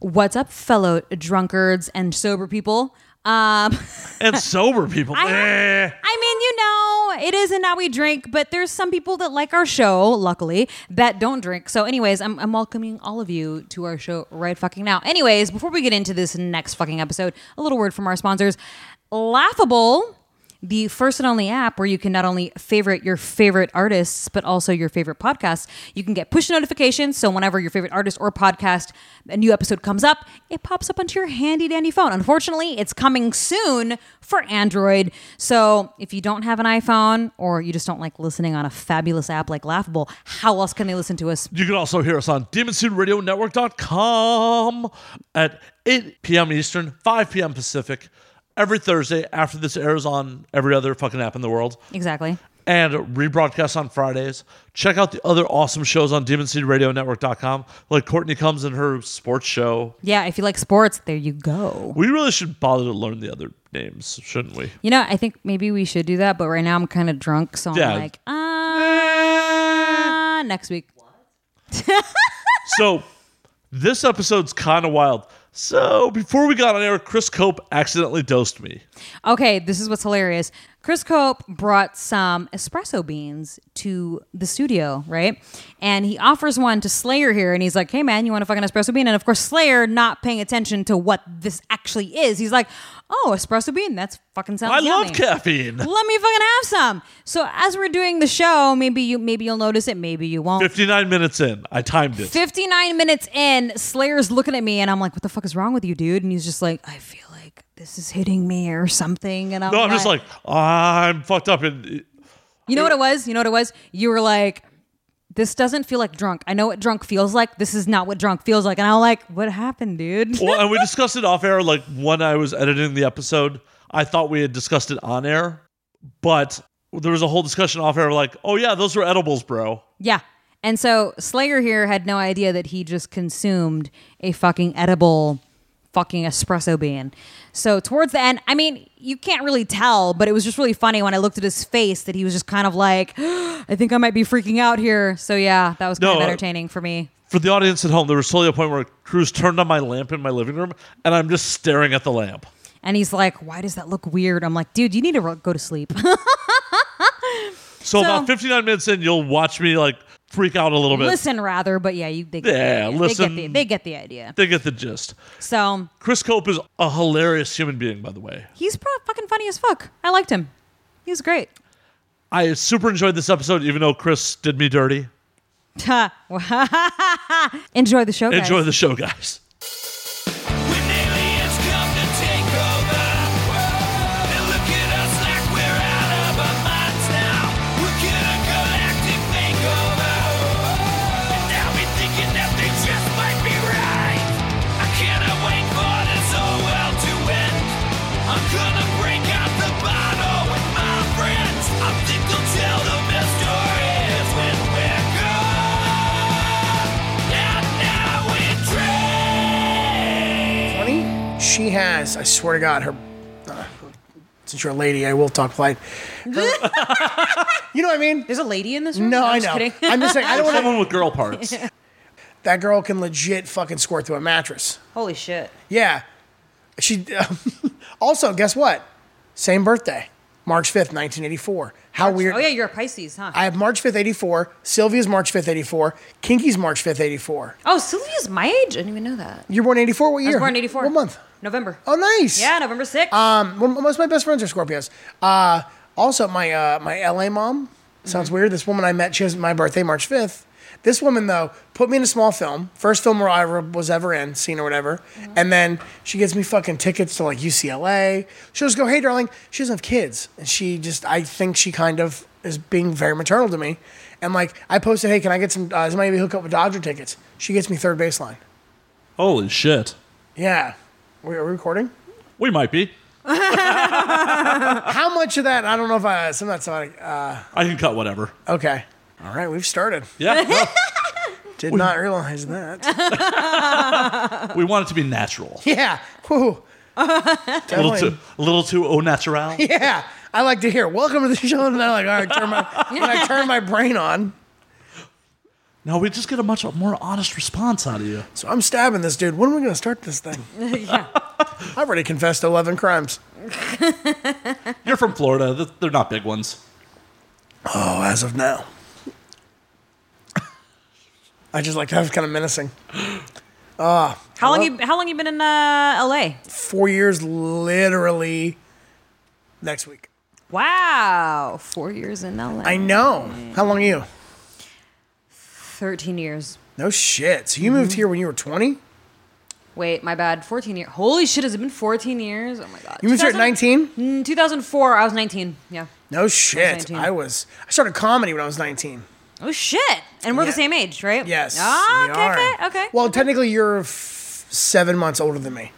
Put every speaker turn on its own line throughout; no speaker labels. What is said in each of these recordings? What's up, fellow drunkards and sober people? Um,
and sober people. Eh.
I, I mean, you know, it isn't how we drink, but there's some people that like our show, luckily, that don't drink. So, anyways, I'm, I'm welcoming all of you to our show right fucking now. Anyways, before we get into this next fucking episode, a little word from our sponsors Laughable, the first and only app where you can not only favorite your favorite artists, but also your favorite podcasts. You can get push notifications. So, whenever your favorite artist or podcast, a new episode comes up, it pops up onto your handy dandy phone. Unfortunately, it's coming soon for Android. So, if you don't have an iPhone or you just don't like listening on a fabulous app like Laughable, how else can they listen to us?
You can also hear us on DemonSoonRadioNetwork.com at 8 p.m. Eastern, 5 p.m. Pacific, every Thursday after this airs on every other fucking app in the world,
Exactly.
and rebroadcast on Fridays. Check out the other awesome shows on DemonSeedRadioNetwork.com, like Courtney Comes and her sports show.
Yeah, if you like sports, there you go.
We really should bother to learn the other names, shouldn't we?
You know, I think maybe we should do that, but right now I'm kind of drunk, so
Yeah.
I'm like, ah, next week.
so this episode's kind of wild. So before we got on air, Chris Cope accidentally dosed me.
Okay, this is what's hilarious. Chris Cope brought some espresso beans to the studio, right? And he offers one to Slayer here, and he's like, "Hey, man, you want a fucking espresso bean?" And of course, Slayer, not paying attention to what this actually is, he's like, "Oh, espresso bean? That's fucking sounds."
I
yummy."
love caffeine.
Let me fucking have some. So as we're doing the show, maybe you maybe you'll notice it, maybe you won't.
59 minutes in, I timed it.
59 minutes in, Slayer's looking at me and I'm like, what the fuck is wrong with you, dude? And he's just like, I feel like this is hitting me or something. And I'm,
No, I'm just like, I'm fucked up. And
you know what it was? You know what it was? You were like, this doesn't feel like drunk. I know what drunk feels like. This is not what drunk feels like. And I'm like, what happened, dude?
well, and we discussed it off air. Like when I was editing the episode, I thought we had discussed it on air, but there was a whole discussion off air. Like, oh yeah, those were edibles, bro.
yeah. And so Slayer here had no idea that he just consumed a fucking edible fucking espresso bean. So towards the end, I mean, you can't really tell, but it was just really funny when I looked at his face that he was just kind of like, I think I might be freaking out here. So yeah, that was kind
No,
of
uh,
entertaining for me.
For the audience at home, there was slowly a point where Cruz turned on my lamp in my living room, and I'm just staring at the lamp.
And he's like, why does that look weird? I'm like, dude, you need to ro- go to sleep.
So,
So-
about 59 minutes in, you'll watch me like freak out a little bit.
listen rather, but yeah, you they get
Yeah,
the idea.
listen.
They get the, they get the idea.
They get the gist.
So
Chris Cope is a hilarious human being, by the way.
he's pro- fucking funny as fuck. I liked him. He was great.
I super enjoyed this episode, even though Chris did me dirty.
Enjoy the show, guys.
Enjoy the show, guys.
When aliens come to take over, they look at us like we're out of our minds now. We're gonna galactic makeover, and now we're thinking that they just might be right. I cannot wait for this whole world to end. I'm gonna break out the bottle with my friends. I think they'll tell the best stories when we're gone. And now we drink.
money she has, I swear to God, her. uh, since you're a lady, I will talk polite. Her- you know what I mean?
There's a lady in this room.
No,
I'm
I
just
know.
kidding.
I'm just saying, I don't want to.
Someone with girl parts.
That girl can legit fucking squirt through a mattress.
Holy shit.
Yeah. She. also, guess what? Same birthday, March 5th, 1984. How weird.
Oh yeah, you're a Pisces, huh?
I have March 5th, 84. Sylvia's March 5th, 84. Kinky's March 5th, 84.
oh, Sylvia's my age. I didn't even know that.
You're born 84? What year?
I was born in '84.
What month?
November.
Oh, nice.
Yeah, November 6th.
Um, well, most of my best friends are Scorpios. Uh, also, my uh, my LA mom sounds weird. This woman I met, she was my birthday, March fifth. This woman though put me in a small film, first film where I ever- was ever in, seen or whatever, and then she gets me fucking tickets to like UCLA. She'll just go, "Hey, darling," she doesn't have kids, and she just I think she kind of is being very maternal to me, and like I posted, "Hey, can I get some? Uh, somebody maybe hook up with Dodger tickets?" She gets me third baseline.
Holy shit.
Yeah, we are we recording?
We might be.
How much of that? I don't know if I some of that's not. Uh,
I can cut whatever.
Okay. All right, we've started.
Yeah. no,
Did not realize that.
we want it to be natural.
yeah. Whew.
A little
Definitely.
too, a little too au natural.
Yeah. I like to hear "Welcome to the show," and then I'm like, all right, turn my when I turn my brain on.
Now we just get a much more honest response out of you.
So I'm stabbing this dude. When are we going to start this thing?
yeah.
I've already confessed to 11 crimes.
You're from Florida. Th- They're not big ones.
Oh, as of now. I just like that was kind of menacing.
How long you How long you been in uh, LA?
Four years literally next week.
Wow, four years in LA.
I know. How long are you?
Thirteen years.
No shit. So you moved here when you were 20?
Wait, my bad. Fourteen years. Holy shit! Has it been fourteen years? Oh my god.
You moved here at 19?
Two thousand four. I was nineteen. Yeah.
No shit.
19.
I was. I started comedy when I was 19.
Oh shit! And we're
Yeah.
the same age, right?
Yes.
Ah,
we
okay,
are.
okay, okay.
Well, technically, you're f- seven months older than me.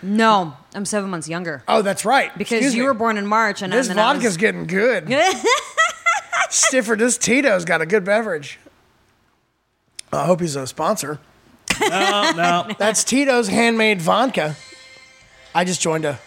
no, I'm seven months younger
Oh, that's right.
because
Excuse
you
me.
were born in March, and
This
and then I
vodka's
was-
getting good. Stiffer, this Tito's got a good beverage. I hope he's a sponsor.
No, no.
That's Tito's handmade vodka. I just joined a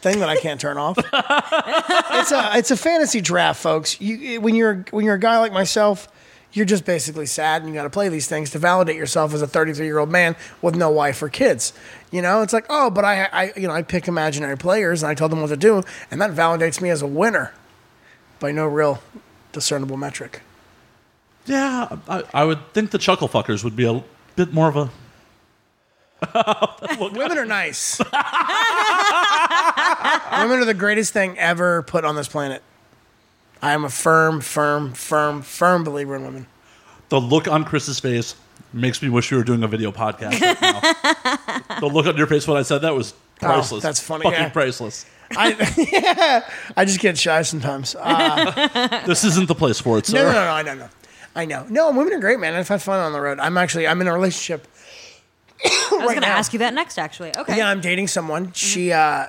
thing that I can't turn off. it's a it's a fantasy draft, folks. You when you're when you're a guy like myself, you're just basically sad, and you got to play these things to validate yourself as a 33 year old man with no wife or kids. You know, it's like oh, but I I you know I pick imaginary players and I tell them what to do, and that validates me as a winner by no real discernible metric.
Yeah, I, I would think the chuckle fuckers would be a bit more of a.
Women are nice. Women are the greatest thing ever put on this planet. I am a firm, firm, firm, firm believer in women.
The look on Chris's face makes me wish we were doing a video podcast. Right now. the look on your face when I said that was priceless.
Oh, that's funny,
Fucking
yeah.
priceless.
I, I just get shy sometimes. Uh,
This isn't the place for it, sir.
no, no, no, no, I don't know. I know. No, women are great, man. I've had fun on the road. I'm actually, I'm in a relationship.
I was gonna
now.
ask you that next, actually. Okay.
Yeah, I'm dating someone. She, uh,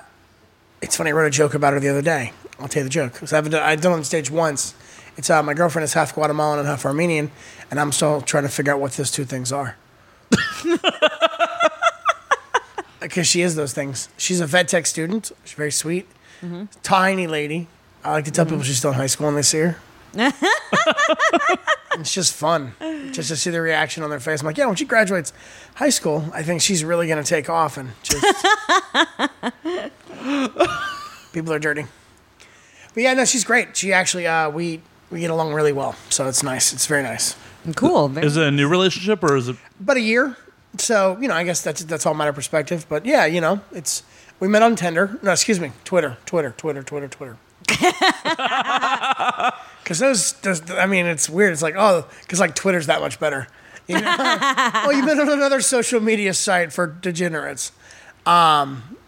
it's funny. I wrote a joke about her the other day. I'll tell you the joke. 'Cause I haven't done, I've done it on stage once. It's uh, my girlfriend is half Guatemalan and half Armenian, and I'm still trying to figure out what those two things are. Because she is those things. She's a vet tech student. She's very sweet, tiny lady. I like to tell people she's still in high school when they see her. It's just fun just to see the reaction on their face. I'm like, yeah, when she graduates high school, I think she's really going to take off and just. People are dirty. But yeah, no, she's great. She actually, uh, we, we get along really well. So it's nice. It's very nice.
Cool. Very-
Is it a new relationship or is it?
About a year. So, you know, I guess that's, that's all matter of perspective. But yeah, you know, it's, we met on Tinder. No, excuse me, Twitter, Twitter, Twitter, Twitter, Twitter. Because those, those, I mean, it's weird. It's like, oh, because like Twitter's that much better. You know? oh, you've been on another social media site for degenerates. Um,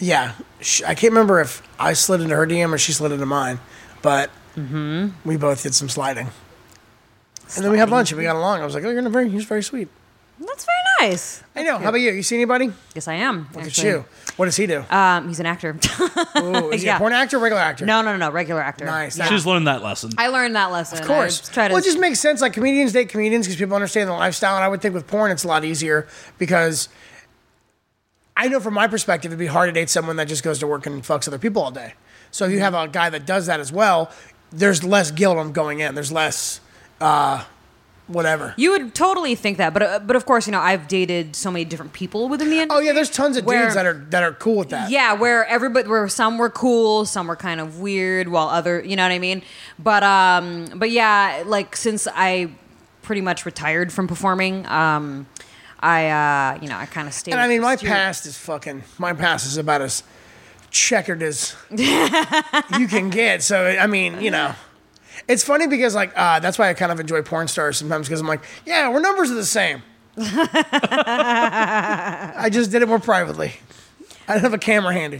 yeah, sh- I can't remember if I slid into her DM or she slid into mine, but we both did some sliding. And then we had lunch and we got along. I was like, oh, you're in a very, he's very sweet.
That's very nice.
I know. How about you? You see anybody? Look
Yes, I am. Look
at you. What does he do?
Um, he's an actor.
Ooh, is he
yeah.
a porn actor or regular actor?
no, no, no, no, regular actor.
Nice.
She's learned that lesson.
I learned that lesson.
Of course.
try to.
Well, it just makes sense. Like comedians date comedians because people understand the lifestyle. And I would think with porn, it's a lot easier because I know from my perspective, it'd be hard to date someone that just goes to work and fucks other people all day. So if you have a guy that does that as well, there's less guilt on going in. There's less, uh, whatever.
you would totally think that, but uh, but of course, you know, I've dated so many different people within the industry.
Oh yeah, there's tons of
Where-
dudes that are that are cool with that.
Yeah, where everybody, where some were cool, some were kind of weird, while other, you know what I mean. But um, but yeah, like since I pretty much retired from performing, um, I uh, you know, I kind of stayed.
And I mean, my
Stuart.
past is fucking. My past is about as checkered as you can get. So I mean, you know, it's funny because like uh, that's why I kind of enjoy porn stars sometimes because I'm like, yeah, our numbers are the same. I just did it more privately. I didn't have a camera handy.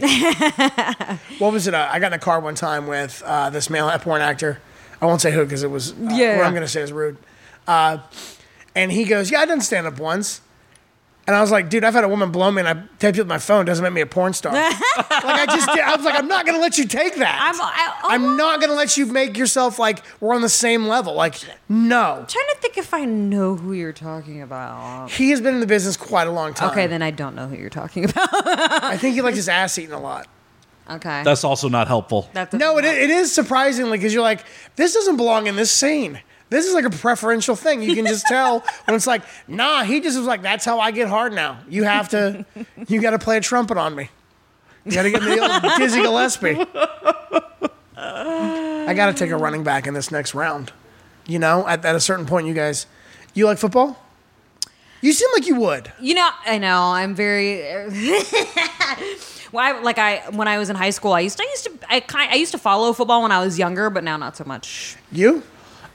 what was it? Uh, I got in a car one time with uh, this male porn actor. I won't say who because it was. Uh,
Yeah.
What I'm gonna say is rude. Uh, and he goes, "Yeah, I done stand up once." And I was like, dude, I've had a woman blow me and I taped it with my phone. Doesn't make me a porn star. like, I just did. I was like, I'm not going to let you take that.
I'm- I- oh,
I'm not going to let you make yourself like we're on the same level. Like, no.
trying to think if I know who you're talking about.
He has been in the business quite a long time.
Okay, then I don't know who you're talking about.
I think he likes his ass eaten a lot.
Okay,
That's also not helpful.
That doesn't
No, it,
help.
it is surprisingly because you're like, this doesn't belong in this scene. This is like a preferential thing. You can just tell when it's like, nah, he just was like, that's how I get hard now. You have to, you got to play a trumpet on me. You got to get me the old Dizzy Gillespie. I got to take a running back in this next round. You know, at, at a certain point, you guys, you like football? You seem like you would.
You know, I know. I'm very. well, I, like I when I was in high school, I used to, I used to I kind I used to follow football when I was younger, but now not so much.
You?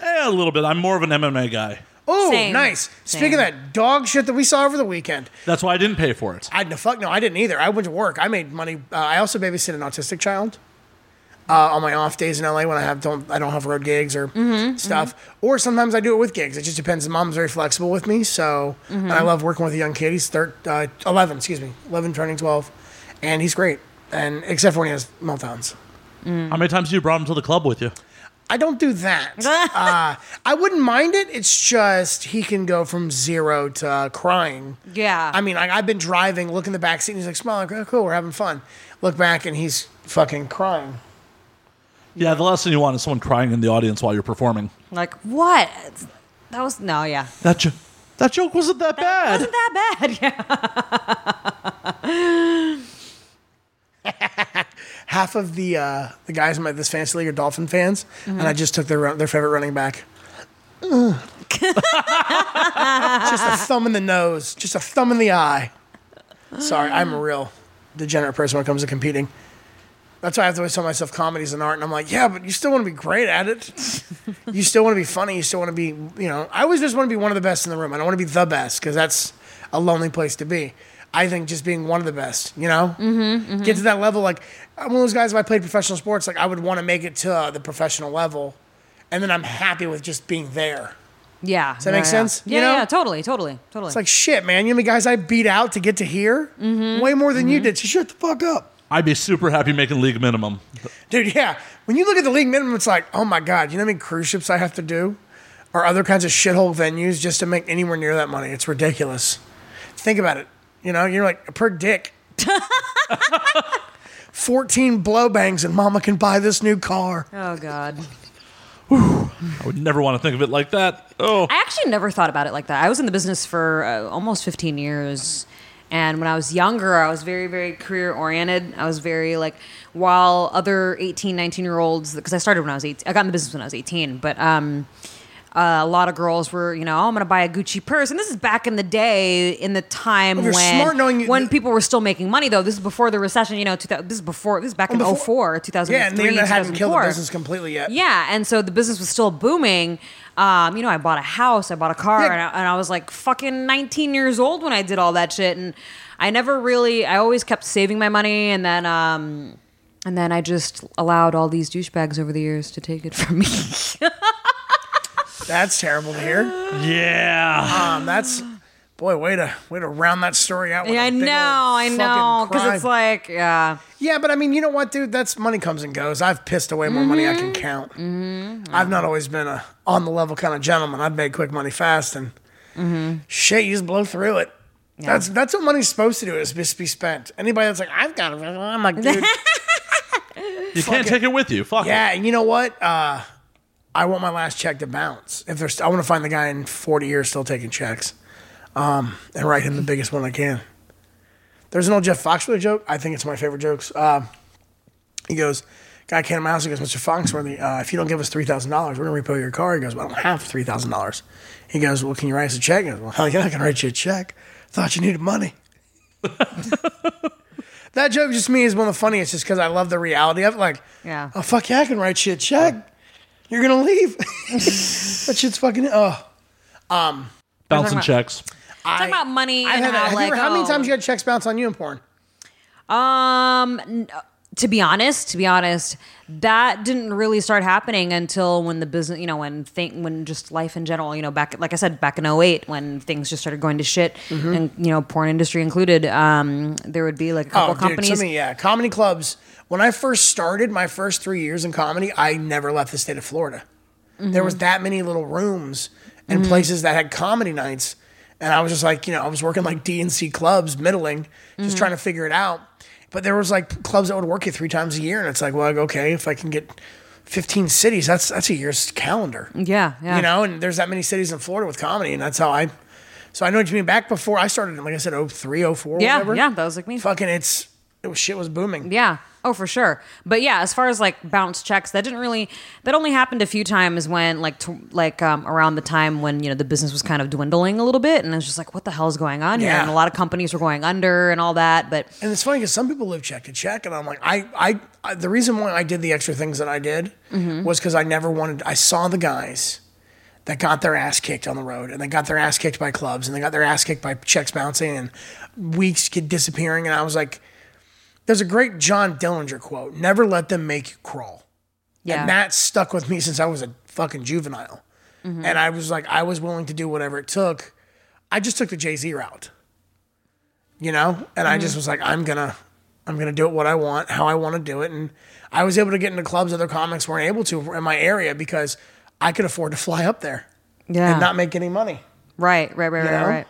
Eh, a little bit. I'm more of an MMA guy.
Oh,
Same.
nice. Speaking of
Same.
that dog shit that we saw over the weekend,
That's why I didn't pay for it.
I no fuck no, I didn't either. I went to work. I made money. Uh, I also babysit an autistic child uh, on my off days in LA when I have don't I don't have road gigs or stuff. Or sometimes I do it with gigs. It just depends. Mom's very flexible with me, so and I love working with a young kid. He's thir- uh, eleven, excuse me, eleven turning twelve, and he's great. And except for when he has meltdowns.
How many times have you brought him to the club with you?
I don't do that. uh, I wouldn't mind it. It's just he can go from zero to uh, crying.
Yeah.
I mean, like I've been driving, look in the back seat, and he's like smiling, like, oh, cool, we're having fun. Look back, and he's fucking crying.
Yeah, the last thing you want is someone crying in the audience while you're performing.
like what? That was no, yeah.
That jo- that joke wasn't that bad.
Wasn't that bad? Yeah.
Half of the uh, the guys in my this fantasy league are Dolphin fans, and I just took their run- their favorite running back. Ugh. just a thumb in the nose, just a thumb in the eye. Sorry, I'm a real degenerate person when it comes to competing. That's why I have to always tell myself comedy's an art, and I'm like, yeah, but you still want to be great at it. you still want to be funny. You still want to be, you know, I always just want to be one of the best in the room. I don't want to be the best because that's a lonely place to be. I think just being one of the best, you know, mm-hmm, get to that level. Like I'm one of those guys. If I played professional sports, like I would want to make it to uh, the professional level, and then I'm happy with just being there.
Yeah. Does
that make sense?
Yeah,
You know?
yeah, totally, totally, totally.
It's like shit, man. You know the guys I beat out to get to here, way more than you did. So shut the fuck up.
I'd be super happy making league minimum.
Dude, yeah. When you look at the league minimum, it's like, oh my God, you know how many cruise ships I have to do or other kinds of shithole venues just to make anywhere near that money? It's ridiculous. Think about it. You know, you're like, per dick. 14 blow bangs and mama can buy this new car.
oh god.
I would never want to think of it like that. Oh,
I actually never thought about it like that. I was in the business for uh, almost 15 years. And when I was younger, I was very, very career oriented. I was very like, while other 18, 19 year olds, because I started when I was 18, I got in the business when I was 18, but um, uh, a lot of girls were, you know, oh, I'm going to buy a Gucci purse. And this is back in the day, in the time
you're
when,
smart knowing you-
when people were still making money, though. This is before the recession, you know, 2000, this is before, this is back in
Oh,
04,
Before- Yeah,
2003,
and the internet hadn't killed the
2004.
business completely yet.
Yeah, and so the business was still booming. Um, you know, I bought a house, I bought a car,
Yeah.
and, I, and I was like fucking 19 years old when I did all that shit. And I never really, I always kept saving my money, and then, um, and then I just allowed all these douchebags over the years to take it from me.
That's terrible to hear.
yeah.
Um, that's, boy, way to, way to round that story out. With
I
a big
know,
old
I
fucking
know, because
cry.
it's like, yeah,
Yeah, but I mean, you know what, dude? That's money comes and goes. I've pissed away more money I can count. Mm-hmm. I've not always been a on the level kind of gentleman. I've made quick money fast, and
Mm-hmm.
shit, you just blow through it. That's that's what money's supposed to do is just be spent. Anybody that's like, I've got it, I'm like, dude,
You can't take it with you. Fuck. it.
yeah. And you know what? Uh, I want my last check to bounce. If there's, I want to find the guy in 40 years still taking checks, um, and write him the biggest one I can. There's an old Jeff Foxworthy joke. I think it's one of my favorite jokes. Uh, he goes, "Guy came to my house. He goes, Mr. Foxworthy, uh, if you don't give us three thousand dollars, we're gonna repo your car." He goes, "Well, I don't have three thousand dollars." He goes, "Well, can you write us a check?" He goes, "Well, hell yeah, I can write you a check. Thought you needed money." that joke just to me is one of the funniest, just because I love the reality of it. Like,
yeah.
Oh fuck yeah, I can write shit check. You're gonna leave. that shit's fucking oh.
Bouncing
We're talking
checks.
Talking about money
I've
and
had
how,
that. Have you
like,
ever- how many
oh.
times you had checks bounce on you in porn?
Um, n- to be honest, to be honest, that didn't really start happening until when the business, you know, when thing, when just life in general, you know, back like I said, back in 08, when things just started going to shit,
Mm-hmm.
and you know, porn industry included. Um, there would be like a couple
Oh, dude,
companies.
some of- yeah, comedy clubs. When I first started my first three years in comedy, I never left the state of Florida. There
Mm-hmm.
was that many little rooms and places that had comedy nights, and I was just like, you know, I was working like DNC clubs, middling, just trying
Mm-hmm.
to figure it out. But there was like clubs that would work you three times a year, and it's like, well, okay, if I can get 15 cities. That's that's a year's calendar.
Yeah, yeah.
You know, and there's that many cities in Florida with comedy, and that's how I. So I know what you mean. Back before I started, like I said, 03, 04,
Yeah,
whatever.
yeah, that was like me.
Fucking, it's it was shit was booming.
Yeah. Oh, for sure. But yeah, as far as like bounce checks, that didn't really. That only happened a few times when like t- like um, around the time when you know the business was kind of dwindling a little bit, and I was just like, what the hell is going on here?
Yeah.
And a lot of companies were going under and all that. But
And it's funny because some people live check to check, and I'm like, I, I, I the reason why I did the extra things that I did was because I never wanted. I saw the guys that got their ass kicked on the road, and they got their ass kicked by clubs, and they got their ass kicked by checks bouncing, and weeks get disappearing, and I was like, there's a great John Dillinger quote: "Never let them make you crawl."
yeah,
And that stuck with me since I was a fucking juvenile.
Mm-hmm.
And I was like, I was willing to do whatever it took. I just took the Jay Z route, you know? And I
Mm-hmm.
just was like, I'm gonna, I'm gonna do it what I want, how I wanna do it. And I was able to get into clubs other comics weren't able to in my area because I could afford to fly up there
yeah,
and not make any money.
right, right, right,
You
right,
know?
right.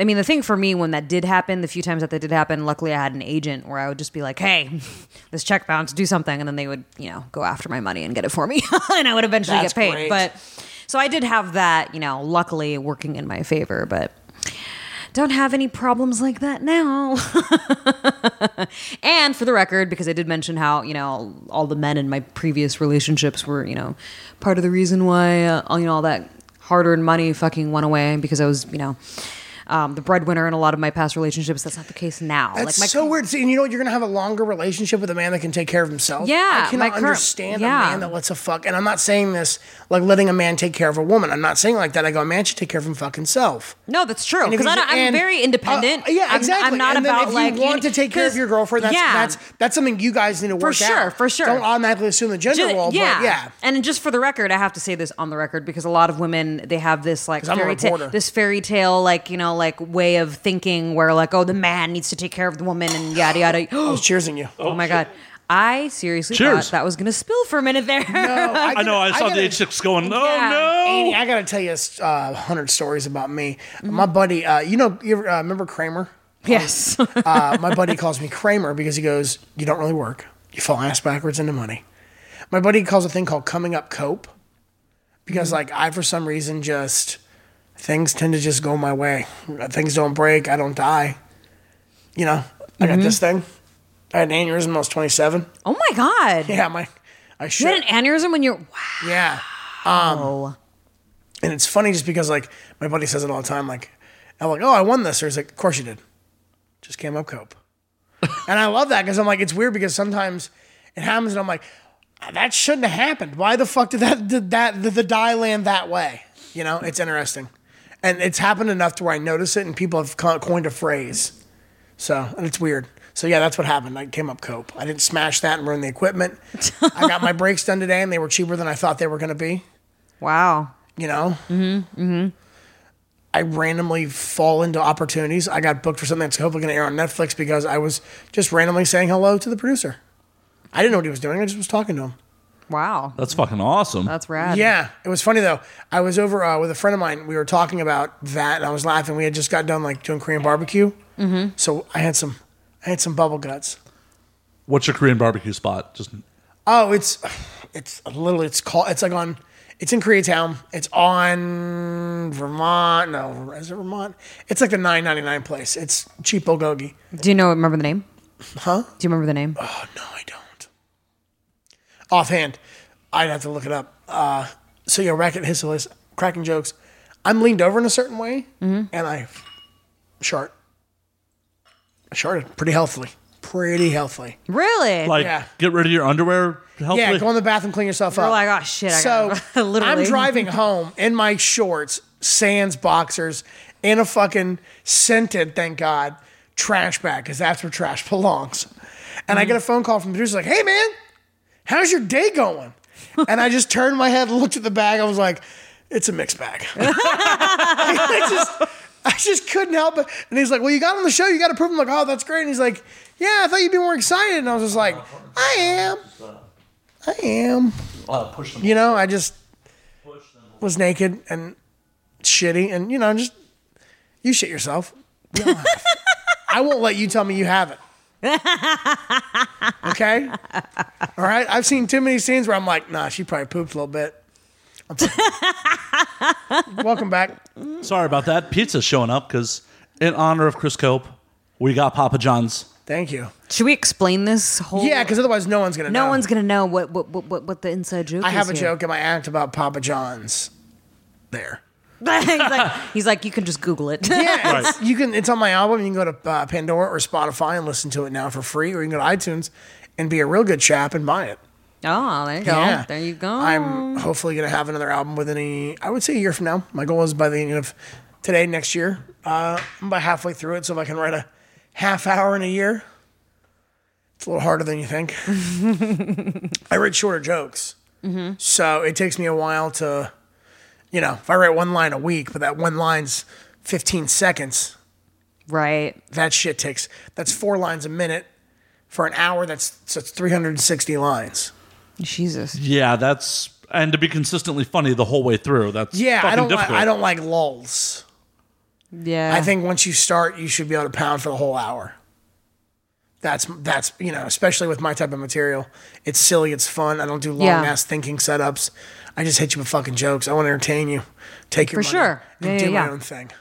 I mean, the thing for me when that did happen, the few times that that did happen, luckily I had an agent where I would just be like, "Hey, this check bounced, do something," and then they would, you know, go after my money and get it for me, and I would eventually
That's
get paid.
great.
But so I did have that, you know, luckily working in my favor, but don't have any problems like that now. and for the record, because I did mention how, you know, all the men in my previous relationships were, you know, part of the reason why, uh, all- you know, all that hard earned money fucking went away because I was, you know, um, the breadwinner in a lot of my past relationships. That's not the case now.
That's
my
so weird. See, and you know what? You're gonna have a longer relationship with a man that can take care of himself.
Yeah,
I
my
cannot
current-
understand
yeah.
a man that lets a fuck. And I'm not saying this like letting a man take care of a woman. I'm not saying like that. I go, a man should take care of himself. himself.
No, that's true.
And if
Because I'm
he's- and-
very independent.
Uh, yeah,
I'm-
exactly.
I'm, not
And then
about
if
like
you want to take care of
'cause-
your girlfriend. That's
yeah.
that's that's something you guys need to work
sure,
out.
for sure.
Don't automatically assume the gender
Ju-
role.
yeah.
but yeah.
And just for the record, I have to say this on the record because a lot of women they have this like
'Cause I'm a
fairy tale,
reporter.
this fairy tale like you know like way of thinking where like oh the man needs to take care of the woman and yada yada.
I
oh
was cheersing you. Oh,
my god, I seriously thought
Cheers.
that was gonna spill for a minute there.
I know. I saw the H six going. Oh
Yeah.
no!
Annie, I gotta tell you a uh, hundred stories about me. My
Mm-hmm.
buddy, uh, you know, you ever, uh, remember Kramer?
yes. Oh
uh, my buddy calls me Kramer because he goes, "You don't really work. You fall ass backwards into money." My buddy calls a thing called coming up cope
Mm.
because, like, I for some reason just things tend to just go my way. Things don't break. I don't die. You know,
Mm-hmm.
I got this thing. I had an aneurysm when I was 27.
oh my god.
Yeah, my I should.
You had an aneurysm when you're wow.
yeah. Um. And it's funny just because like my buddy says it all the time. Like I'm like, oh, I won this. Or he's like, of course you did. Just came up cope. and I love that because I'm like, it's weird because sometimes it happens and I'm like, that shouldn't have happened. Why the fuck did that did that the, the die land that way? You know, it's interesting. And it's happened enough to where I notice it and people have co- coined a phrase. So and it's weird. So yeah, that's what happened. I came up cope. I didn't smash that and ruin the equipment. I got my brakes done today and they were cheaper than I thought they were gonna be
Wow.
you know? Mm-hmm. Mm-hmm. I randomly fall into opportunities. I got booked for something that's hopefully going to air on Netflix because I was just randomly saying hello to the producer. I didn't know what he was doing. I just was talking to him.
Wow.
That's fucking awesome.
That's rad.
Yeah, it was funny though. I was over uh, with a friend of mine. We were talking about that, and I was laughing. We had just got done like doing Korean barbecue, mm-hmm. so I had some, I had some bubble guts.
What's your Korean barbecue spot? Just
Oh, it's, it's literally it's called. It's like on, it's in Koreatown. It's on Vermont. No, is it Vermont? It's like the nine ninety nine place. It's cheap bulgogi.
Do you know? Remember the name?
Huh?
Do you remember the name?
Oh no, I don't. Offhand, I'd have to look it up. Uh, so yeah, racket his list, cracking jokes. I'm leaned over in a certain way, and I shart. I sharted pretty healthily. Pretty healthily.
Really?
like
Yeah.
get rid of your underwear. Help
Yeah,
with-
go in the bathroom, clean yourself
You're
up.
like, oh shit. I
so
got literally.
I'm driving home in my shorts, sans boxers, in a fucking scented, thank God, trash bag, because that's where trash belongs. And I
Mm.
get a phone call from the producer, like, hey man, how's your day going? and I just turned my head, looked at the bag, I was like, it's a mixed bag. I just I just couldn't help it. And he's like, Well, you got on the show, you gotta prove I'm like, oh, that's great. And he's like, Yeah, I thought you'd be more excited. And I was just like, I am. I am.
Oh, push them.
You know, I just was naked and shitty, and you know, just you shit yourself. You don't have- I won't let you tell me you haven't. Okay? All right? I've seen too many scenes where I'm like, nah, she probably pooped a little bit. Welcome back.
Sorry about that. Pizza's showing up because, in honor of Chris Cope, we got Papa John's.
Thank you.
Should we explain this whole?
Yeah, because otherwise no one's going to know.
no one's gonna know what what what, what, what the inside joke.
I
is
have a
here.
joke in my act about Papa John's. There.
he's like, he's like, you can just Google it.
Yeah, it's- you can. It's on my album. You can go to uh, Pandora or Spotify and listen to it now for free, or you can go to iTunes and be a real good chap and buy it.
oh, there you go. There you go.
I'm hopefully gonna have another album within a, I would say a year from now. My goal is by the end of today next year. Uh, I'm about halfway through it, so if I can write a half hour in a year, it's a little harder than you think. I write shorter jokes,
Mm-hmm.
so it takes me a while to, you know, if I write one line a week, but that one line's 15 seconds.
right.
That shit takes. That's four lines a minute for an hour. That's so it's 360 lines.
Jesus.
Yeah, that's and to be consistently funny the whole way through. That's
Yeah,
fucking
I don't. Like,
difficult.
I don't like lulls.
Yeah.
I think once you start, you should be able to pound for the whole hour. That's that's you know, especially with my type of material, it's silly, it's fun. I don't do long
Yeah.
ass thinking setups. I just hit you with fucking jokes. I want to entertain you. Take your
For
money
sure.
and
Yeah,
do
yeah,
my
yeah.
own thing.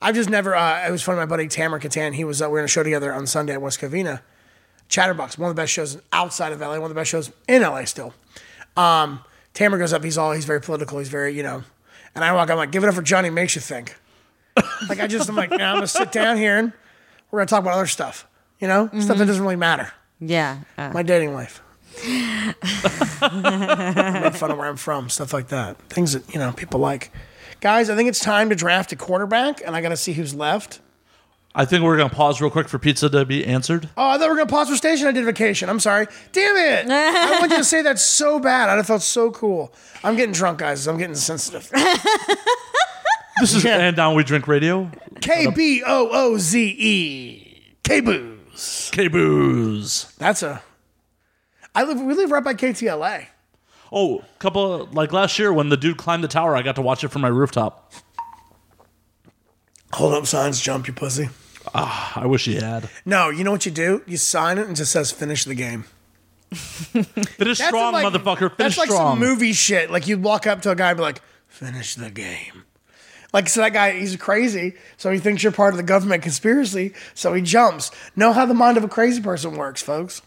I've just never. Uh, it was funny. My buddy Tamar Katan. He was. Uh, we were in a show together on Sunday at West Covina. Chatterbox, one of the best shows outside of LA, one of the best shows in LA still. Um, Tamer goes up, he's all, he's very political, he's very, you know, and I walk, I'm like, give it up for Johnny, makes you think. like, I just, I'm like, nah, I'm gonna sit down here and we're gonna talk about other stuff, you know, stuff that doesn't really matter.
yeah. Uh,
My dating life. Make fun of where I'm from, stuff like that. Things that, you know, people like. Guys, I think it's time to draft a quarterback, and I gotta see who's left.
I think we're gonna pause real quick for pizza to be answered.
Oh, I thought we were gonna pause for station identification. I'm sorry. Damn it! I want you to say that so bad. I'd have felt so cool. I'm getting drunk, guys. I'm getting sensitive.
This is and now we drink radio.
K B O O Z E. K booze.
K booze.
That's a. I live. We live right by KTLA.
Oh, couple like last year when the dude climbed the tower, I got to watch it from my rooftop.
Hold up signs, jump you pussy.
I wish he had.
No, you know what you do? You sign it and it just says finish the game.
Finish strong,
like-
motherfucker. Finish
That's like
strong.
some movie shit. Like you'd walk up to a guy and be like, finish the game. Like so that guy, he's crazy, so he thinks you're part of the government conspiracy, so he jumps. Know how the mind of a crazy person works, folks.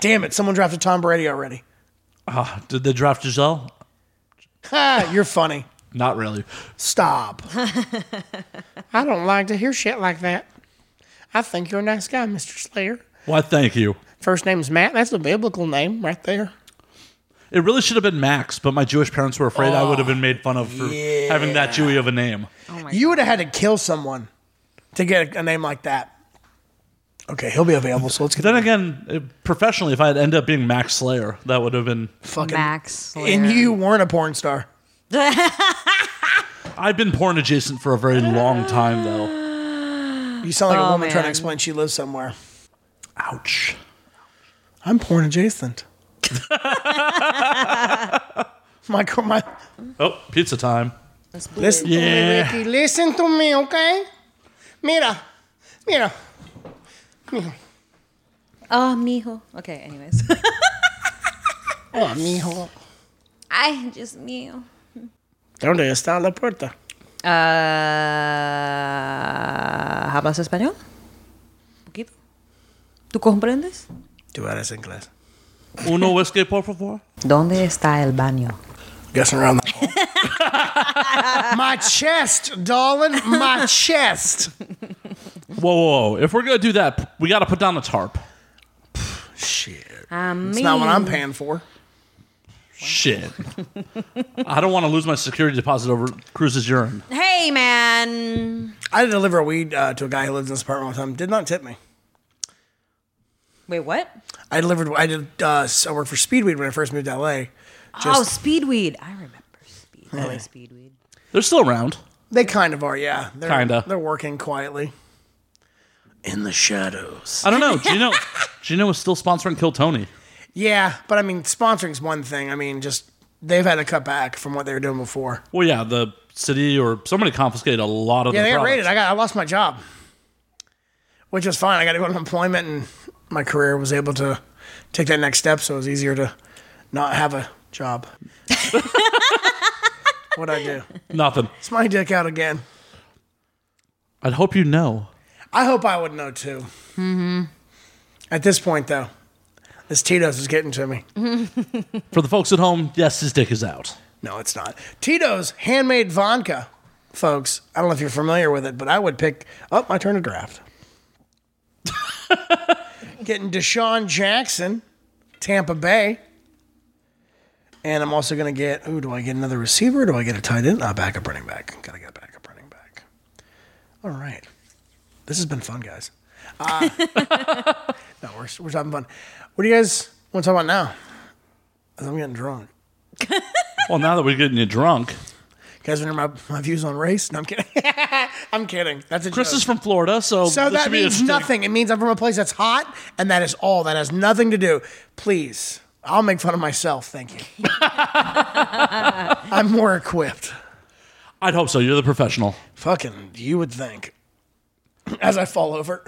Damn it, someone drafted Tom Brady already.
Ah, did they draft Giselle?
Ha, you're funny.
Not really.
Stop. I don't like to hear shit like that. I think you're a nice guy, Mr. Slayer.
Why? Thank you.
First name's Matt. That's a biblical name right there.
It really should have been Max, but my Jewish parents were afraid I would have been made fun of for having that Jewy of a name.
Oh
You would have had to kill someone to get a name like that. Okay, he'll be available, so let's get
Then again, eh, professionally, if I had ended up being Max Slayer, that would have been.
fucking.
Max.
And you weren't a porn star.
I've been porn adjacent for a very long time, though.
You sound like a
Oh,
woman trying to
man.
explain she lives somewhere.
Ouch.
I'm porn adjacent. my, my,
Oh, pizza time.
Listen to me,
Yeah.
Ricky. Listen to me, okay? Mira, mira.
Oh, mijo. Okay. Anyways,
Oh, mijo.
I just mijo.
¿Dónde está la puerta?
Uh, ¿Hablas español? Poquito. ¿Tú comprendes?
Tú eres inglés.
Uno whiskey, por favor.
¿Dónde está el baño?
Guessing around the hole. my chest, darling. My chest.
Whoa, whoa, whoa. If we're going to do that, p- we got to put down a tarp.
Shit. It's
I mean,
not what I'm paying for.
Shit. I don't want to lose my security deposit over Cruz's urine.
Hey, man.
I had to deliver a weed uh, to a guy who lives in this apartment all the time. Did not tip me.
Wait, what?
I delivered. I did. Uh, s- I worked for Speedweed when I first moved to LA.
oh,
Just
speedweed. I remember speed. LA speedweed.
They're still around.
they kind of are. Yeah, they're,
Kinda.
They're working quietly. In the shadows.
I don't know. Gino, Gino is still sponsoring Kill Tony.
Yeah, but I mean, sponsoring's one thing. I mean, just they've had to cut back from what they were doing before.
Well, yeah, the city or somebody confiscated a lot of
Yeah,
their
they got
products.
raided. I got. I lost my job. which was fine. I got to go on employment, and my career was able to take that next step, so it was easier to not have a job. What'd I do?
Nothing.
It's my dick out again.
I'd hope you know.
I hope I would know too. Mm-hmm. At this point, though, this Tito's is getting to me.
For the folks at home, yes, his dick is out.
No, it's not. Tito's handmade vodka, folks. I don't know if you're familiar with it, but I would pick up my turn to draft. Getting Deshaun Jackson, Tampa Bay. And I'm also going to get, ooh, do I get another receiver? Or do I get a tight end? Ah, backup running back. Got to get a backup running back. All right. This has been fun, guys. Uh, no, we're, we're having fun. What do you guys want to talk about now? 'Cause I'm getting drunk.
Well, now that we're getting you drunk,
You guys remember my, my views on race? No, I'm kidding. I'm kidding. That's a
Chris
joke.
is from Florida, so
so
this
that
should be
means
interesting.
nothing. It means I'm from a place that's hot, and that is all. That has nothing to do. Please, I'll make fun of myself. Thank you. I'm more equipped.
I'd hope so. You're the professional.
Fucking, you would think. As I fall over,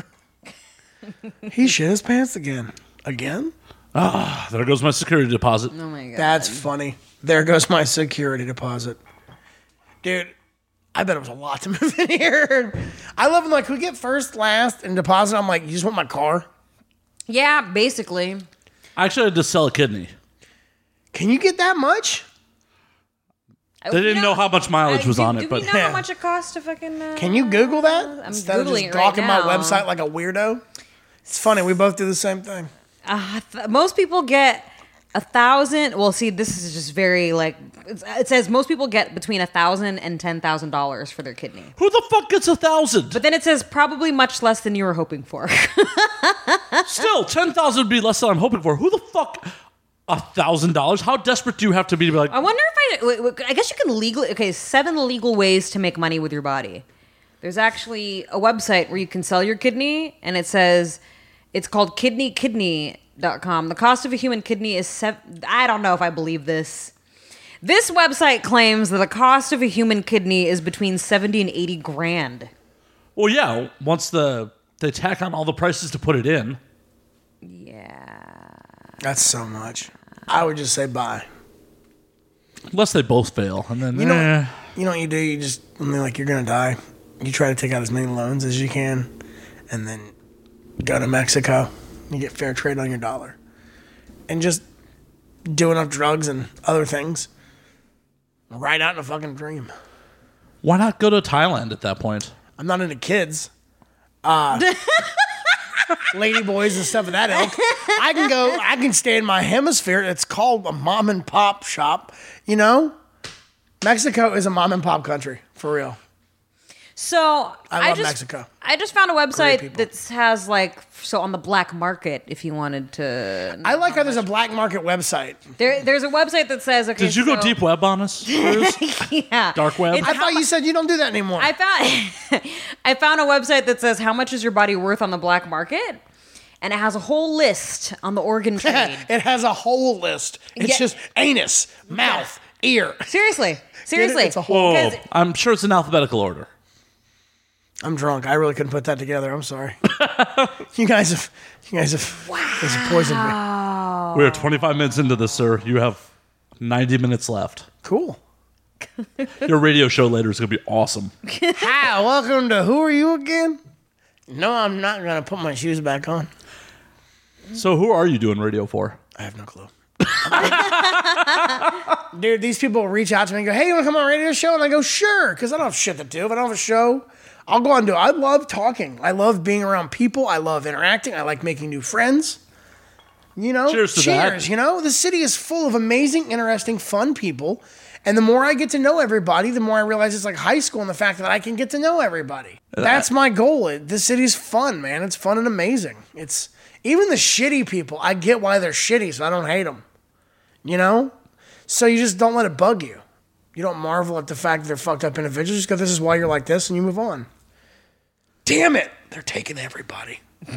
he shit his pants again. Again?
There goes my security deposit.
Oh my god.
That's funny. There goes my security deposit. Dude, I bet it was a lot to move in here. I love when like we get first, last, and deposit. I'm like, you just want my car?
yeah, basically.
I actually had to sell a kidney.
Can you get that much?
Oh,
They didn't know how much mileage was
do,
on
uh, do
it, but
we know how much it cost to fucking? Uh,
Can you Google that?
I'm
Instead of
Googling
just
it right
gawking
now.
my website like a weirdo. It's funny, we both do the same thing.
Uh, th- most people get a thousand. Well, see, this is just very like it's, it says most people get between a thousand and ten thousand dollars for their kidney.
who the fuck gets a thousand?
But then it says probably much less than you were hoping for.
Still, ten thousand would be less than I'm hoping for. Who the fuck? A thousand dollars? How desperate do you have to be to be like?
I wonder if I. wait, wait, I guess you can legally. Okay, seven legal ways to make money with your body. There's actually a website where you can sell your kidney, and it says it's called kidneykidney.com. The cost of a human kidney is seven. I don't know if I believe this. This website claims that the cost of a human kidney is between 70 and 80 grand.
Well, yeah. Once the they tack on all the prices to put it in.
Yeah.
That's so much. I would just say bye.
Unless they both fail, and then
You know,
eh.
you know what you do? You just, I mean, like, you're going to die. You try to take out as many loans as you can and then go to Mexico. You get fair trade on your dollar. And just do enough drugs and other things. Right out in a fucking dream.
why not go to Thailand at that point?
I'm not into kids. Uh, lady boys and stuff of that ilk. I can go, I can stay in my hemisphere. It's called a mom and pop shop. You know, Mexico is a mom and pop country, for real.
So
I love
just,
Mexico.
I just found a website
people.
that has like so on the black market if you wanted to
I like how there's a black market website.
There, there's a website that says. Okay,
Did you go
so-
deep web on us? Cruz?
Yeah,
Dark web?
It's
I
how
thought you said you don't do that anymore.
I found I found a website that says how much is your body worth on the black market, and it has a whole list on the organ trade.
it has a whole list. It's
Yeah.
just anus, mouth, ear.
seriously, seriously,
It's a whole-
Oh,
'Cause
I'm sure it's in alphabetical order.
I'm drunk. I really couldn't put that together. I'm sorry. you guys have, you guys have, this poisoned me.
Oh.
We are 25 minutes into this, sir. You have 90 minutes left.
Cool.
Your radio show later is going to be awesome.
Hi, welcome to Who Are You Again? No, I'm not going to put my shoes back on.
So, who are you doing radio for?
I have no clue. Dude, these people reach out to me and go, hey, you want to come on a radio show? And I go, sure, because I don't have shit to do. If I don't have a show, I'll go on and do it. I love talking. I love being around people. I love interacting. I like making new friends. You know?
Cheers to that.
Cheers, you know? The city is full of amazing, interesting, fun people. And the more I get to know everybody, the more I realize it's like high school and the fact that I can get to know everybody.
Uh,
That's my goal. It, this city's fun, man. It's fun and amazing. It's even the shitty people, I get why they're shitty, so I don't hate them. You know? So you just don't let it bug you. You don't marvel at the fact that they're fucked up individuals. Just go, this is why you're like this, and you move on. Damn it. They're taking everybody.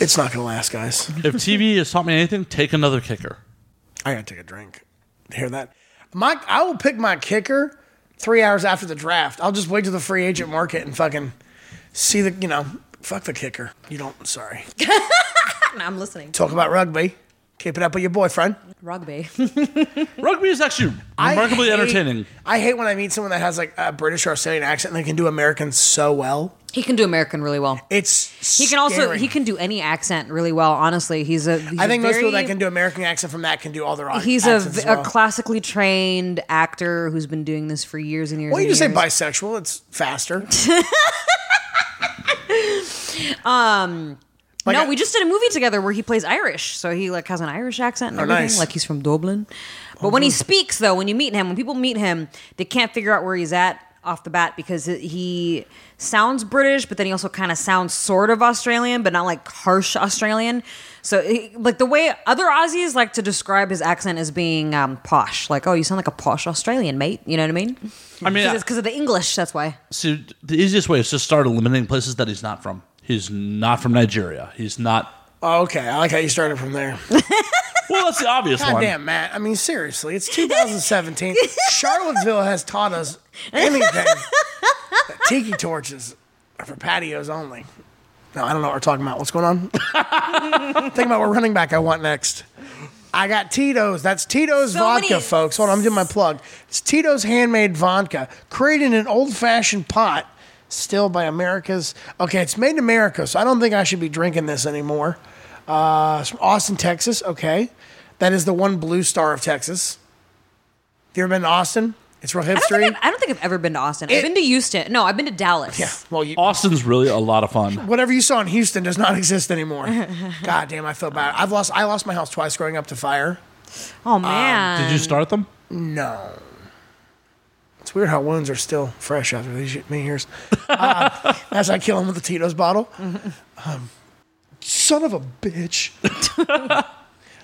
it's not going to last, guys.
If TV has taught me anything, take another kicker.
I gotta take a drink. Hear that? My, I will pick my kicker three hours after the draft. I'll just wait till the free agent market and fucking see the you know fuck the kicker. You don't. Sorry.
I'm listening.
Talk about rugby. Keep it up with your boyfriend.
Rugby.
Rugby is actually
I
remarkably
hate-
entertaining.
I hate when I meet someone that has like a British or Australian accent and they can do American so well.
he can do American really well.
It's
He can also
scary.
he can do any accent really well. Honestly, he's a. He's
I think
a
most people
very-
that can do American accent from that can do all their own.
He's a,
accents
v-
as
a
well.
classically trained actor who's been doing this for years and years.
Well, you
and
just say
years.
bisexual. It's faster. Like
no,
I-
we just did a movie together where he plays Irish, so he like has an Irish accent and
Oh,
everything.
nice.
Like he's from Dublin. But when he speaks, though, when you meet him, when people meet him, they can't figure out where he's at off the bat because it- he sounds British, but then he also kind of sounds sort of Australian, but not like harsh Australian. So, he, like the way other Aussies like to describe his accent as being um, posh, like, "Oh, you sound like a posh Australian, mate." You know what I mean?
I mean, uh,
Because it's because of the English. That's why.
So the easiest way is to start eliminating places that he's not from. He's not from Nigeria. He's not.
Oh, okay, I like how you started from there.
Well, that's the obvious
God
one.
damn, Matt. I mean, seriously, it's 2017. Charlottesville has taught us anything. That Tiki torches are for patios only. No, I don't know what we're talking about. What's going on? Think about what running back I want next. I got Tito's. That's Tito's
So
vodka,
many-
folks. Hold on, I'm doing my plug. It's Tito's handmade vodka, created in an old fashioned pot, still by America's. Okay, it's made in America, so I don't think I should be drinking this anymore. Uh, it's from Austin, Texas. Okay. That is the one blue star of Texas. You ever been to Austin? It's real
I don't,
hipstery.
think I've, I don't think I've ever been to Austin.
It-
I've been to Houston. No, I've been to Dallas.
yeah. Well, you,
Austin's really a lot of fun.
whatever you saw in Houston does not exist anymore. God damn, I feel bad. I've lost. I lost my house twice growing up to fire.
Oh
Um,
man.
Did you start them?
No. It's weird how wounds are still fresh after these many years. Uh, as I kill him with the Tito's bottle. Um, son of a bitch.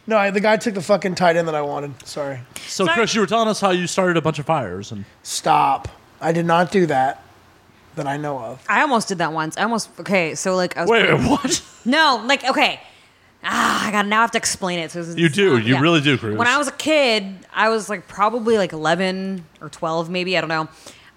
no, I, the guy took the fucking tight end that I wanted. Sorry.
So, Chris, you were telling us how you started a bunch of fires, and
Stop. I did not do that that I know of.
I almost did that once. I almost okay. So like, I was,
wait, wait, what?
no, like okay. Ah, I got to now have to explain it. So this is-
You do. You really do, Cruz.
When I was a kid, I was like probably like eleven or twelve, maybe I don't know.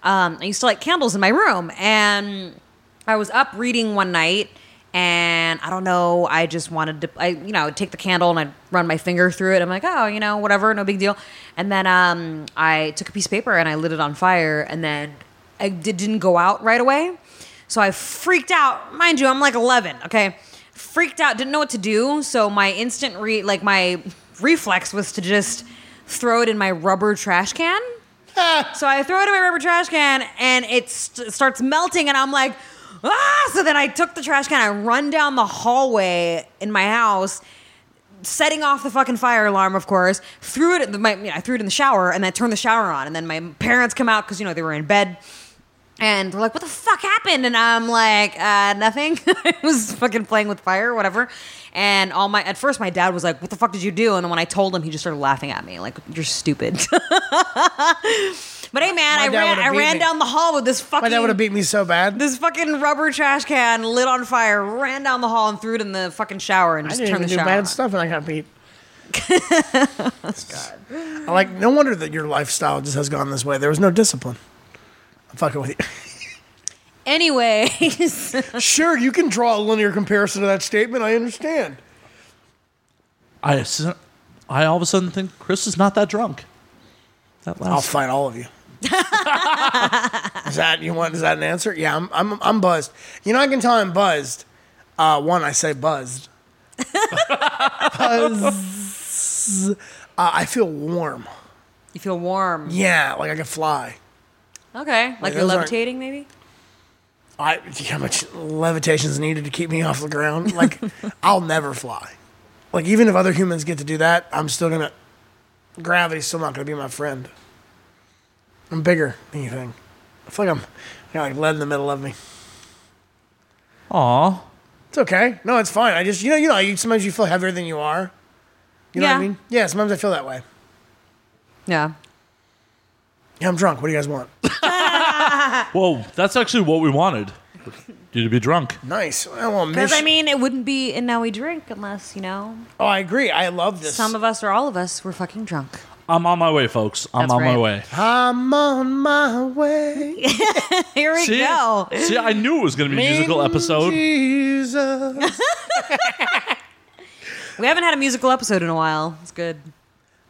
Um, I used to light candles in my room, and I was up reading one night, and I don't know. I just wanted to, I you know, I'd take the candle and I'd run my finger through it. I'm like, oh, you know, whatever, no big deal. And then um, I took a piece of paper and I lit it on fire, and then I did, didn't go out right away. So I freaked out. Mind you, I'm like 11, okay? Freaked out, didn't know what to do. So my instant re like my reflex was to just throw it in my rubber trash can. so I throw it in my rubber trash can and it st- starts melting and I'm like, ah! So then I took the trash can, I run down the hallway in my house setting off the fucking fire alarm, of course. Threw it. At the, my, you know, I threw it in the shower, and then I turned the shower on. And then my parents come out because you know they were in bed, and they're like, "What the fuck happened?" And I'm like, uh, "Nothing. I was fucking playing with fire, or whatever." And all my at first, my dad was like, "What the fuck did you do?" And when I told him, he just started laughing at me, like, "You're stupid." but hey, man,
My
I ran,
dad would've
I
beat
ran
me.
down the hall with this
My
fucking
dad would have beat me so bad.
this fucking rubber trash can lit on fire, ran down the hall and threw it in the fucking shower and
I
just
didn't
turned
even
the
do
shower.
bad
on.
stuff and I got beat. God. I like no wonder that your lifestyle just has gone this way. There was no discipline. I'm fucking with you.
Anyways,
Sure, you can draw a linear comparison to that statement. I understand.
I, s- I all of a sudden think Chris is not that drunk. That
I'll
last.
fight all of you. is that you want? Is that an answer? Yeah, I'm. I'm. I'm buzzed. You know, I can tell I'm buzzed. Uh, one, I say buzzed. Buzz. Uh, I feel warm.
you feel warm.
Yeah, like I can fly.
Okay, like, you're
those aren't-
levitating, maybe.
I do you know how much levitation is needed to keep me off the ground? Like I'll never fly. Like even if other humans get to do that, I'm still gonna gravity's still not gonna be my friend. I'm bigger than you think. I feel like I'm I got like lead in the middle of me.
Aw.
It's okay. No, it's fine. I just you know you know you, sometimes you feel heavier than you are. You know what
Yeah.
I mean? Yeah. Sometimes I feel that way.
Yeah.
Yeah, I'm drunk. What do you guys want?
Whoa, that's actually what we wanted. You to be drunk.
nice. I want
Because
mission-
I mean, it wouldn't be and now we drink unless you know
oh, I agree. I love this.
some of us or all of us were fucking drunk.
I'm on my way, folks. I'm
That's
on my
right.
way.
I'm on my way.
Here we
See,
go.
see, I knew it was going to be a musical episode.
Jesus.
We haven't had a musical episode in a while. It's good.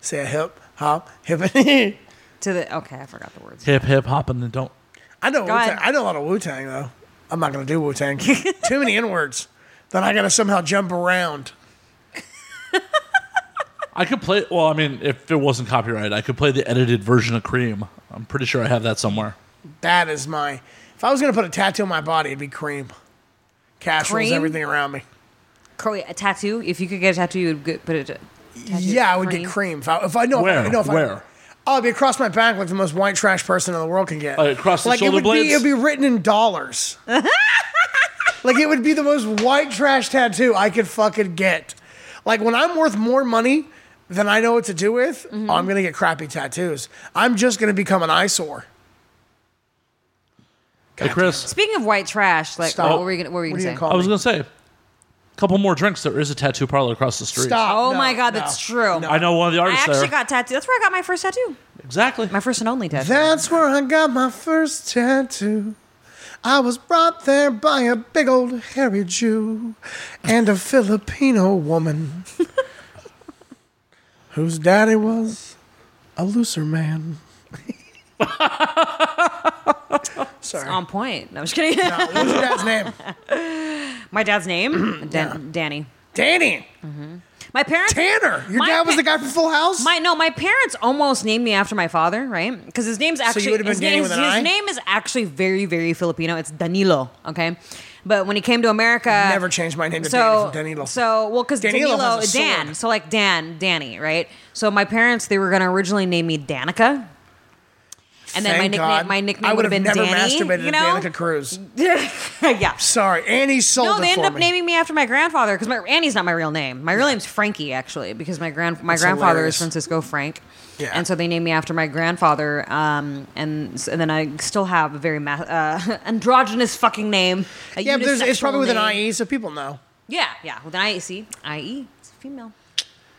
Say a hip, hop, hip. I
To the okay, I forgot the words.
Hip, hip, hop, and then don't.
know
Go ahead.
Wu-Tang. I know a lot of Wu Tang though. I'm not gonna do Wu Tang. Too many N words. Then I gotta somehow jump around.
I could play. Well, I mean, if it wasn't copyright, I could play the edited version of Cream. I'm pretty sure I have that somewhere.
That is my. If I was gonna put a tattoo on my body, it'd be cream. Cash rules
Cream?
everything around me.
Cro- a tattoo. If you could get a tattoo, you would get, put it. Tattoo
Yeah, I would get cream if I, if I know. If
Where?
I, know if
Where?
I, oh, it'd be across my back like the most white trash person in the world can get.
Uh, across the
like it
shoulder
would
blades?
be, it'd be written in dollars. like it would be the most white trash tattoo I could fucking get. Like when I'm worth more money than I know what to do with,
Mm-hmm.
I'm gonna get crappy tattoos. I'm just gonna become an eyesore.
Hey, Chris,
Speaking of white trash, like
Stop.
what were you gonna, what were you
Oh. What
gonna
are you
say?
gonna call
I was
me?
going to say, a couple more drinks. There is a tattoo parlor across the street.
Stop.
oh
No,
my god,
no.
that's true.
I know one of the
I
artists
actually
there.
got tattoo. That's where I got my first tattoo.
exactly.
My first and only tattoo.
That's where I got my first tattoo. I was brought there by a big old hairy Jew and a Filipino woman whose daddy was a looser man. Sorry.
on point. No, I'm just kidding.
Uh, what was your dad's name?
my dad's name, Dan- Danny.
Danny.
My parents.
Tanner. Your
My
dad was
pa-
the guy from Full House?
My no, my parents almost named me after my father, right? Because his name's actually
would've been
his,
Danny
name,
with
his
an I?
name is actually very very Filipino. It's Danilo, okay? But when he came to America,
Never changed my name to Danny
so
from Danilo.
so well because
Danilo
Danilo,
has a
Dan,
sword.
so like Dan, Danny, right? So my parents they were gonna originally name me Danica. And then my
Thank
nickname,
God.
my nickname
I
would have been
never
Danny.
masturbated
you know?
to Danica Cruz.
yeah.
Sorry, Annie sold
No,
it
they ended
for
up
me.
naming me after my grandfather because my Annie's not my real name. My real name's Frankie actually because my grand my
That's
grandfather
hilarious.
is Francisco Frank.
Yeah.
And so they named me after my grandfather, um, and, s- and then I still have a very ma- uh, androgynous fucking name. a
Yeah, but there's, it's
unisexual
probably with an E.
name.
IE, so people know.
Yeah, yeah, with an IE. See, IE, it's female,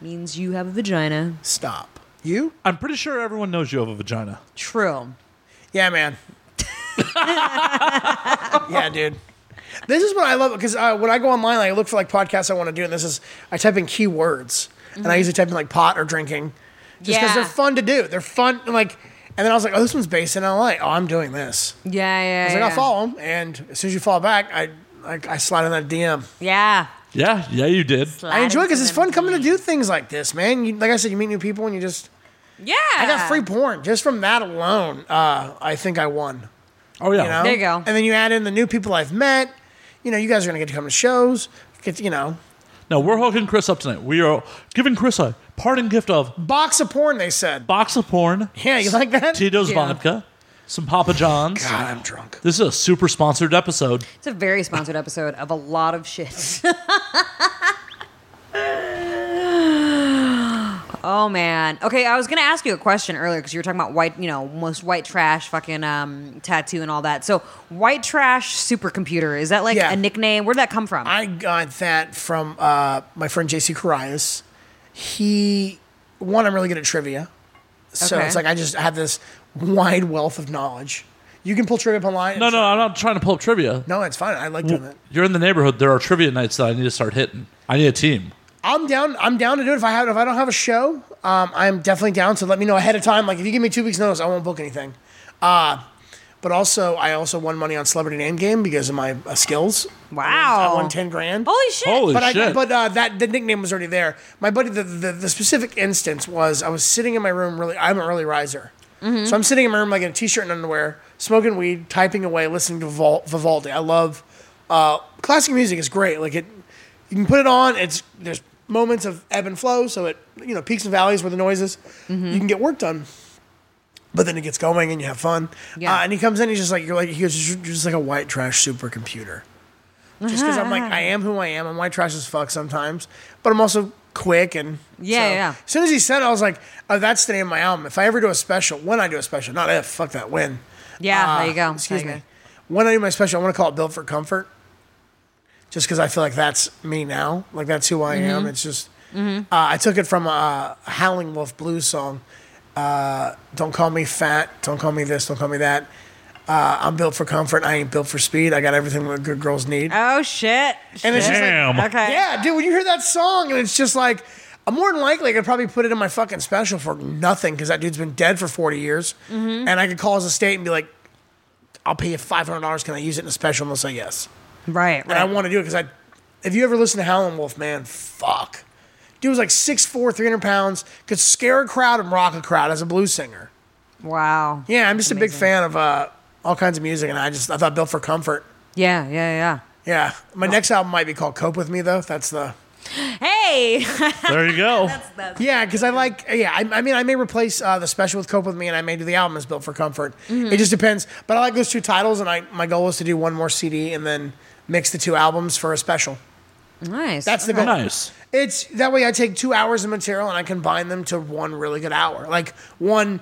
means you have a vagina.
Stop. You?
I'm pretty sure everyone knows you have a vagina.
True.
Yeah, man. yeah, dude. This is what I love because uh, when I go online, like, I look for like podcasts I want to do, and this is I type in keywords, and I usually type in like pot or drinking, just because
Mm-hmm. Yeah.
they're fun to do. They're fun, and, like, and then I was like, oh, this one's based in LA. Oh, I'm doing this.
Yeah, yeah.
I was like,
yeah.
I'll follow them, and as soon as you fall back, I I, I slide in that DM.
Yeah.
Yeah, yeah, you did.
I enjoy because it's fun coming to do things like this, man. You, like I said, you meet new people, and you just
Yeah.
I got free porn just from that alone. Uh, I think I won.
Oh yeah.
You know?
There you go.
And then you add in the new people I've met. You know, you guys are gonna get to come to shows. Get to, you know,
No, we're hooking Chris up tonight. We are giving Chris a parting gift of
box of porn. They said.
box of porn,
Yeah, you like that?
Tito's
Yeah.
vodka, some Papa John's.
God, I'm drunk.
This is a super sponsored episode.
It's a very sponsored episode of a lot of shit. oh man. Okay, I was gonna ask you a question earlier because you were talking about white, you know, most white trash fucking um, tattoo and all that. So white trash supercomputer is that like
Yeah.
a nickname? Where did that come from?
I got that from uh, my friend JC Carias. He, one, I'm really good at trivia. So
Okay.
it's like I just have this wide wealth of knowledge. You can pull trivia up online.
No, no, I'm not trying to pull up trivia.
No, it's fine. I like doing it.
You're in the neighborhood. There are trivia nights that I need to start hitting. I need a team.
I'm down. I'm down to do it. If I have, if I don't have a show, um, I'm definitely down. So let me know ahead of time. Like if you give me two weeks notice, I won't book anything. Uh, but also, I also won money on Celebrity Name Game because of my uh, skills. I
Wow.
won ten grand.
Holy shit!
Holy
but
shit!
I, but uh, that the nickname was already there. My buddy, the, the the specific instance was I was sitting in my room. Really, I'm an early riser, so I'm sitting in my room like in a t-shirt and underwear, smoking weed, typing away, listening to Vol- Vivaldi. I love uh, classic music. is great. Like it, you can put it on. It's there's moments of ebb and flow, so it you know peaks and valleys where the noises. You can get work done. But then it gets going and you have fun.
Yeah.
Uh, and he comes in, he's just like, you're like, he goes, you're just like a white trash supercomputer just because I'm like
Uh-huh.
I am who I am. I'm white trash as fuck sometimes, but I'm also quick and
Yeah,
so-
yeah.
As soon as he said, it, I was like, oh, that's the name of my album. If I ever do a special, when I do a special, not if, fuck that, when.
yeah,
Uh,
there you go.
Excuse
There you
me. When I do my special, I want to call it Built for Comfort, just because I feel like that's me
Mm-hmm.
now. Like that's who I am. It's just uh, I took it from a Howling Wolf blues song. Don't call me fat. Don't call me this. Don't call me that. Uh, I'm built for comfort. I ain't built for speed. I got everything what good girls need.
Oh shit.
And it's
Shit.
just like-
Damn.
okay.
Yeah, dude, when you hear that song and it's just like, I'm more than likely I could probably put it in my fucking special for nothing because that dude's been dead for 40 years.
Mm-hmm.
And I could call his estate and be like, I'll pay you $500. Can I use it in a special? And they'll say yes.
Right.
And I
Right.
want to do it because I, if you ever listen to Howlin' Wolf, man, fuck. Dude was like 6'4, 300 pounds, could scare a crowd and rock a crowd as a blues singer.
wow.
Yeah, I'm just a big fan of uh, all kinds of music. And I just, I thought Built for Comfort.
Yeah. Yeah. Yeah.
Yeah.
Oh.
My next album might be called Cope With Me, though. That's the.
Hey.
There you go.
Yeah, because I like. Yeah, I, I mean, I may replace uh, the special with "Cope with Me," and I may do the album as "Built for Comfort." It just depends. But I like those two titles, and I my goal is to do one more CD and then mix the two albums for a special.
nice.
That's the goal.
Oh, Nice.
It's that way. I take two hours of material and I combine them to one really good hour, like one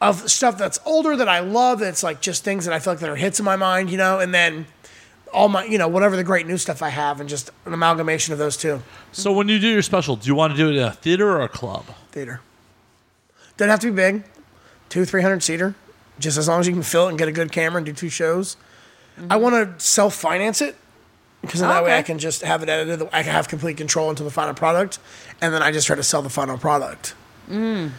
of stuff that's older that I love. That's like just things that I feel like that are hits in my mind, you know, and then all my you know whatever the great new stuff I have, and just an amalgamation of those two.
So when you do your special, do you want to do it in a theater or a club?
theater. Doesn't have to be big, two, three hundred seater. Just as long as you can fill it and get a good camera and do two shows. I want to self finance it because then that way
Okay.
I can just have it edited. I can have complete control into the final product, and then I just try to sell the final product. Mm.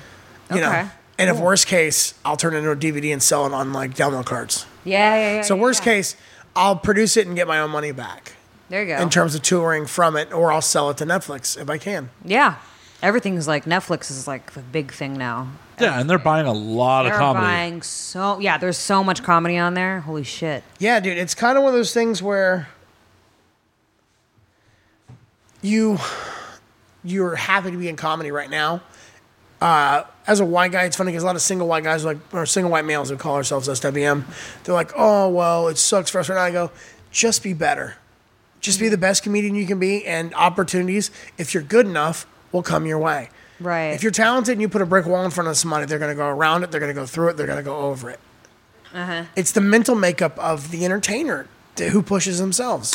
You
okay.
know, and if worst case, I'll turn it into a DVD and sell it on like download cards.
yeah. Yeah. yeah
So
yeah,
worst
yeah.
case, I'll produce it and get my own money back
There you go.
in terms of touring from it, or I'll sell it to Netflix if I can.
yeah. Everything's like Netflix is like the big thing now.
Yeah, and they're buying a lot
They're
of comedy.
buying so yeah. There's so much comedy on there. Holy shit.
Yeah, dude, it's kind of one of those things where you you're happy to be in comedy right now. Uh, as a white guy, it's funny because a lot of single white guys, are like or single white males who call ourselves SWM, they're like, "Oh well, it sucks for us right now." I go, "Just be better, just be the best comedian you can be, and opportunities, if you're good enough, will come your way."
Right.
If you're talented and you put a brick wall in front of somebody, they're going to go around it, they're going to go through it, they're going to go over it. It's the mental makeup of the entertainer to- who pushes themselves.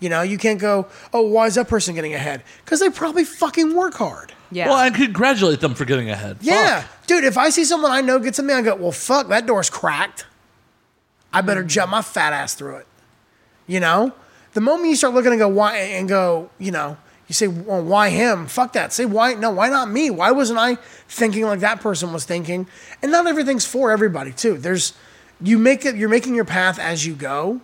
You know, you can't go, oh, why is that person getting ahead? Because they probably fucking work hard.
yeah.
Well, and congratulate them for getting ahead.
Yeah.
Fuck.
Dude, if I see someone I know get something, I go, well, fuck, that door's cracked. I better jump my fat ass through it. You know? The moment you start looking and go, why, and go, you know, you say, well, why him? Fuck that. Say, why, no, why not me? Why wasn't I thinking like that person was thinking? And not everything's for everybody, too. There's, you make it, you're making your path as you go.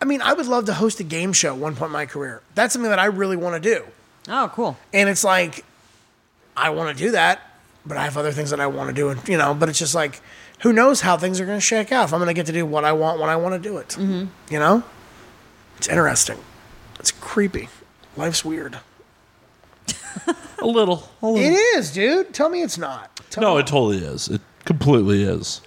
I mean, I would love to host a game show at one point in my career. That's something that I really want to do.
oh, cool.
And it's like, I want to do that, but I have other things that I want to do. And, you know, but it's just like, who knows how things are going to shake out if I'm going to get to do what I want when I want to do it. You know? It's interesting. It's creepy. Life's weird.
A little. A little.
It is, dude. Tell me it's not. Tell
No,
me.
it totally is. It completely is.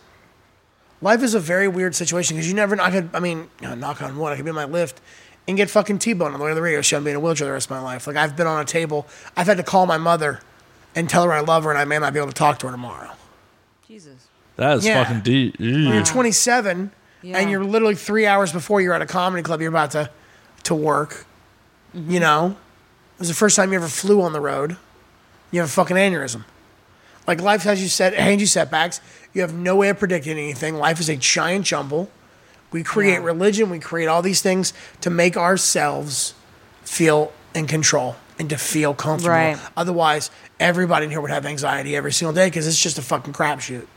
Life is a very weird situation because you never, I could, I mean, you know, knock on wood, I could be in my lift and get fucking T-boned on the way to the radio show and be in a wheelchair the rest of my life. Like, I've been on a table. I've had to call my mother and tell her I love her and I may not be able to talk to her tomorrow.
Jesus.
That is
Yeah.
fucking deep.
you're 27
Yeah.
and you're literally three hours before you're at a comedy club you're about to to work
Mm-hmm.
you know it was the first time you ever flew on the road you have a fucking aneurysm like life has you set hands you setbacks you have no way of predicting anything life is a giant jumble we create
Yeah.
religion we create all these things to make ourselves feel in control and to feel comfortable
Right.
otherwise everybody in here would have anxiety every single day because it's just a fucking crapshoot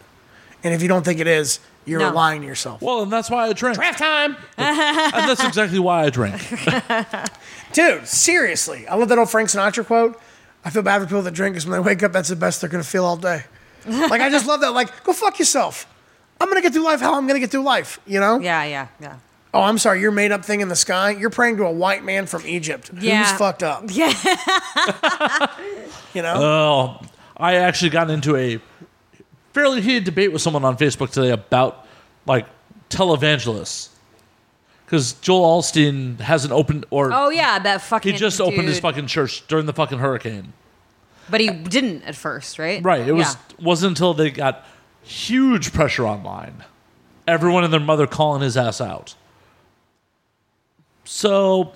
and if you don't think it is, you're
No.
lying to yourself.
Well, and that's why I drink.
Draft time.
and that's exactly why I drink.
Dude, seriously. I love that old Frank Sinatra quote. I feel bad for people that drink because when they wake up, that's the best they're going to feel all day. like, I just love that. Like, go fuck yourself. I'm going to get through life how I'm going to get through life, you know?
Yeah. Yeah. Yeah.
Oh, I'm sorry. Your made up thing in the sky. You're praying to a white man from Egypt
Yeah.
who's fucked up.
Yeah.
You
Uh.
know?
I actually got into a fairly heated debate with someone on Facebook today about like televangelists. Because Joel Alstein hasn't opened, or
Oh yeah. That fucking.
he just opened his
dude.
fucking church during the fucking hurricane.
But he didn't at first, right?
Right. It was
Yeah.
wasn't until they got huge pressure online. Everyone and their mother calling his ass out. So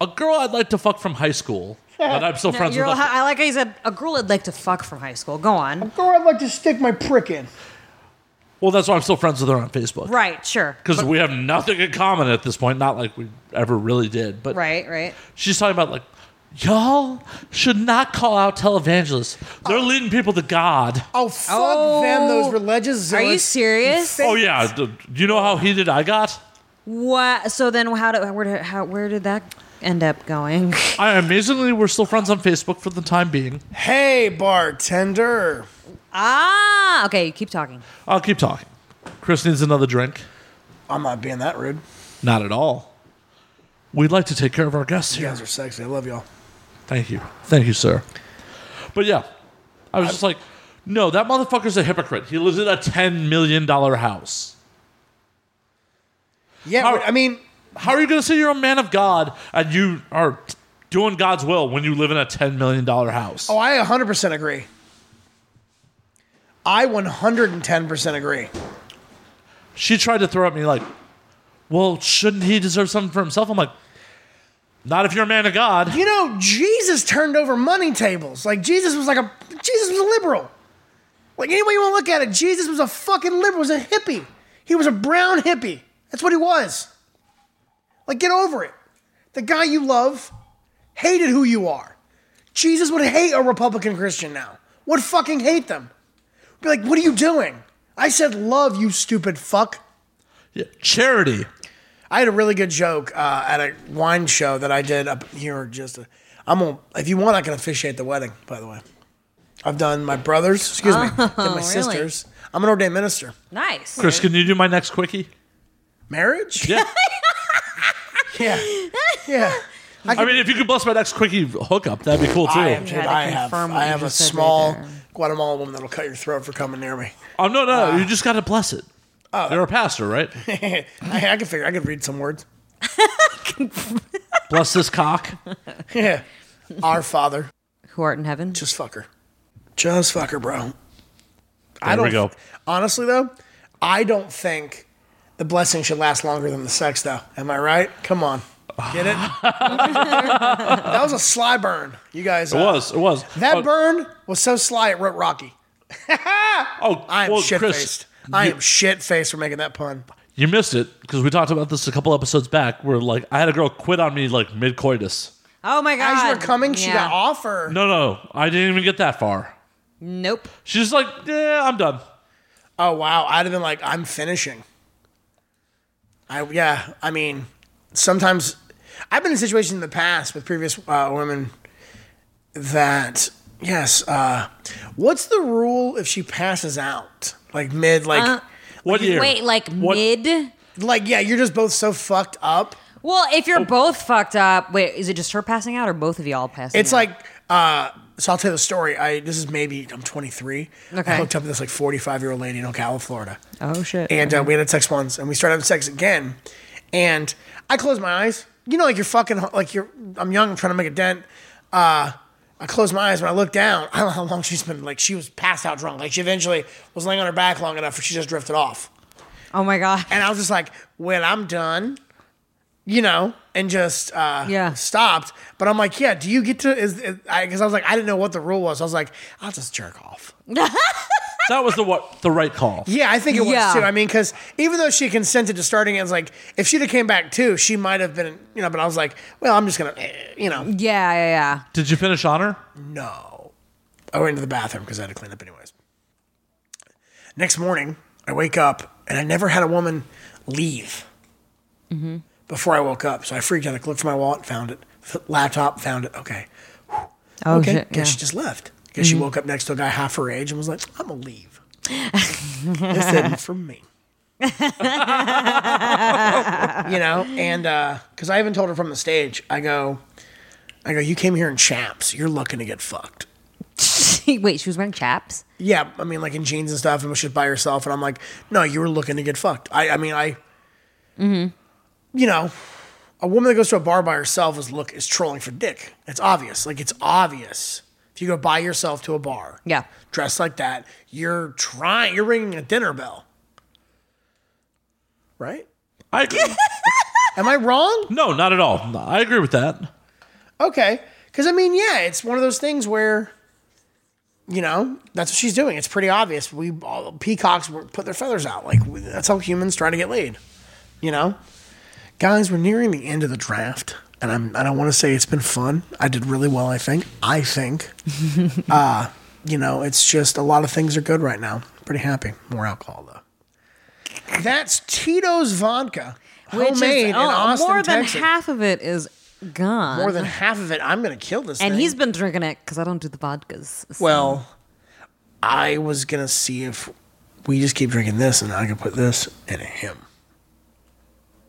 a girl I'd like to fuck from high school but I'm still friends
You're,
with.
I like how you said a girl I'd like to fuck from high school. Go on.
Or I'd like to stick my prick in.
well, that's why I'm still friends with her on Facebook.
Right, sure.
Because we have nothing in common at this point. Not like we ever really did. But
Right, right.
she's talking about like, y'all should not call out televangelists. They're leading people to God.
Oh fuck
Oh.
them, those religious
Are
zealots.
you serious?
Oh yeah, d- you know how heated I got.
What? So then, how did where did how, where did that end up going?
I amazingly we're still friends on Facebook for the time being.
Hey, bartender.
ah, okay. Keep talking.
I'll keep talking. Chris needs another drink.
I'm not being that rude.
Not at all. We'd like to take care of our guests
You
here.
guys are sexy. I love y'all.
Thank you. Thank you, sir. But yeah, I was just like, no, that motherfucker's a hypocrite. He lives in a $10 million house.
Yeah,
How-
I mean,
How are you going to say you're a man of God and you are doing God's will when you live in a $10 million house?
oh, I 100% agree. I 110% agree.
She tried to throw at me, like, well, shouldn't he deserve something for himself? I'm like, not if you're a man of God.
You know, Jesus turned over money tables. Like Jesus was like a Jesus was a liberal. Like any way you want to look at it, Jesus was a fucking liberal. He was a hippie. He was a brown hippie. That's what he was. Like get over it. The guy you love hated who you are. Jesus would hate a Republican Christian now. Would fucking hate them. Be like, what are you doing? I said love, you stupid fuck.
Yeah, Charity.
I had a really good joke uh, at a wine show that I did up here. Just i am I'm gonna, if you want, I can officiate the wedding. By the way, I've done my brother's, excuse me,
Oh,
and my sister's. I'm an ordained minister.
Nice.
Chris, can you do my next quickie?
Marriage?
Yeah.
yeah, yeah.
I mean, if you could bless my next quickie hookup, that'd be cool too.
I have, dude,
had to
I have,
confirm what
I
you
have a
just said right
small
there.
Guatemalan woman that'll cut your throat for coming near me.
Oh no, no, you just got to bless it. You're a pastor, right?
I, I can figure. I can read some words.
bless this cock.
Yeah. Our Father,
Who art in heaven?
just fuck her, just fuck her, bro. I
There
don't
we go.
Honestly, though, I don't think the blessing should last longer than the sex, though. Am I right? Come on. Get it? that was a sly burn, you guys.
It
uh,
was, it was.
That
oh,
burn was so sly it wrote Rocky.
Oh,
I am
well,
shit
Chris,
faced. I am shit faced for making that pun.
you missed it because we talked about this a couple episodes back. Where like I had a girl quit on me like mid coitus.
Oh my god!
As you were coming, she
Yeah.
got off or
No, no, I didn't even get that far.
Nope.
She's just like, yeah, I'm done.
Oh wow, I'd have been like, I'm finishing. I yeah, I mean, sometimes I've been in situations in the past with previous uh, women that yes, uh, what's the rule if she passes out like mid like
What year?
Wait, like
What-
mid.
like yeah, you're just both so fucked up.
Well, if you're both fucked up, wait, is it just her passing out or both of y'all passing
It's
out?
like uh, so I'll tell you the story. I this is maybe I'm 23. I
Okay.
hooked up with this like 45 year old lady in Ocala, Florida.
oh shit.
And uh, we had sex once, and we started having sex again. And I closed my eyes. You know, like you're fucking, like you're, I'm young, I'm trying to make a dent. Uh, I closed my eyes when I looked down. I don't know how long she's been, like, she was passed out drunk. Like, she eventually was laying on her back long enough, and she just drifted off.
oh my god.
And I was just like, well, I'm done, you know, and just uh,
Yeah.
stopped. But I'm like, yeah, do you get to, is, is I, cause I was like, I didn't know what the rule was. I was like, I'll just jerk off.
That was the what the right call.
Yeah, I think it was
Yeah.
too. I mean, because even though she consented to starting, it was like if she'd have came back too, she might have been, you know. But I was like, well, I'm just gonna, eh, you know,
Yeah, yeah, yeah.
Did you finish on her?
no. I went into the bathroom because I had to clean up anyways. Next morning, I wake up and I never had a woman leave before I woke up, so I freaked out. I looked for my wallet, found it, F- laptop, found it. Okay,
Oh
okay.
shit. Mm-hmm.
Guess she just left. Guess she woke up next to a guy half her age and was like, I'm gonna leave. this isn't for me. you know, and because I haven't told her from the stage, I go, I go, you came here in chaps. You're looking to get fucked.
Yeah. wait, she was wearing chaps.
Yeah, I mean, like in jeans and stuff, and was just by herself. And I'm like, no, you were looking to get fucked. I, I mean, I, you know, a woman that goes to a bar by herself is look is trolling for dick. It's obvious. Like it's obvious. If you go by yourself to a bar,
Yeah.
dressed like that, you're trying. You're ringing a dinner bell, right?
I
Am I wrong?
no, not at all. I agree with that.
Okay, Because, I mean, yeah, it's one of those things where, you know, that's what she's doing. It's pretty obvious. We all, Peacocks were- put their feathers out. Like, we- that's how humans try to get laid, you know? Guys, we're nearing the end of the draft. And I'm, I don't want to say it's been fun. I did really well, I think. I think. uh, you know, it's just a lot of things are good right now. Pretty happy. More alcohol, though. That's Tito's vodka.
Which is-
homemade in
oh,
Austin,
more than
Texas.
half of it is gone.
More than half of it, I'm going to kill this
and
thing.
he's been drinking it because I don't do the vodkas. So-
Well, I was gonna see if we just keep drinking this, and I can put this in a him.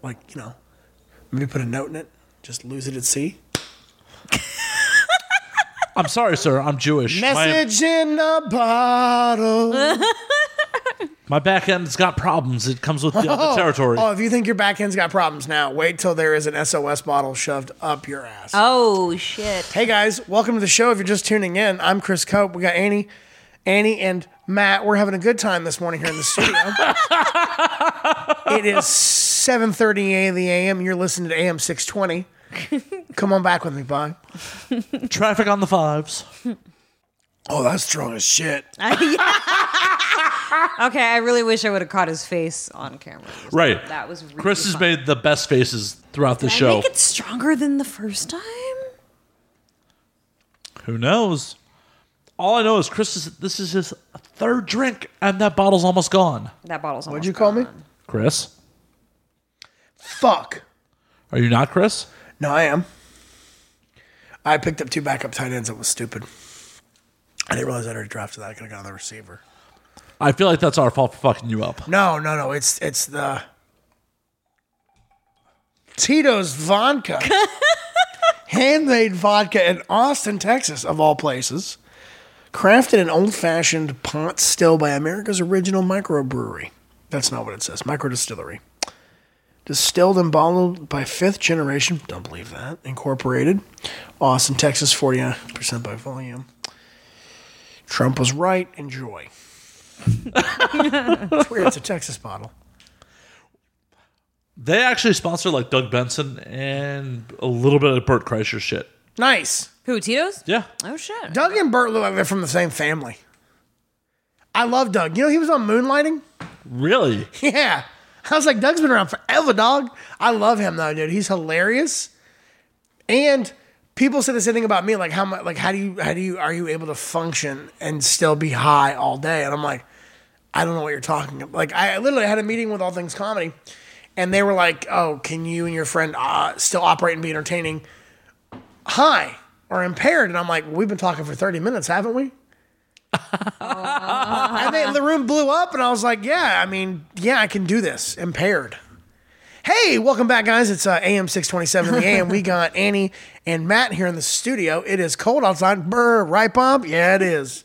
Like you know, maybe put a note in it. Just lose it at sea.
I'm sorry, sir. I'm Jewish. My,
Message in a bottle.
my back end's got problems. It comes with the, the territory.
Oh, if you think your back end's got problems now, wait till there is an SOS bottle shoved up your ass.
oh shit!
Hey guys, welcome to the show. If you're just tuning in, I'm Chris Cope. We got Annie, Annie, and Matt. We're having a good time this morning here in the studio. it is 7:30 a.m. the a.m. You're listening to AM 620. Come on back with me, bye.
Traffic on the fives.
Oh, that's strong as shit.
Okay, I really wish I would have caught his face on camera.
Right.
That was really
Chris has
fun.
made the best faces throughout the
I
show.
think it's stronger than the first time.
Who knows? All I know is Chris is this is his third drink, and that bottle's almost gone.
That bottle's.
What'd you call me?
Chris,
Fuck.
are you not Chris?
No, I am. I picked up two backup tight ends. It was stupid. I didn't realize I already drafted that. I could have got another receiver.
I feel like that's our fault for fucking you up.
No, no, no. It's it's the Tito's vodka, handmade vodka in Austin, Texas, of all places, crafted in old-fashioned pot still by America's original microbrewery. That's not what it says. Microdistillery. Distilled and bottled by fifth generation. Don't believe that. Incorporated, Austin, Texas, forty percent by volume. Trump was right. Enjoy. It's weird. It's a Texas bottle.
They actually sponsor like Doug Benson and a little bit of Burt Kreischer shit.
Nice.
Who Tito's?
Yeah,
Oh shit!
Doug and Bert look like they're from the same family. I love Doug. You know, he was on Moonlighting?
really.
Yeah. I was like, Doug's been around forever, dog. I love him, though, dude. He's hilarious. And people say the same thing about me. Like, how much, like, how do you, how do you, are you able to function and still be high all day? And I'm like, I don't know what you're talking about. Like, I literally had a meeting with All Things Comedy, and they were like, oh, can you and your friend uh, still operate and be entertaining high or impaired? And I'm like, we've been talking for 30 minutes, haven't we? and they, the room blew up, and I was like, "Yeah, I mean, yeah, I can do this." Impaired. Hey, welcome back, guys. It's uh, AM six twenty seven in the AM. We got Annie and Matt here in the studio. It is cold outside. Brr, right, Bob? Yeah, it is.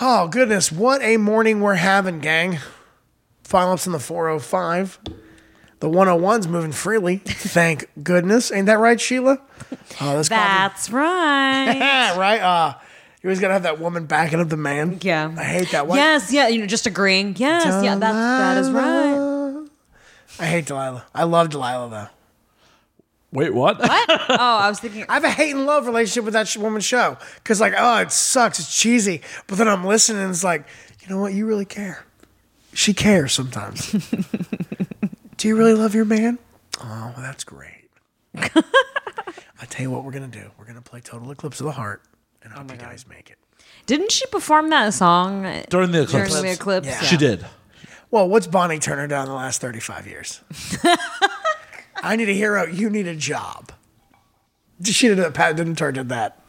Oh goodness, what a morning we're having, gang. File ups in the four hundred five. The 101's moving freely. Thank goodness. Ain't that right, Sheila? Oh, this coffee-
That's right.
Yeah, right? Uh, you always got to have that woman backing up the man.
Yeah.
I hate that. Why,
Yes. Yeah. You know, just agreeing. Yes. Yeah. That that is right.
I hate Delilah. I love Delilah though.
Wait, what? What?
Oh, I was thinking.
I have a hate and love relationship with that sh- woman's show because like, oh, it sucks. It's cheesy, but then I'm listening. and It's like, you know what? You really care. She cares sometimes. do you really love your man? Oh, well, that's great. I tell you what, we're gonna do. We're gonna play Total Eclipse of the Heart, and hope you guys make it.
Didn't she perform that song uh,
During the
during
eclipse,
the eclipse?
Yeah.
she did.
Well, what's Bonnie Turner done in the last 35 years? I need a hero. You need a job. She did a Pat didn't turn did that.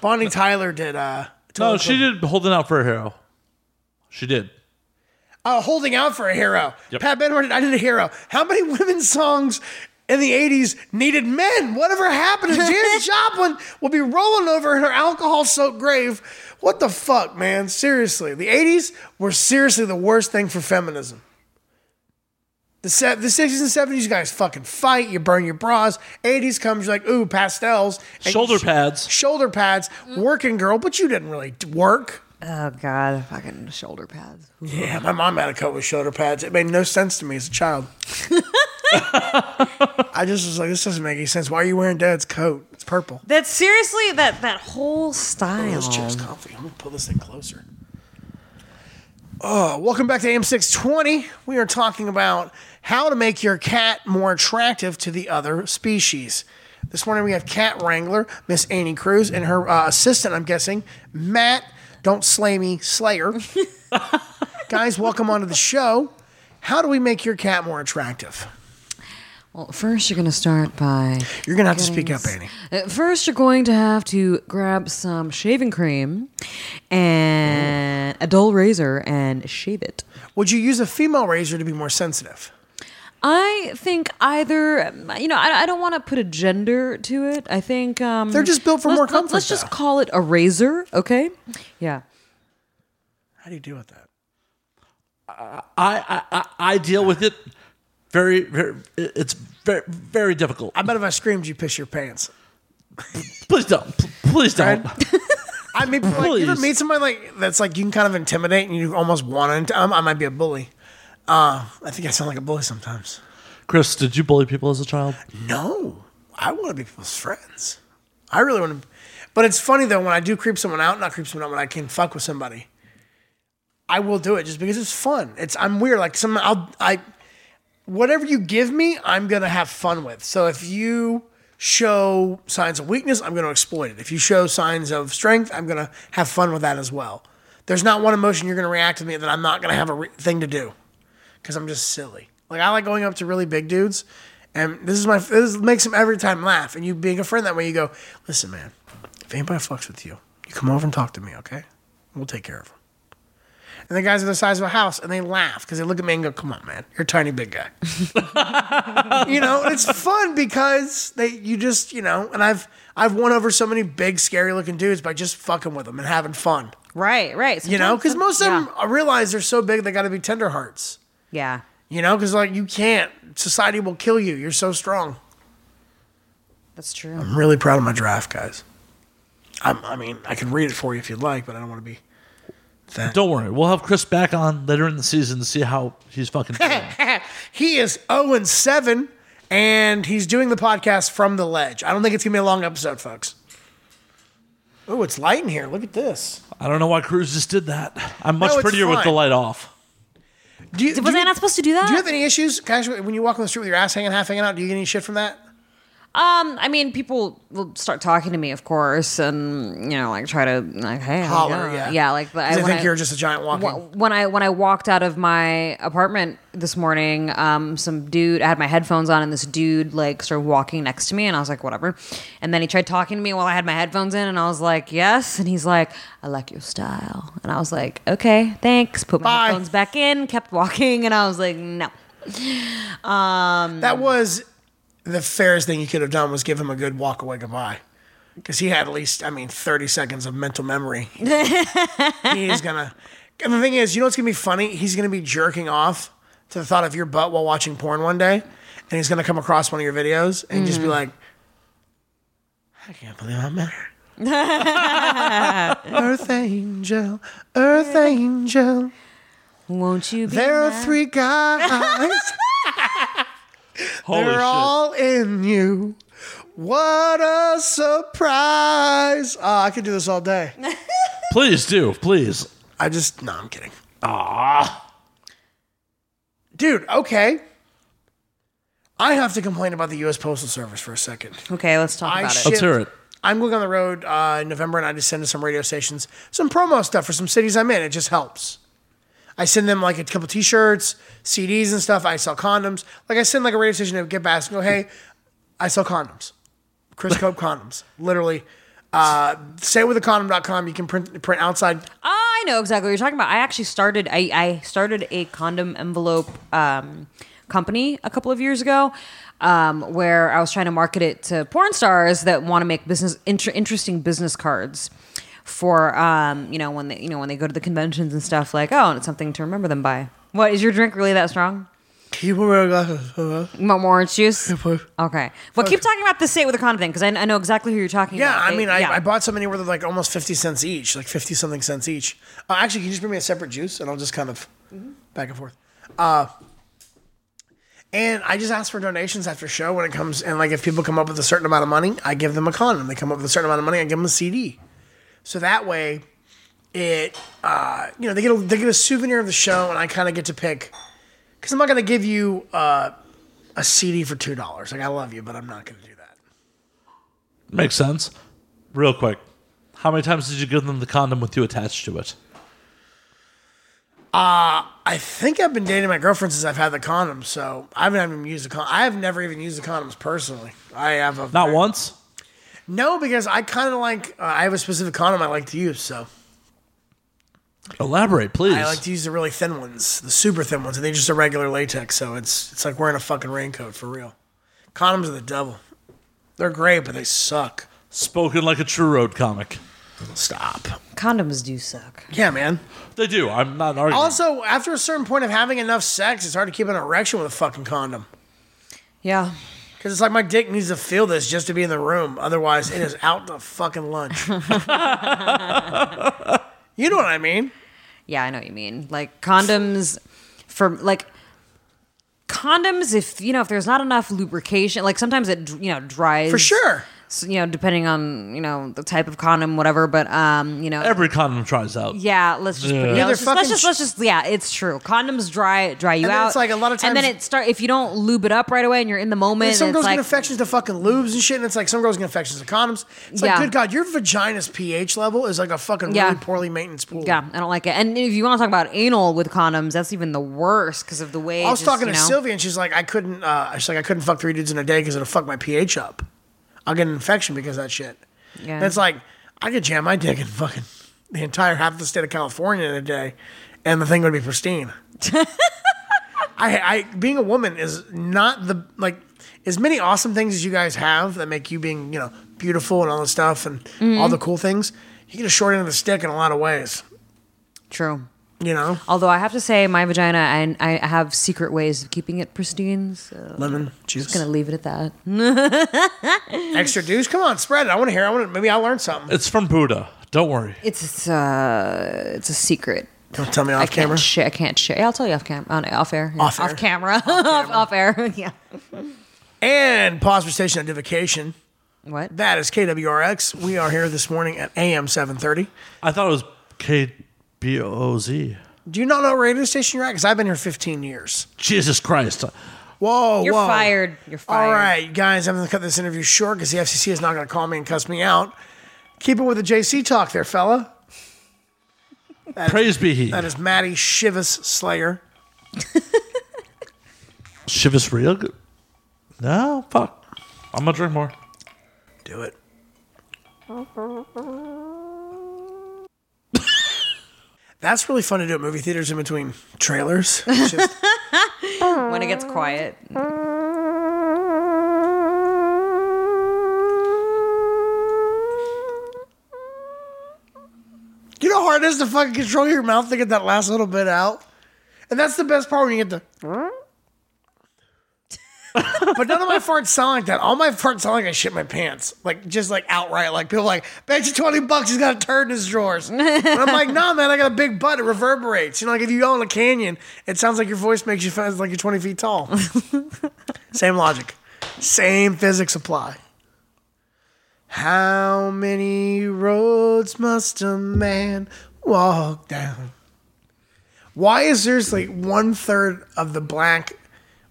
Bonnie Tyler did uh
No,
Total
she
Eclipse-
did holding out for a hero. She did.
uh, holding out for a hero.
Yep.
Pat Benward did I did a hero. How many women's songs in the 80s needed men? Whatever happened to Janis Joplin will be rolling over in her alcohol soaked grave. What the fuck, man? Seriously. The 80s were seriously the worst thing for feminism. The se- the sixties and seventies, you guys fucking fight. You burn your bras. Eighties comes, you're like, ooh, pastels, and
Shoulder
sh-
pads.
shoulder pads, working girl. But you didn't really d- work.
Oh God, fucking shoulder pads.
Yeah, my mom had a coat with shoulder pads. It made no sense to me as a child. I just was like, this doesn't make any sense. Why are you wearing dad's coat? It's purple.
That seriously, that that whole style.
This chick's comfy. I'm gonna pull this thing closer. Oh, welcome back to AM620. We are talking about how to make your cat more attractive to the other species. This morning we have cat wrangler Miss Annie Cruz and her uh, assistant, I'm guessing, Matt. Don't slay me, Slayer. Guys, welcome onto the show. How do we make your cat more attractive?
Well, first you're gonna start by.
You're gonna have to speak up,
Yes.
Annie.
Uh, First, you're going to have to grab some shaving cream and a dull razor and shave it.
Would you use a female razor to be more sensitive?
I think either you know I, I don't want to put a gender to it. I think um,
They're just built for
let's-
more
let's-
comfort,
Let's just
though.
call it a razor, okay? Yeah.
How do you deal with that?
I, I, I, I deal with it very, very it's very, very difficult.
I bet if I screamed, you piss your pants.
Please don't. P- Please don't.
I mean, like, you ever
Please.
meet somebody like that's like you can kind of intimidate and you almost want to. Um, I might be a bully. Uh, I think I sound like a bully sometimes.
Chris, did you bully people as a child?
No, I want to be people's friends. I really want to. But it's funny though when I do creep someone out, not creep someone out when I can fuck with somebody. I will do it just because it's fun. It's I'm weird. Like some I'll I, whatever you give me, I'm gonna have fun with. So if you show signs of weakness, I'm gonna exploit it. If you show signs of strength, I'm gonna have fun with that as well. There's not one emotion you're gonna react to me that I'm not gonna have a re- thing to do because I'm just silly. Like I like going up to really big dudes, and this is my this makes them every time laugh. And you being a friend that way, you go, listen, man, if anybody fucks with you, you come over and talk to me, okay? We'll take care of them. And the guys are the size of a house, and they laugh because they look at me and go, "Come on, man, you're a tiny big guy." you know, and it's fun because they you just you know, and I've I've won over so many big, scary looking dudes by just fucking with them and having fun.
Right. Right.
You know,
Sometimes-
because most of
yeah.
them I realize they're so big they got to be tender hearts.
Yeah.
You know, because like you can't. Society will kill you. You're so strong.
That's true.
I'm really proud of my draft, guys. I'm, I mean, I can read it for you if you'd like, but I don't want to be. That.
Don't worry. We'll have Chris back on later in the season to see how he's fucking doing.
he is 0 and 7, and he's doing the podcast from the ledge. I don't think it's going to be a long episode, folks. Oh, it's light in here. Look at this.
I don't know why Cruz just did that. I'm much
No, it's
prettier with the
fine.
light off.
Do you,
Was
do
I
you-
not supposed to do that?
Do you have any issues, Cash, when you walk on the street with your ass hanging, half hanging out? Do you get any shit from that?
Um, I mean, people will start talking to me, of course, and you know, like try to like, hey, how you
Holler,
doing?
Oh, yeah.
yeah, like the,
I
when
think
I-
you're just a giant walking.
Wh- when I when I walked out of my apartment this morning, um, some dude I had my headphones on, and this dude like started walking next to me, and I was like, whatever. And then he tried talking to me while I had my headphones in, and I was like, yes. And he's like, I like your style, and I was like, okay, thanks. Put my
Bye.
headphones back in, kept walking, and I was like, no.
That was the fairest thing you could have done was give him a good walk away goodbye. Because he had at least, I mean, 30 seconds of mental memory. He's gonna. And the thing is, you know what's gonna be funny? He's gonna be jerking off to the thought of your butt while watching porn one day. And he's gonna come across one of your videos and just be like, I can't believe I met her. Earth angel, Earth angel.
Won't you be?
There
my-
are three guys.
Holy
They're
shit.
all in you. What a surprise! Oh, I could do this all day.
Please do. Please.
I just no, I'm kidding. Ah, dude. Okay, I have to complain about the U.S. Postal Service for a second.
Okay, let's talk
I
about
ship-
it.
Let's hear it.
I'm going on the road uh, in November, and I just send to some radio stations some promo stuff for some cities I'm in. It just helps. I send them like a couple T-shirts, CDs, and stuff. I sell condoms. Like I send like a radio station to get back and go, hey, I sell condoms. Chris Cope condoms, literally. Uh, say with a condom.com. You can print print outside.
I know exactly what you're talking about. I actually started I, I started a condom envelope um, company a couple of years ago um, where I was trying to market it to porn stars that want to make business inter- interesting business cards for um, you know when they you know when they go to the conventions and stuff like oh and it's something to remember them by. What is your drink really that strong? You want more orange juice? Okay. Well, keep talking about the state with the condom thing because I, I know exactly who you're talking
Yeah,
about.
I
They-
mean, I,
yeah.
I bought so many where they're like almost fifty cents each, like fifty something cents each. Uh,
Mm-hmm.
actually, can you just bring me a separate juice, and I'll just kind of back and forth. Uh, And I just ask for donations after show when it comes, and like if people come up with a certain amount of money, I give them a condom. They come up with a certain amount of money, I give them a CD. So that way, it uh, you know they get a, they get a souvenir of the show, and I kind of get to pick because I'm not gonna give you uh, a CD for two dollars. Like I love you, but I'm not gonna do that.
Makes sense. Real quick, how many times did you give them the condom with you attached to it?
I think I've been dating my girlfriend since I've had the condom, so I haven't even used the con. I have never even used the condoms personally. I have a
Not once.
No, because I kind of like uh, I have a specific condom I like to use, so
Elaborate, please.
I like to use the really thin ones, the super thin ones, and they just a regular latex. So it's it's like wearing a fucking raincoat for real. Condoms are the devil. They're great, but they suck.
Spoken like a true road comic.
Stop.
Condoms do suck.
Yeah, man.
They do. I'm not arguing.
Also, after a certain point of having enough sex, it's hard to keep an erection with a fucking condom.
Yeah.
Because it's like my dick needs to feel this just to be in the room. Otherwise, it is out the fucking lunch. you know what I mean?
Yeah, I know what you mean. Like condoms for like condoms if you know if there's not enough lubrication like sometimes it you know dries
For sure.
s- you know depending on you know the type of condom whatever but um you know
Every condom tries out.
yeah let's just put- yeah,
They're
let's, just, let's
fucking
just let's just yeah it's true condoms dry dry you
And then
out
it's like a lot of
and then
times-
it start if you don't lube it up right away and you're in the moment
And some
it's
girls
like
get infections to fucking lubes and shit, and it's like some girls get infections to condoms. It's like,
Yeah.
good God, your vagina's pH level is like a fucking
Yeah.
really poorly maintenance pool.
yeah I don't like it and if you want to talk about anal with condoms that's even the worst because of the way
I was
just,
talking
you
to
know-
Sylvia, and she's like, I couldn't. Uh, she's like, I couldn't fuck three dudes in a day because it'll fuck my pH up. I'll get an infection because of that shit.
Yeah.
And it's like I could jam my dick in fucking the entire half of the state of California in a day, and the thing would be pristine. I, I being a woman is not the like as many awesome things as you guys have that make you being you know beautiful and all this stuff and all the cool things. You get a short end of the stick in a lot of ways.
true
You know,
Although I have to say, my vagina, I, I have secret ways of keeping it pristine. So
lemon
I'm
juice,
gonna leave it at that.
extra juice. Come on, spread it. I want to hear. I want to. Maybe I'll learn something.
It's from Buddha. Don't worry.
It's it's, uh, it's a secret.
Don't tell me off
I
camera.
can't share. I can't share. Yeah, I'll tell you off cam. On off air. Yeah,
Off air.
camera. Off, off, air. yeah.
and pause for station identification.
What?
That is KWRX. We are here this morning at AM 7:30.
I thought it was K B O Z.
Do you not know what radio station you're at? Because I've been here 15 years.
Jesus Christ.
Whoa,
You're
whoa.
fired. You're fired.
All right, guys, I'm going to cut this interview short because the FCC is not going to call me and cuss me out. Keep it with the JC talk, there, fella.
Praise be he.
That is Maddie Shivas Slayer.
Shivas real good. No, fuck. I'm gonna drink more.
Do it. That's really fun to do at movie theaters in between trailers. It's just-
When it gets quiet.
You know how hard it is to fucking control your mouth to get that last little bit out? And that's the best part when you get the. but none of my farts sound like that. All my farts sound like I shit my pants. Like, just like outright. Like, people like, bet you 20 bucks he's got a turd in his drawers. and I'm like, nah, man, I got a big butt. It reverberates. You know, like if you go in a canyon, it sounds like your voice makes you feel like you're 20 feet tall. Same logic, same physics apply. How many roads must a man walk down? Why is seriously one third of the black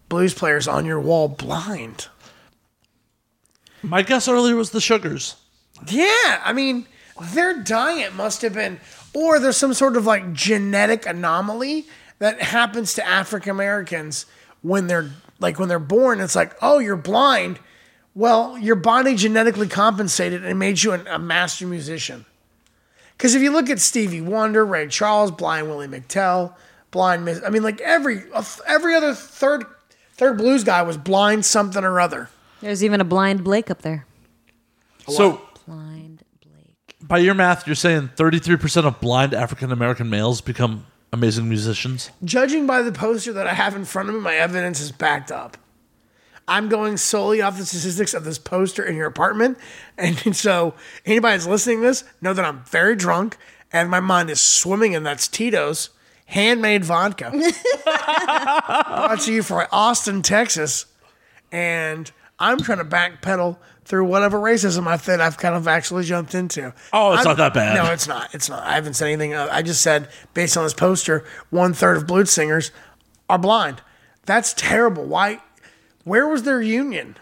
blues players on your wall blind?
My guess earlier was the sugars.
Yeah, I mean, their diet must have been, or there's some sort of like genetic anomaly that happens to African Americans when they're like when they're born. It's like, oh, you're blind. Well, your body genetically compensated and made you an, a master musician. Because if you look at Stevie Wonder, Ray Charles, Blind Willie McTell, Blind Miss, I mean, like every uh, every other third third blues guy was blind something or other.
There's even a blind Blake up there.
So
Blind Blake.
by your math, you're saying 33% of blind African American males become amazing musicians.
judging by the poster that I have in front of me, my evidence is backed up. I'm going solely off the statistics of this poster in your apartment. And so, anybody that's listening to this, know that I'm very drunk and my mind is swimming in that's Tito's. handmade vodka. Brought to you from Austin, Texas. And I'm trying to backpedal through whatever racism I think I've kind of actually jumped into.
Oh, it's not
I'm-
that bad.
No, it's not. It's not. I haven't said anything. uh, I just said, based on this poster, one third of blues singers are blind. That's terrible. Why? Where was their union?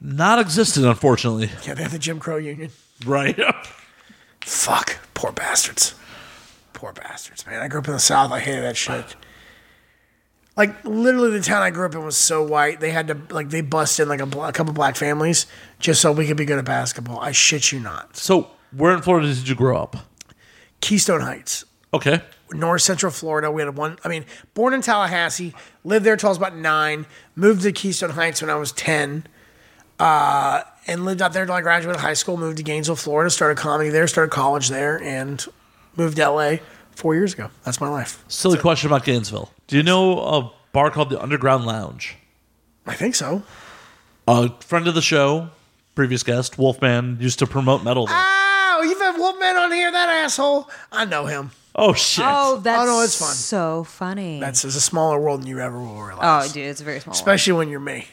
Not existent, unfortunately.
Yeah, they have the Jim Crow union.
Right.
Fuck, poor bastards. Poor bastards, man. I grew up in the South. I hated that shit. Like literally, the town I grew up in was so white. They had to like they bust in like a, bl- a couple black families just so we could be good at basketball. I shit you not.
so, where in Florida did you grow up?
Keystone Heights,
Okay.
North Central Florida. We had one. I mean, born in Tallahassee, lived there till I was about nine. Moved to Keystone Heights when I was ten, uh, and lived out there till I graduated high school. Moved to Gainesville, Florida. Started comedy there. Started college there, and moved to LA four years ago. That's my life.
Silly question about Gainesville. Do you know a bar called the Underground Lounge?
I think so.
A friend of the show, previous guest, Wolfman, used to promote metal there.
Oh, you've had Wolfman on here, that asshole. I know him.
Oh, shit.
Oh, that's
no, it's fun.
so funny.
That's it's a smaller world than you ever will
oh,
realize.
dude, it's a very small. one.
Especially when you're me.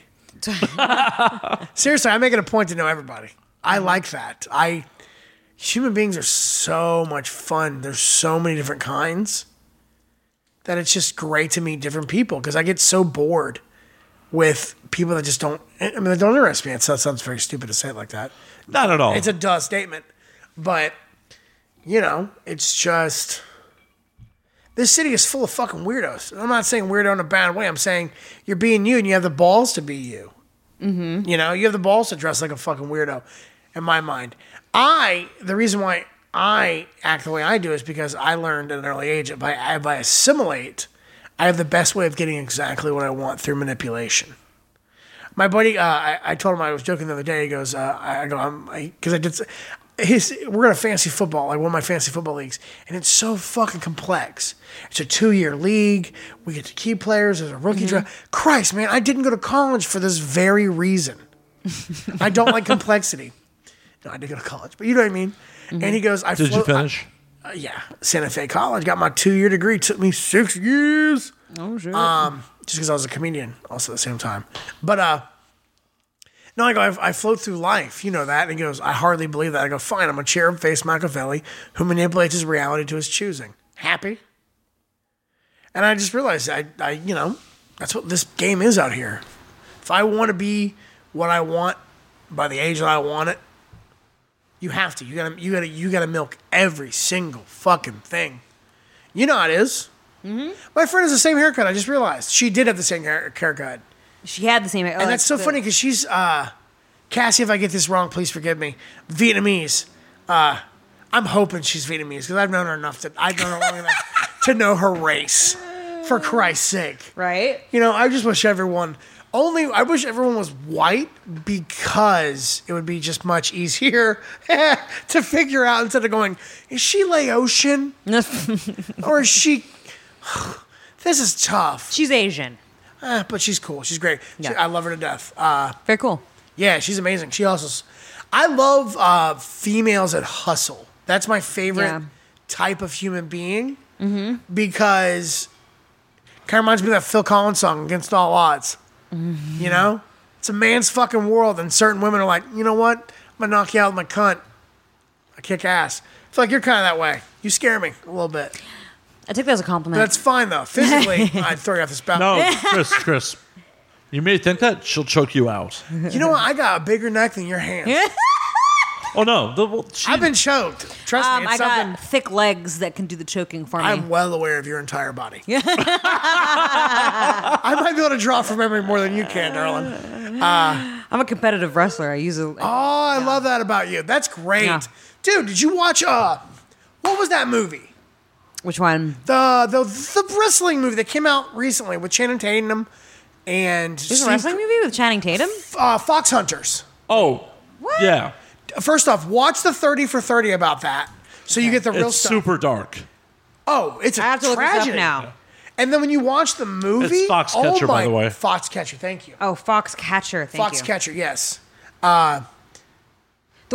Seriously, I make it a point to know everybody. I like that. I human beings are so much fun. There's so many different kinds that it's just great to meet different people because I get so bored with people that just don't. I mean, that don't interest me. It sounds sounds very stupid to say it like that.
Not at all.
It's a duh statement, but you know, it's just this city is full of fucking weirdos. And I'm not saying weirdo in a bad way. I'm saying you're being you, and you have the balls to be you. You know, you have the balls to dress like a fucking weirdo. In my mind, I the reason why I act the way I do is because I learned at an early age if I if I assimilate, I have the best way of getting exactly what I want through manipulation. My buddy, uh, I, I told him I was joking the other day. He goes, uh, I I go, I'm because I, did. s- His, we're in a fantasy football, like one of my fantasy football leagues, and it's so fucking complex. It's a two-year league. We get to key players. There's a rookie
Mm-hmm.
draft. Christ, man, I didn't go to college for this very reason. I don't like complexity. No, I did go to college, but you know what I mean. And he goes, I
Mm-hmm. did you
float- I-
finish?
uh, yeah, Santa Fe College. Got my two-year degree. Took me six years
Oh, shit.
um, just because I was a comedian also at the same time. But uh, no, I go, I, I float through life, you know that. And he goes, I hardly believe that. I go, fine, I'm a cherub faced Machiavelli who manipulates his reality to his choosing. Happy? And I just realized, I, I, you know, that's what this game is out here. If I want to be what I want by the age that I want it, you have to. You gotta, you gotta, you gotta milk every single fucking thing. You know how it is. My friend has the same haircut. I just realized she did have the same hair- haircut,
she had the same. Oh,
and that's so funny because she's uh, Cassie. If I get this wrong, please forgive me. Vietnamese. Uh, I'm hoping she's Vietnamese because I've known her enough that I've known her long enough to know her race. For Christ's sake,
right?
you know, I just wish everyone only I wish everyone was white because it would be just much easier to figure out instead of going, is she Laotian or is she This is tough.
She's Asian.
Ah, but she's cool. She's great. She-
Yeah.
I love her to death. Uh,
Very cool.
yeah, she's amazing. She also, s- I love uh, females that hustle. That's my favorite
Yeah. Mm-hmm.
type of human being because kind of reminds me of that Phil Collins song, Against All Odds.
Mm-hmm.
You know? It's a man's fucking world, and certain women are like, you know what? I'm going to knock you out with my cunt. I kick ass. I feel like you're kind of that way. You scare me a little bit.
I take that as a compliment.
That's fine, though. Physically, I'd throw you off the spout.
No, Chris, Chris. You may think that she'll choke you out.
You know what? I got a bigger neck than your hand.
Oh no, the, well, she,
I've been choked. Trust
um,
me,
I
it's something.
got thick legs that can do the choking for me.
I'm well aware of your entire body. I might be able to draw from memory more than you can, darling.
I'm a competitive wrestler. I use a.
Oh, I love that about you. That's great,
Yeah.
dude. Did you watch? Uh, what was that movie?
Which one?
The the the wrestling movie that came out recently with Channing Tatum and
There's a
Steve-
wrestling movie with Channing Tatum.
uh, Fox Hunters.
oh, yeah,
First off, watch the thirty for thirty about that, so you get the real
it's
stuff.
super dark.
Oh, it's a
I have to look this
tragedy
up now.
And then when you watch the movie,
It's Foxcatcher,
oh
by the
my-
way.
Foxcatcher. Thank you.
Oh, Foxcatcher. Thank you.
Foxcatcher, yes.
The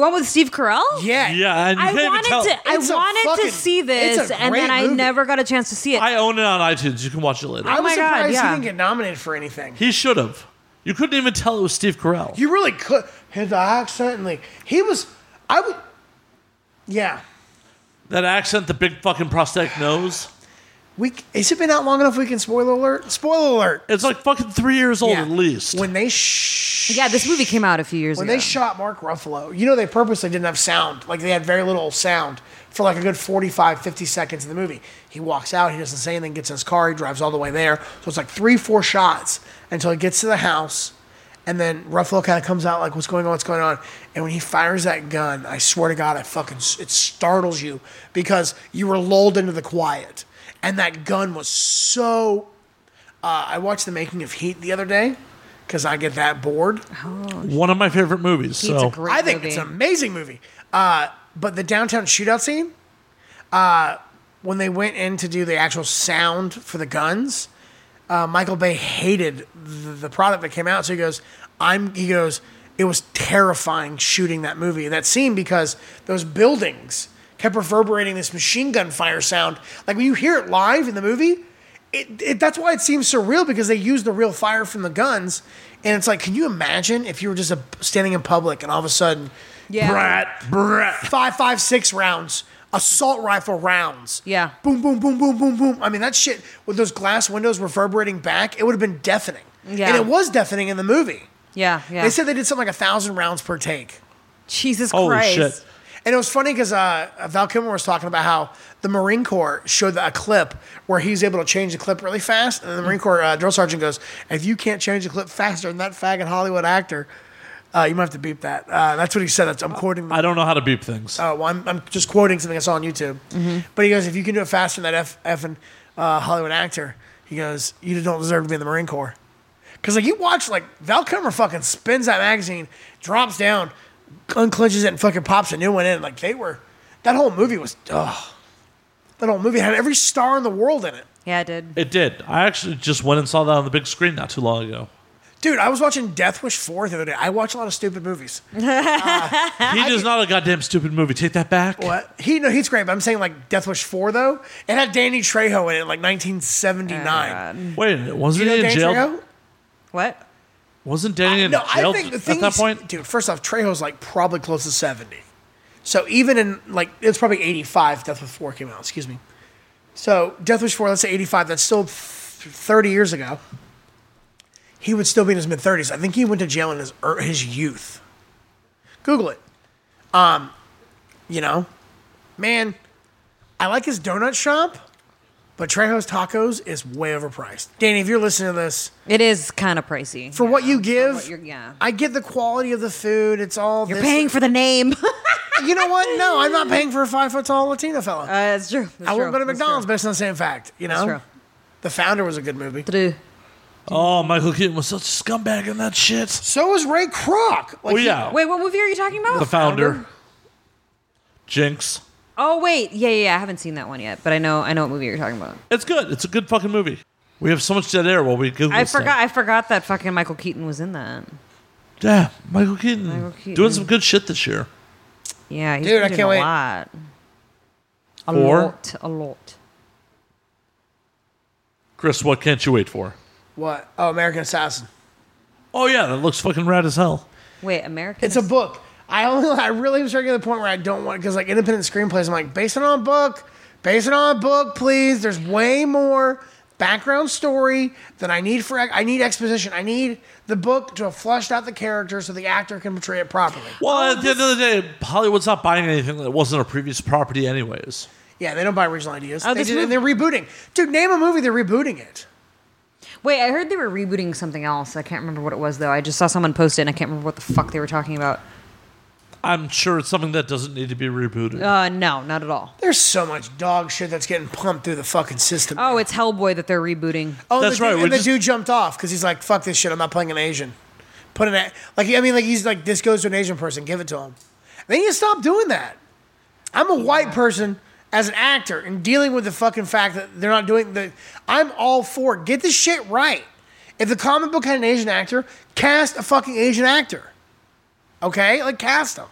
one with Steve Carell?
Yeah.
Yeah, and you
I
can't even tell-
wanted to. I
It's a
wanted
fucking-
to see this,
it's a
and
great
then I
movie.
never got a chance to see it.
I own it on iTunes. You can watch it later.
I was
Oh my God,
surprised
yeah.
he didn't get nominated for anything.
he should have. You couldn't even tell it was Steve Carell.
You really could. His accent and like he was. I would. Yeah.
that accent, the big fucking prosthetic nose.
We c- has it been out long enough? We can spoiler alert. Spoiler alert.
It's like fucking three years old
Yeah.
at least.
When they sh-
yeah, this movie came out a few years
when
ago.
they shot Mark Ruffalo, you know they purposely didn't have sound. Like they had very little sound for like a good 45, 50 seconds in the movie. He walks out, he doesn't say anything, gets in his car, he drives all the way there. So it's like three, four shots until he gets to the house. And then Ruffalo kind of comes out like, "What's going on? What's going on?" And when he fires that gun, I swear to God, I fucking it startles you because you were lulled into the quiet, and that gun was so. Uh, I watched the making of Heat the other day because I get that bored.
One of my favorite movies.
it's
so
a great
I think
movie.
it's an amazing movie. Uh, but the downtown shootout scene, uh, when they went in to do the actual sound for the guns, uh, Michael Bay hated the, the product that came out. So he goes, "I'm." He goes, "It was terrifying shooting that movie, that scene, because those buildings kept reverberating this machine gun fire sound. Like when you hear it live in the movie." It, it, that's why it seems surreal because they use the real fire from the guns, and it's like, can you imagine if you were just a, standing in public and all of a sudden,
Yeah.
brat, brat.
five, five, six rounds, assault rifle rounds.
Yeah.
Boom, boom, boom, boom, boom, boom. I mean, that shit with those glass windows reverberating back, it would have been deafening.
Yeah.
And it was deafening in the movie.
yeah, yeah.
They said they did something like a thousand rounds per take.
Jesus
Holy
Christ.
shit.
And it was funny because uh, Val Kilmer was talking about how the Marine Corps showed a clip where he's able to change the clip really fast. And the Marine Corps uh, drill sergeant goes, If you can't change the clip faster than that faggot Hollywood actor, uh, you might have to beep that. Uh, that's what he said. That's, I'm quoting
I don't know how to beep things.
uh, well, I'm, I'm just quoting something I saw on YouTube. But he goes, if you can do it faster than that F, effing uh, Hollywood actor, he goes, you don't deserve to be in the Marine Corps. Because like you watch like Val Kilmer fucking spins that magazine, drops down, unclenches it, and fucking pops a new one in. Like they were, that whole movie was, ugh. That whole movie had every star in the world in it.
Yeah, I did.
it did. I actually just went and saw that on the big screen not too long ago.
Dude, I was watching Death Wish 4 the other day. I watch a lot of stupid movies.
He does not a goddamn stupid movie. Take that back.
What? He no, he's great, but I'm saying like Death Wish 4 though. It had Danny Trejo in it like 1979.
Wait, a minute, wasn't
you know
he in
Danny
jail?
Trejo?
What?
Wasn't Danny in
no,
jail
I think the thing
at that
is-
point?
dude. First off, Trejo's like probably close to seventy. So even in like it's probably eighty five. Death Wish four came out. Excuse me. So Death Wish four. Let's say eighty five. That's still th- thirty years ago. He would still be in his mid thirties. I think he went to jail in his er, his youth. Google it. Um, you know, man, I like his donut shop, but Trejo's Tacos is way overpriced. Danny, if you're listening to this,
It is kind of pricey.
for what you give,
you're- yeah.
I get the quality of the food. It's all
You're
this-
paying for the name. uh,
You know what? No, I'm not paying for a five foot tall Latino fella.
Uh, that's true. That's
I
true.
won't go to
That's
McDonald's, but it's not the same fact. You know,
true.
the founder was a good movie.
true.
Oh, Michael Keaton was such a scumbag in that shit.
So was Ray Kroc. Like,
Oh
he-
yeah,
Wait, what movie are you talking about?
the founder, Jinx.
Oh wait, yeah, yeah, yeah. I haven't seen that one yet, but I know, I know what movie you're talking about.
It's good. It's a good fucking movie. We have so much dead air while we Google.
I
this thing.
forgot, I forgot that fucking Michael Keaton was in that.
Yeah, Michael Keaton,
Michael Keaton.
doing some good shit this year.
Yeah, he's
Dude, I
been in
can't
a
wait.
lot. A
Or-
lot, a lot.
Chris, what can't you wait for?
What? Oh, American Assassin.
Oh yeah, that looks fucking rad as hell.
Wait, American.
It's a book. I only, I really am starting to get to the point where I don't want because like independent screenplays. I'm like, based it on a book, based it on a book, please. There's way more background story than I need for. I need exposition. I need the book to have fleshed out the character so the actor can portray it properly.
Oh,
Well, at the end of the day, Hollywood's not buying anything that wasn't a previous property, anyways.
Yeah, they don't buy original ideas.
Oh,
they
this
do, and they're rebooting. Dude, name a movie. They're rebooting it.
Wait, I heard they were rebooting something else. I can't remember what it was though. I just saw someone post it, and I can't remember what the fuck they were talking about.
I'm sure it's something that doesn't need to be rebooted.
Uh, no, not at all.
There's so much dog shit that's getting pumped through the fucking system.
Oh, it's Hellboy that they're rebooting.
Oh,
That's
the dude-
right, we're
and the
just-
dude jumped off because he's like, "Fuck this shit! I'm not playing an Asian." Put an A- like I mean like he's like this goes to an Asian person. Give it to him. They need to stop doing that. I'm a white person as an actor and dealing with the fucking fact that they're not doing the. I'm all for it. get this shit right. If the comic book had an Asian actor, cast a fucking Asian actor. Okay, like cast them.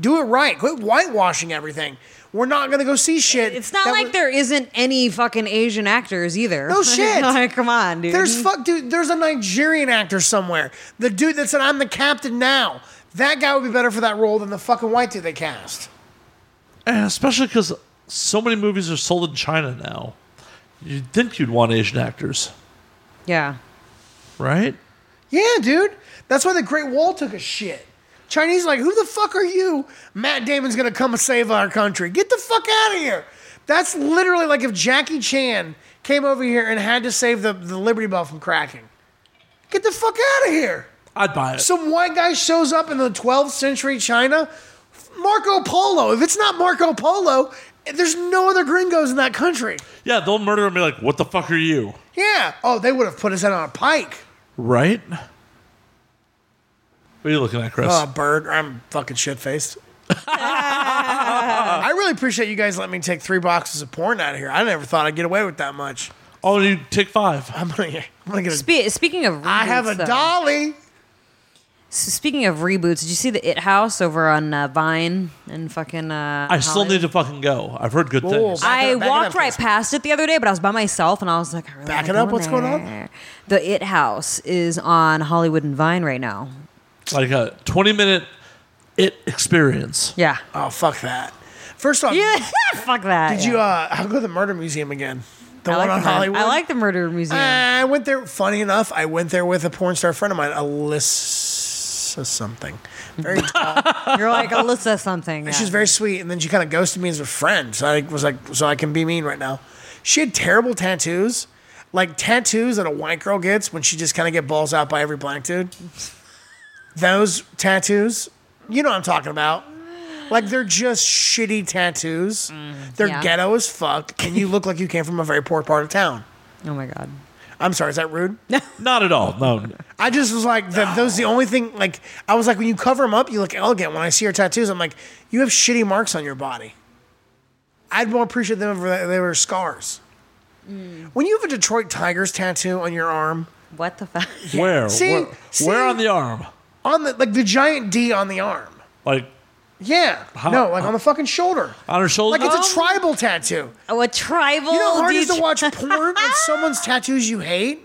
Do it right. Quit whitewashing everything. We're not gonna go see shit.
It's not
that
like
we-
there isn't any fucking Asian actors either.
No shit.
like, come on, dude.
There's fuck, dude. There's a Nigerian actor somewhere. The dude that said, "I'm the captain now." That guy would be better for that role than the fucking white dude they cast.
Eh, especially because so many movies are sold in China now. You'd think you'd want Asian actors,
yeah.
right?
Yeah, dude. That's why the Great Wall took a shit. Chinese like, who the fuck are you? Matt Damon's gonna come and save our country. Get the fuck out of here. That's literally like if Jackie Chan came over here and had to save the, the Liberty Bell from cracking. Get the fuck out of here.
I'd buy it.
Some white guy shows up in the 12th century China. Marco Polo. If it's not Marco Polo, there's no other gringos in that country.
yeah, they'll murder and be like, "What the fuck are you?"
Yeah. Oh, they would have put us in on a pike.
Right? What are you looking at, Chris?
Oh, bird. I'm fucking shit faced. I really appreciate you guys letting me take three boxes of porn out of here. I never thought I'd get away with that much.
oh, you take five.
I'm gonna, I'm gonna get a.
Spe- speaking of, reboots,
I have a
though,
dolly.
s- Speaking of reboots, did you see the It House over on uh, Vine and fucking? Uh,
I still
Hollywood?
need to fucking go. I've heard good
Whoa.
things.
Back it
I
up, back it
walked
up,
right
please.
past it the other day, but I was by myself and I was like, I really
Back
wanna
it
go
up,
in
what's going on?
there. The It House is on Hollywood and Vine right now.
Like a 20 minute it experience.
Yeah.
Oh fuck that. First off,
Yeah. Fuck that.
did you? Uh, I'll go to the murder museum again. The
I
one
like,
on
the mur-
Hollywood.
I like the Murder Museum.
I went there. Funny enough, I went there with a porn star friend of mine, Alyssa something. Very tall.
You're like Alyssa something. Yeah.
She's very sweet, and then she kind of ghosted me as a friend. So I was like, so I can be mean right now. She had terrible tattoos, like tattoos that a white girl gets when she just kind of get balls out by every black dude. Those tattoos, you know what I'm talking about. Like they're just shitty tattoos. they're
yeah.
ghetto as fuck, and you look like you came from a very poor part of town.
Oh my god.
I'm sorry, is that rude?
Not at all. No.
I just was like, that. those the only thing. Like, I was like, when you cover them up, you look elegant. When I see your tattoos, I'm like, you have shitty marks on your body. I'd more appreciate them if they were scars. When you have a Detroit Tigers tattoo on your arm,
What the fuck?
Where?
See-
where,
see-
where on the arm?
on the like the giant D on the arm,
Like
yeah, no, like on the fucking shoulder,
on her shoulder?
like it's a tribal tattoo.
Oh, a tribal.
You know how hard it is
DJ
to watch porn with someone's tattoos you hate?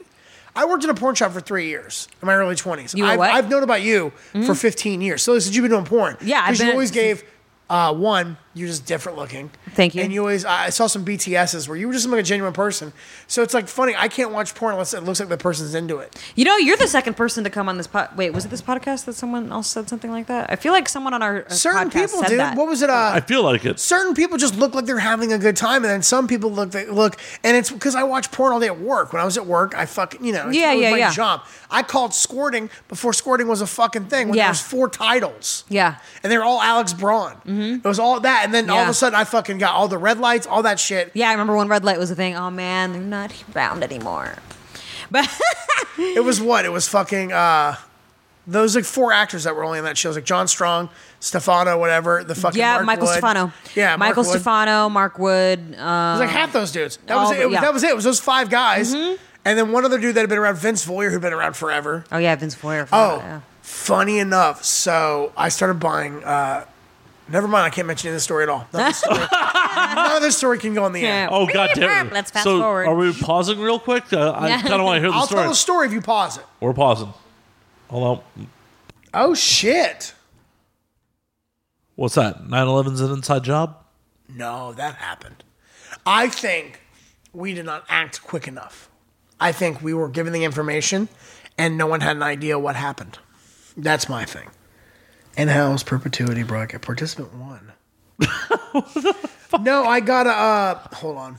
I worked in a porn shop for three years in my early 20s.
You were
I've,
what? Hmm?
I've known about you for 15 years. So since you've been doing porn.
Yeah, I've
Because you
been-
always gave, uh, one, you're just different looking.
Thank you.
And you always, I I saw some BTSs where you were just like a genuine person. So it's like funny. I can't watch porn unless it looks like the person's into it.
You know, you're the second person to come on this pod. Wait, was it this podcast that someone else said something like that? I feel like someone on our our
Certain
podcast
people,
said
dude.
that.
What was it? Uh,
I feel like it.
certain people just look like they're having a good time, and then some people look they look, and it's because I watch porn all day at work. When I was at work, I fucking you know, it's-
Yeah,
it was
yeah,
my
yeah.
job. I called squirting before squirting was a fucking thing. When
Yeah.
there was four titles,
Yeah. Mm-hmm.
and they were all Alex Braun. It was all that, and then all of
Yeah.
a sudden, I fucking got all the red lights, all that shit.
Yeah, I remember when red light was a thing. Oh man, they're not around anymore. But
It was what? It was fucking uh those like four actors that were only in that show. It was like John Strong, Stefano, whatever. The fucking
yeah,
Mark
Michael
Wood.
Stefano.
Yeah, Mark
Michael
Wood.
Stefano, Mark Wood.
It
Uh,
was like half those dudes. That
all
was it.
the-
It was-
yeah. Mm-hmm.
That was it. It was those five guys. And then one other dude that had been around, Vince Voyer, who'd been around forever.
oh yeah, Vince Foyer.
Oh,
yeah.
funny enough. So I started buying. Uh, never mind. I can't mention any of this story at all. None of this story, none of this story can go on the air.
Oh god damn it.
Let's fast
so
forward.
Are we pausing real quick? Uh, I kind of want to hear the
I'll
story.
tell the story if you pause it.
We're pausing. Hold on.
Oh shit!
What's that? 9/11's an inside job?
No, that happened. I think we did not act quick enough. I think we were given the information, and no one had an idea what happened. That's my thing. And how's perpetuity bracket participant one? no, I gotta uh hold on.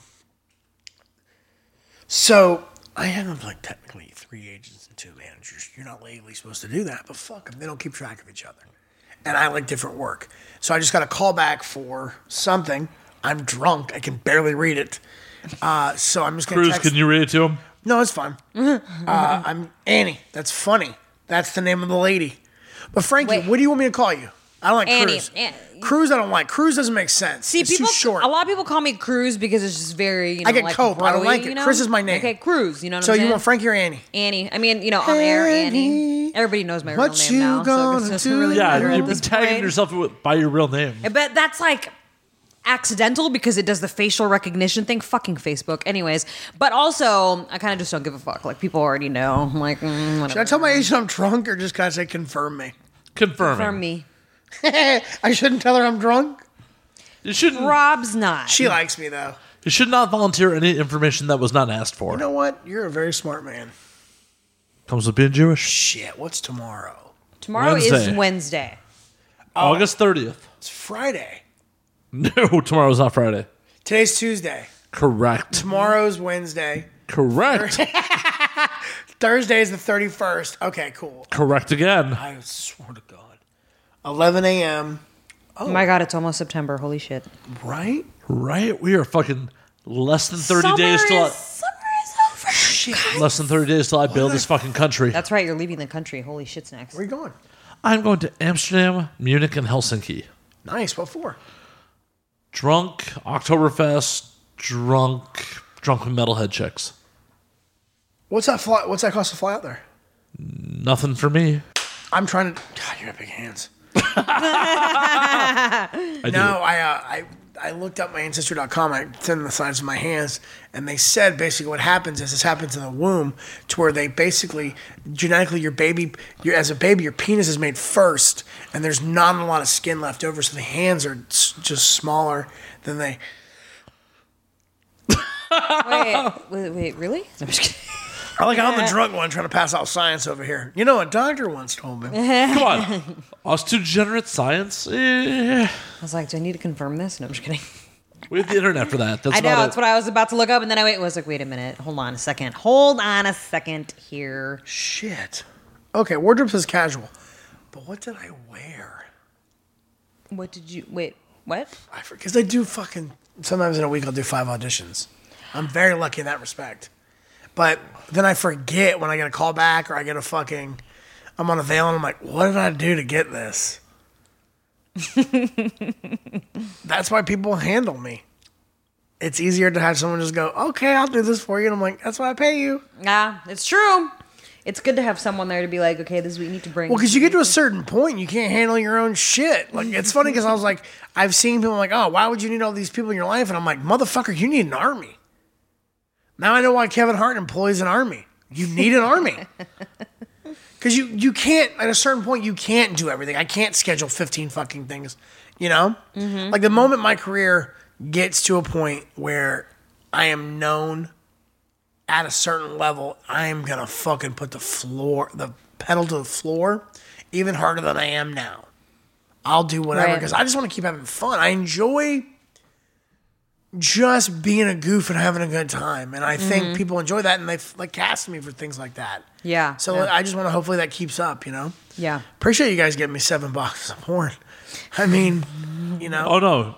So I have like technically three agents and two managers. You're not legally supposed to do that, but fuck them. They don't keep track of each other. And I like different work. So I just got a call back for something. I'm drunk. I can barely read it. Uh, so I'm just gonna
Cruz,
text-
can you read it to him?
no, it's fine. uh, I'm Annie. That's funny. That's the name of the lady. But Frankie,
Wait.
what do you want me to call you? I don't like
Annie,
Cruz.
An-
Cruz, I don't like. Cruz doesn't make sense.
See,
it's
people,
too short.
a lot of people call me Cruz because it's just very, you know,
I get
like
Cope. I don't
broy,
like it.
you know?
Cruz is my name.
Okay, Cruz, you know what
so
I'm saying?
you want Frankie or Annie?
Annie. I mean, you know, on air Annie.
Annie,
Everybody knows my
what
real name
you
now, so it
gonna
doesn't
do?
really
Yeah,
matter
you've
at
been
this
tagging
point.
yourself with, by your real name.
But that's like accidental because it does the facial recognition thing. Fucking Facebook, anyways. But also, I kind of just don't give a fuck. Like people already know. I'm like, mm,
Should I
whatever.
tell my agent I'm drunk or just kind of say confirm me?
Confirming.
From me,
I shouldn't tell her I'm drunk.
You shouldn't.
Rob's not.
She likes me though.
You should not volunteer any information that was not asked for.
You know what? You're a very smart man.
Comes with being Jewish.
Shit, what's tomorrow?
Tomorrow
Wednesday.
is Wednesday. Oh.
August thirtieth.
It's Friday.
No, tomorrow's not Friday.
Today's Tuesday.
Correct.
Tomorrow's Wednesday.
Correct.
Thursday is the 31st. Okay, cool.
Correct again.
I swear to God. 11 a.m.
Oh my god, it's almost September. Holy shit.
Right?
Right? We are fucking less than thirty
Summer
days till
is- summer is over.
Shit.
I, less than thirty days till I build this fucking country.
That's right. You're leaving the country. Holy shit's next.
Where you going?
I'm going to Amsterdam, Munich, and Helsinki.
Nice. What for?
Drunk Oktoberfest. Drunk. Drunk with metalhead chicks.
What's that fly? What's that cost to fly out there?
Nothing for me.
I'm trying to. God, you got big hands.
I do.
No, I, uh, I, I looked up my ancestry.com. I sent them the size of my hands, and they said basically what happens is this happens in the womb, to where they basically genetically your baby, your as a baby, your penis is made first, and there's not a lot of skin left over, so the hands are s- just smaller than they.
Wait,
Oh.
wait, wait, really? I'm just kidding.
I like I'm the drunk one trying to pass out science over here. You know, a doctor once told me.
Come on. Us two degenerate science. Eh,
I was like, do I need to confirm this? No, I'm just kidding.
we have the internet for that. That's
I know.
about
That's
it.
what I was about to look up, and then I wait, was like, wait a minute. Hold on a second. Hold on a second here.
Shit. Okay, wardrobe says casual, but what did I wear?
What did you wait? What?
I because I do fucking sometimes in a week I'll do five auditions. I'm very lucky in that respect, but then I forget when I get a call back or I get a fucking I'm on a veil and I'm like, what did I do to get this? That's why people handle me. It's easier to have someone just go, okay, I'll do this for you, and I'm like, that's why I pay you.
Ah, it's true. It's good to have someone there to be like, okay, this is what you need to bring.
Well, because you get to a certain point, and you can't handle your own shit. Like it's funny because I was like, I've seen people like, oh, why would you need all these people in your life? And I'm like, motherfucker, you need an army. Now I know why Kevin Hart employs an army. You need an army. Because you you can't at a certain point you can't do everything. I can't schedule fifteen fucking things. You know, like the moment my career gets to a point where I am known at a certain level, I'm gonna fucking put the floor, the pedal to the floor, even harder than I am now. I'll do whatever
Right.
because I just want to keep having fun. I enjoy just being a goof and having a good time, and I
Mm-hmm.
think people enjoy that, and they f- like cast me for things like that.
Yeah.
So
yeah.
I just want to hopefully that keeps up. You know,
yeah.
appreciate you guys getting me seven boxes of porn. I mean, you know,
Oh no.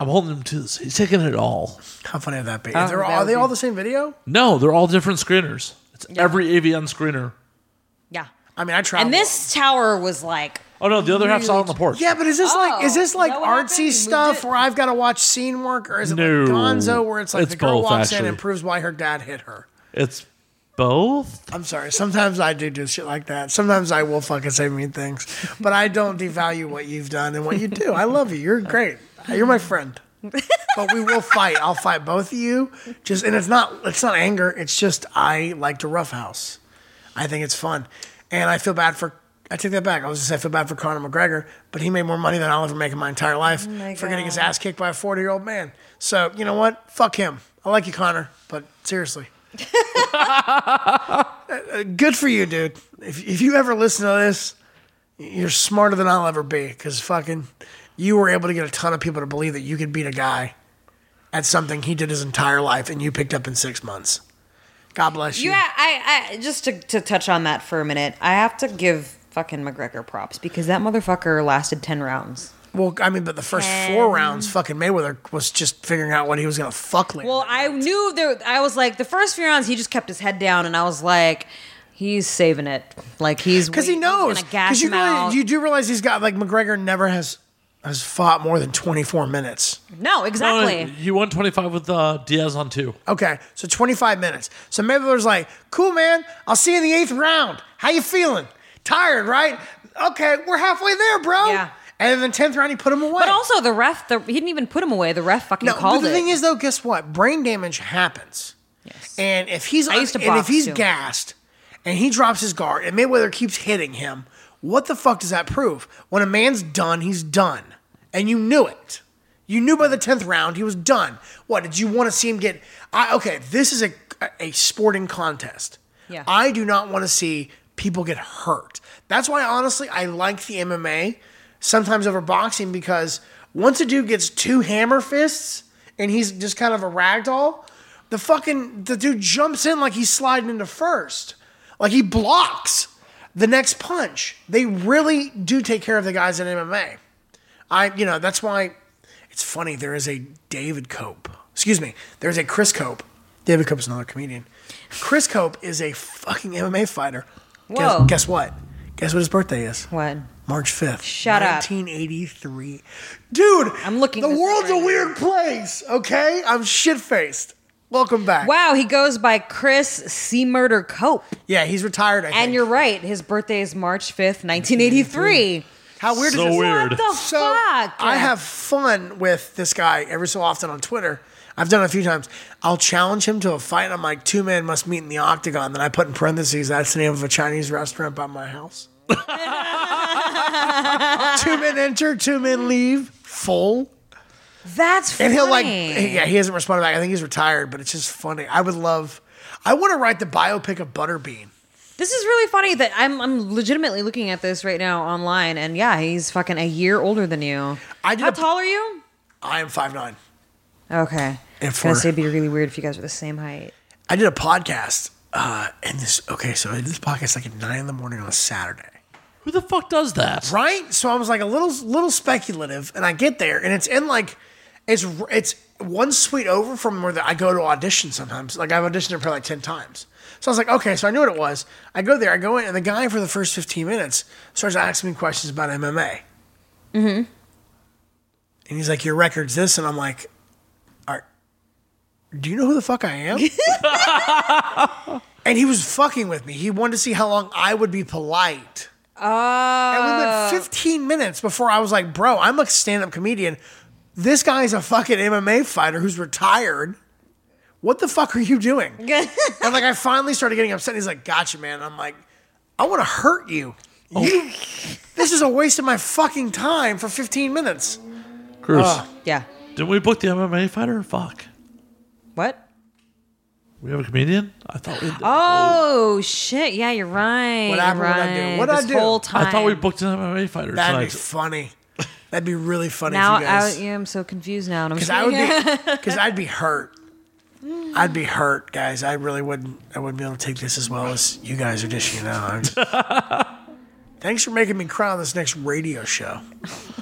I'm holding him to this. He's taking it all.
how funny would that be?
Oh,
They're all-
that
are
would
they
be-
all the same video?
No, they're all different screeners. It's every AVN screener.
Yeah.
I mean, I tried.
And this tower was like,
Oh no, the other half's out on the porch.
Yeah, but is this like is this
Oh,
like
is that what happened? You
artsy
moved
stuff
it?
where I've got to watch scene work, or is it
No.
like Gonzo where it's like
It's
the girl
both,
walks in
actually.
and proves why her dad hit her?
It's both.
I'm sorry. Sometimes I do do shit like that. Sometimes I will fucking say mean things, but I don't devalue what you've done and what you do. I love you. You're great. You're my friend. But we will fight. I'll fight both of you. Just and it's not it's not anger. It's just I like to roughhouse. I think it's fun, and I feel bad for. I take that back. I was just I feel bad for Conor McGregor, but he made more money than I'll ever make in my entire life
Oh my
for getting his
God.
ass kicked by a forty year old man. So you know what? Fuck him. I like you, Conor, but seriously good for you, dude. If, if you ever listen to this, you're smarter than I'll ever be because fucking you were able to get a ton of people to believe that you could beat a guy at something he did his entire life and you picked up in six months. God bless you.
you. I, I, I just to, to touch on that for a minute, I have to give fucking McGregor props because that motherfucker lasted ten rounds.
Well, I mean, but the first four rounds, fucking Mayweather was just figuring out what he was going to fuck later.
Well, I knew there. I was like, the first few rounds, he just kept his head down, and I was like, He's saving it. Like he's
because he
waiting, he's
knows.
gonna gas
Because you
him out.
really, you do realize he's got like McGregor never has has fought more than twenty four minutes.
no,
No,
exactly.
he won 25 with uh, Diaz on two.
Okay, so twenty five minutes. So Mayweather's like, "Cool, man. I'll see you in the eighth round. How you feeling? Tired, right? Okay, we're halfway there, bro."
Yeah.
And then the tenth round, he put him away.
But also the ref, the, he didn't even put him away. The ref fucking
No, but
called
the
it.
thing is, though, guess what? Brain damage happens. Yes. And if he's
I used to
and if
box,
he's
too.
gassed, and he drops his guard, and Mayweather keeps hitting him, what the fuck does that prove? When a man's done, he's done, and you knew it. You knew by the tenth round he was done. What did you want to see him get? I, okay, this is a a sporting contest.
Yeah.
I do not want to see people get hurt. That's why, honestly, I like the MMA sometimes over boxing because once a dude gets two hammer fists and he's just kind of a ragdoll, the fucking the dude jumps in like he's sliding into first, like he blocks the next punch. They really do take care of the guys in MMA. I, you know, that's why it's funny. There is a David Cope. Excuse me. There's a Chris Cope. David Cope's another comedian. Chris Cope is a fucking MMA fighter.
Whoa.
Guess, guess what? Guess what his birthday is?
what?
March 5th.
Shut up.
1983. Dude,
I'm looking
The
this up
world's
right
a
now.
weird place, okay? I'm shit faced. Welcome back.
Wow, he goes by Chris C. Murder Cope.
Yeah, he's retired, I think.
And you're right. His birthday is March 5th, 1983.
How weird
So
is this?
weird.
What the
So
fuck?
I have fun with this guy every so often on Twitter. I've done it a few times. I'll challenge him to a fight. And I'm like, two men must meet in the octagon. Then I put in parentheses, that's the name of a Chinese restaurant by my house. two men enter, two men leave. Full.
That's funny.
And he'll like, yeah, he hasn't responded back. I think he's retired, but it's just funny. I would love, I want to write the biopic of Butterbean.
This is really funny that I'm I'm legitimately looking at this right now online, and yeah, he's fucking a year older than you.
I did
How
a-
tall are you?
I am 5'9.
Okay. I was
And
gonna
for-
say it'd be really weird if you guys were the same height.
I did a podcast, uh, and this okay. So I did this podcast like at nine in the morning on a Saturday,
Who the fuck does that?
right? So I was like a little little speculative, and I get there, and it's in like it's it's one suite over from where the, I go to audition sometimes. Like I've auditioned it probably like ten times. So I was like, okay, so I knew what it was. I go there, I go in, and the guy for the first fifteen minutes starts asking me questions about MMA. Mm-hmm. And he's like, your record's this, and I'm like, are do you know who the fuck I am? And he was fucking with me. He wanted to see how long I would be polite. and we went 15 minutes before I was like, bro, I'm a stand up comedian. This guy's a fucking MMA fighter who's retired. What the fuck are you doing? and like, I finally started getting upset. He's like, gotcha, man. I'm like, I want to hurt you. You, this is a waste of my fucking time for 15 minutes.
Cruz.
Yeah.
Didn't we book the MMA fighter? Fuck.
What?
We have a comedian? I thought we did.
Oh shit! Yeah, you're right.
What happened?
You're
What'd I do?
right.
What'd I
This
do?
Whole time.
I thought we booked an MMA fighter
That'd be
tonight.
funny. That'd be really funny
Now
if you guys.
I, yeah, I'm so confused now. and I'm
Because
sure-
I would be, because I'd be hurt. I'd be hurt, guys. I really wouldn't. I wouldn't be able to take this as well as you guys are dishing out. I'm- Thanks for making me cry on this next radio show.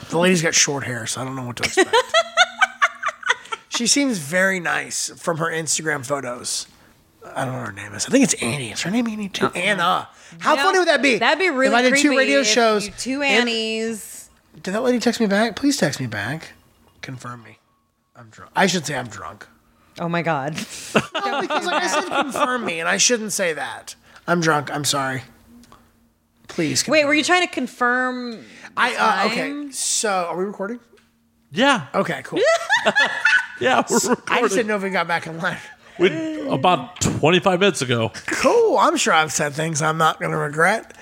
The lady's got short hair, so I don't know what to expect. she seems very nice from her Instagram photos. I don't know what her name is. I think it's Annie. Is her name Annie too? Anna. How
No,
funny would that be?
Uh-uh. That'd be really
If I did two
creepy
radio
if
shows.
you- two
and-
Annies.
did that lady text me back? Please text me back. Confirm me. I'm drunk. I should say I'm drunk.
Oh my god.
No, because like I said, confirm me, and I shouldn't say that. I'm drunk. I'm sorry. Please.
Wait,
Confirm.
were you trying to confirm?
I uh, okay.
time?
So are we recording?
Yeah.
Okay, cool.
Yeah. We're
I just didn't
recording.
know if we got back in line.
We- about 25 minutes ago.
Cool. I'm sure I've said things I'm not going to regret.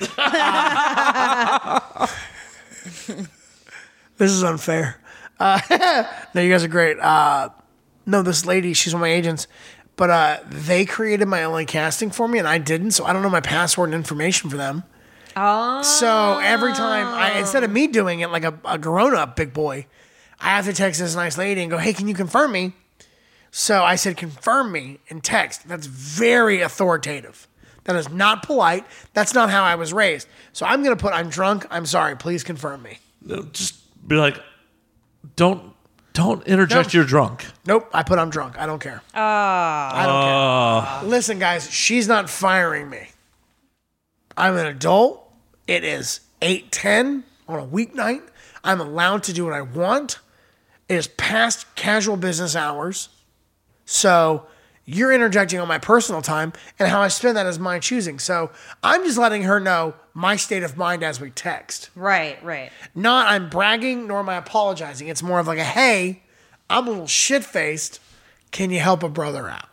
this is unfair. Uh, no, you guys are great. Uh, no, this lady, she's one of my agents, but uh, they created my LA casting for me, and I didn't, so I don't know my password and information for them. Oh. So every time, I, instead of me doing it like a, a grown up big boy, I have to text this nice lady and go, hey, can you confirm me? So I said, confirm me in text. That's very authoritative. That is not polite. That's not how I was raised. So I'm going to put, I'm drunk. I'm sorry. Please confirm me.
No, Just be like, don't don't interject.
No.
You're drunk.
Nope. I put, I'm drunk. I don't care. I don't care. Listen, guys, she's not firing me. I'm an adult. It is 8:10 on a weeknight. I'm allowed to do what I want. It is past casual business hours. So you're interjecting on my personal time and how I spend that is my choosing. So I'm just letting her know my state of mind as we text.
Right, right.
Not I'm bragging nor am I apologizing. It's more of like a hey, I'm a little shit faced. Can you help a brother out?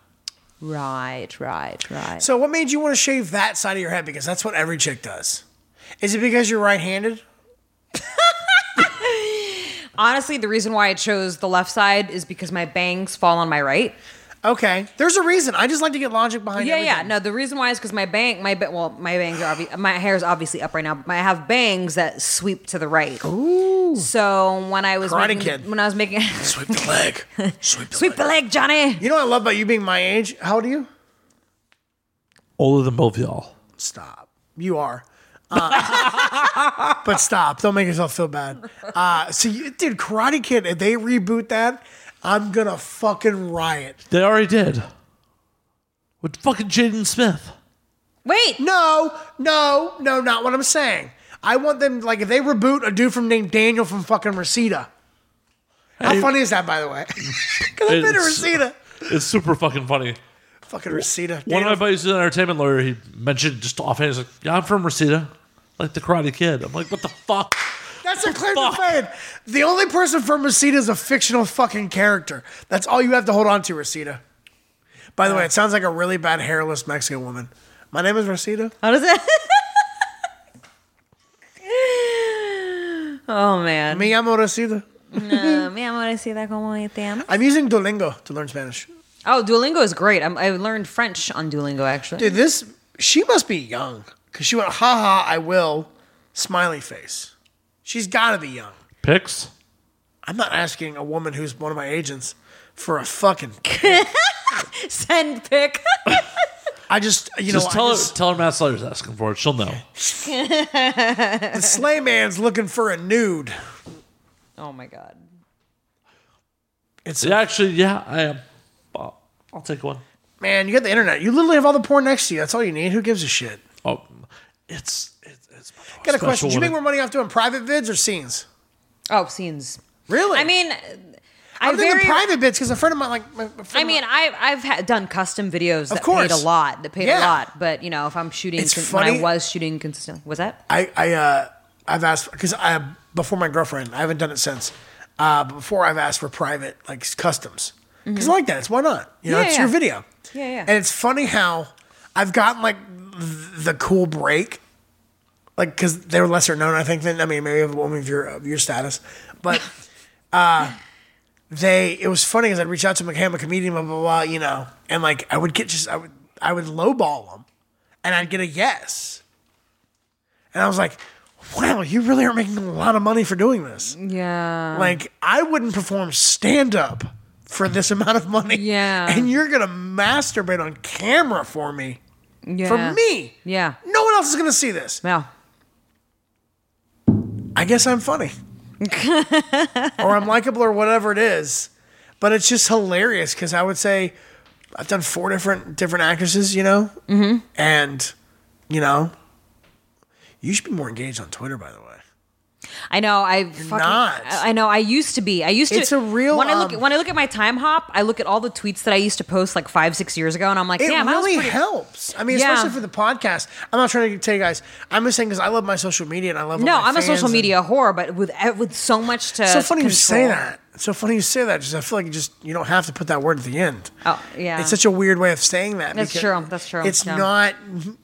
Right, right, right.
So what made you want to shave that side of your head? Because that's what every chick does. Is it because you're right-handed?
Honestly, the reason why I chose the left side is because my bangs fall on my right.
Okay, there's a reason. I just like to get logic behind.
Yeah, yeah.
everything.
No, the reason why is because my bang, my ba- well, my bangs are obvi- my hair is obviously up right now. But I have bangs that sweep to the right. Ooh. So when I was
Karate
making,
Kid.
when I was making
Sweep the leg. Sweep the
sweep the leg, Johnny.
You know what I love about you being my age? How old are you?
Older than both of y'all.
Stop. You are. Uh, but stop. Don't make yourself feel bad. Uh, so, you, dude, Karate Kid, if they reboot that, I'm going to fucking riot.
They already did. With fucking Jaden Smith.
Wait,
No, no, no, not what I'm saying. I want them, like, if they reboot a dude from named Daniel from fucking Reseda. How
Hey.
funny is that, by the way? Because I've been to
It's- uh,
Reseda.
It's super fucking funny.
Fucking Reseda.
One of my
Daniel-
buddies is an entertainment lawyer. He mentioned just offhand, he's like, "Yeah, I'm from Reseda, like the Karate Kid." I'm like, "What the fuck?"
That's a claim to
Fuck.
fame. The only person from Reseda is a fictional fucking character. That's all you have to hold on to, Reseda. By the way, it sounds like a really bad hairless Mexican woman. My name is Reseda.
how does it? oh man,
Me llamo Reseda.
Uh, me, I'm gonna see that como te llamas.
I'm using Duolingo to learn Spanish.
Oh, Duolingo is great. I'm, I learned French on Duolingo actually.
Dude, this she must be young because she went ha ha I will smiley face. She's got to be young.
Pics.
I'm not asking a woman who's one of my agents for a fucking.
Send pic.
I just you know
Just tell
I
her,
just-
tell her Matt Slayer's asking for it. She'll know.
the sleigh man's looking for a nude.
oh my god.
It's
Yeah, actually, yeah, I am. I'll, I'll take one.
Man, you got the internet. You literally have all the porn next to you. That's all you need. Who gives a shit?
Oh, it's it's. it's
Got a
special
question. Do you
woman.
make more money off doing private vids or scenes?
Oh, scenes.
Really?
I mean, I
I'm thinking
very.
private vids because a friend of mine, like, my, a friend
I
of
mean,
mine-
I, I've ha- done custom videos that
course.
paid a lot. That paid a
Yeah.
lot, but you know, if I'm shooting,
It's
con- when
funny-
I was shooting consistently, was that?
I, I, uh, I've asked because I before my girlfriend. I haven't done it since. Uh, but before I've asked for private like customs because I like that. It's why not? You know,
Yeah,
it's
Mm-hmm. yeah.
your video.
Yeah, yeah.
And it's funny how I've gotten like th- the cool break, like because they were lesser known. I think than I mean maybe of a woman of your of your status, but. uh they it was funny because I'd reach out to them, like, hey, I'm a comedian, blah blah blah, you know, and like I would get just I would I would lowball them, and I'd get a yes, and I was like, wow, you really are making a lot of money for doing this.
Yeah.
Like I wouldn't perform stand up for this amount of money,
Yeah.
and you're gonna masturbate on camera for me,
yeah.
for me.
Yeah.
No one else is gonna see this.
Yeah.
I guess I'm funny. or I'm likable or whatever it is. But it's just hilarious because I would say I've done four different different actresses, you know? Mm-hmm. And, you know, you should be more engaged on Twitter, by the way.
I know. I fucking.
not.
I I know. I used to be. I used to.
It's a real,
When I look
um,
when I look at my time hop, I look at all the tweets that I used to post like five six years ago, and I'm like,
It
damn, I was
really
pretty.
helps. I mean,
Yeah.
especially for the podcast. I'm not trying to tell you guys. I'm just saying because I love my social media and I love. all
No,
my
I'm a
fans
social
and-
media whore, but with e, with so much to.
It's so funny you say
control.
that. It's so funny you say that. Just I feel like you just you don't have to put that word at the end.
Oh yeah.
It's such a weird way of saying that.
That's
because
true. That's true.
It's
Yeah.
not.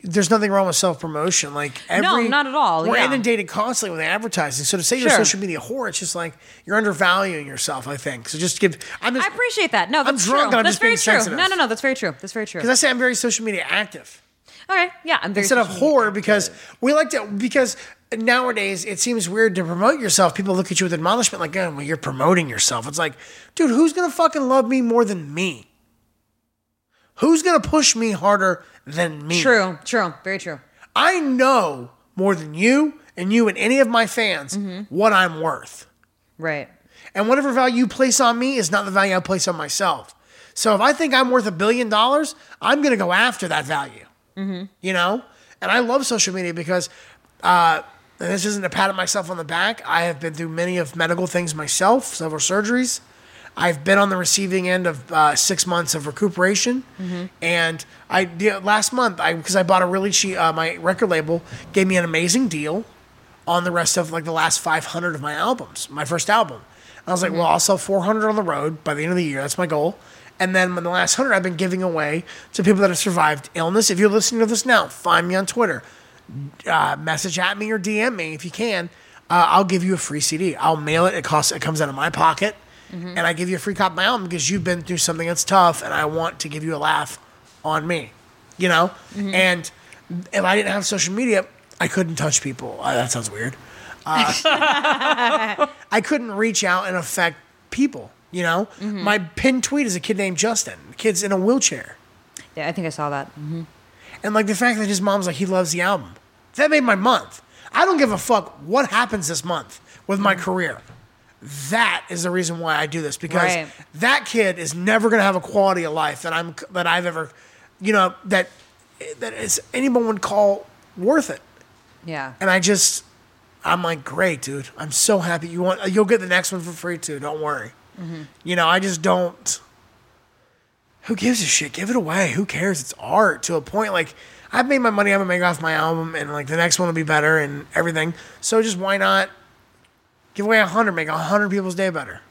There's nothing wrong with self promotion. Like every,
No, not at all,
We're
yeah.
inundated constantly with advertising. So to say you're a
Sure.
social media whore, it's just like you're undervaluing yourself. I think. So just give. I'm just
I appreciate that. No,
I'm
that's
drunk
true.
and I'm
that's
just
very
being
true.
sensitive.
No, no, no. That's very true. That's very true.
because I say I'm very social media active
Okay. Yeah, I'm very
instead of
social media
whore because we like to because. Nowadays, it seems weird to promote yourself. People look at you with admonishment, like, oh, well, you're promoting yourself. It's like, dude, who's going to fucking love me more than me? Who's going to push me harder than me?
True, true, very true.
I know more than you and you and any of my fans what I'm worth.
Right.
And whatever value you place on me is not the value I place on myself. So if I think I'm worth a billion dollars, I'm going to go after that value. You know? And I love social media because, uh, and this isn't a pat at myself on the back. I have been through many of medical things myself, several surgeries. I've been on the receiving end of uh, six months of recuperation, and I yeah, last month I because I bought a really cheap. Uh, my record label gave me an amazing deal on the rest of like the last 500 of my albums, my first album. I was like, well, I'll sell 400 on the road by the end of the year. That's my goal. And then when the last 100 I've been giving away to people that have survived illness. If you're listening to this now, find me on Twitter. Uh, message at me or DM me if you can. Uh, I'll give you a free CD. I'll mail it. It costs. It comes out of my pocket, and I give you a free copy of my album because you've been through something that's tough, and I want to give you a laugh on me. You know, and if I didn't have social media, I couldn't touch people. Uh, that sounds weird. Uh, I couldn't reach out and affect people. You know, my pinned tweet is a kid named Justin. The kid's in a wheelchair,
Yeah, I think I saw that.
and like the fact that his mom's like he loves the album, that made my month. I don't give a fuck what happens this month with my career. That is the reason why I do this because
Right.
that kid is never gonna have a quality of life that I'm that I've ever, you know, that that is anyone would call worth it.
Yeah.
And I just, I'm like, great, dude. I'm so happy. You want? You'll get the next one for free too. Don't worry. You know, I just don't. Who gives a shit? Give it away. Who cares? It's art to a point. Like I've made my money. I'm gonna make off my album, and like the next one will be better and everything. So just why not give away a hundred, make a hundred people's day better.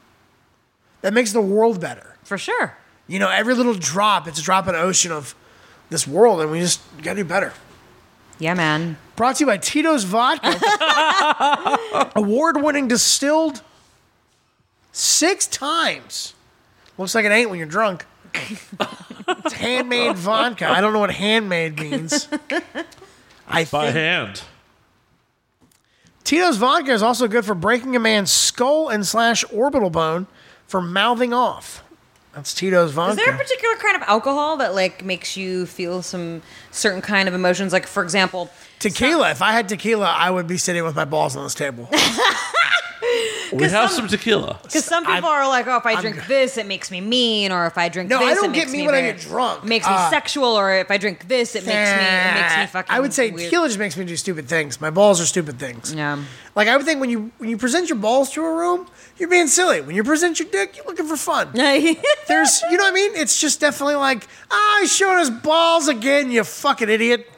That makes the world better.
For sure.
You know, every little drop, it's a drop in the ocean of this world, and we just gotta do better.
Yeah, man.
Brought to you by Tito's Vodka, award winning distilled six times. Looks like it ain't when you're drunk. it's handmade vodka. I don't know what handmade means. I
by
think-
hand.
Tito's vodka is also good for breaking a man's skull and slash orbital bone for mouthing off. That's Tito's
Is
vodka.
there a particular kind of alcohol that like makes you feel some certain kind of emotions? Like, for example,
tequila. if I had tequila, I would be sitting with my balls on this table.
We have
some-
some tequila.
because some people are like, "Oh, if I drink this, it makes me mean," or if I drink
No, I
this,
don't
it
get
makes
mean
me
when I
very-
get drunk.
Makes me
Uh,
sexual, or if I drink this, it makes me it makes me fucking.
I would say
weird.
tequila just makes me do stupid things. My balls are stupid things.
Yeah.
Like I would think when you when you present your balls to a room, you're being silly. When you present your dick, you're looking for fun. There's you know what I mean? It's just definitely like, ah, he's showing his balls again, you fucking idiot.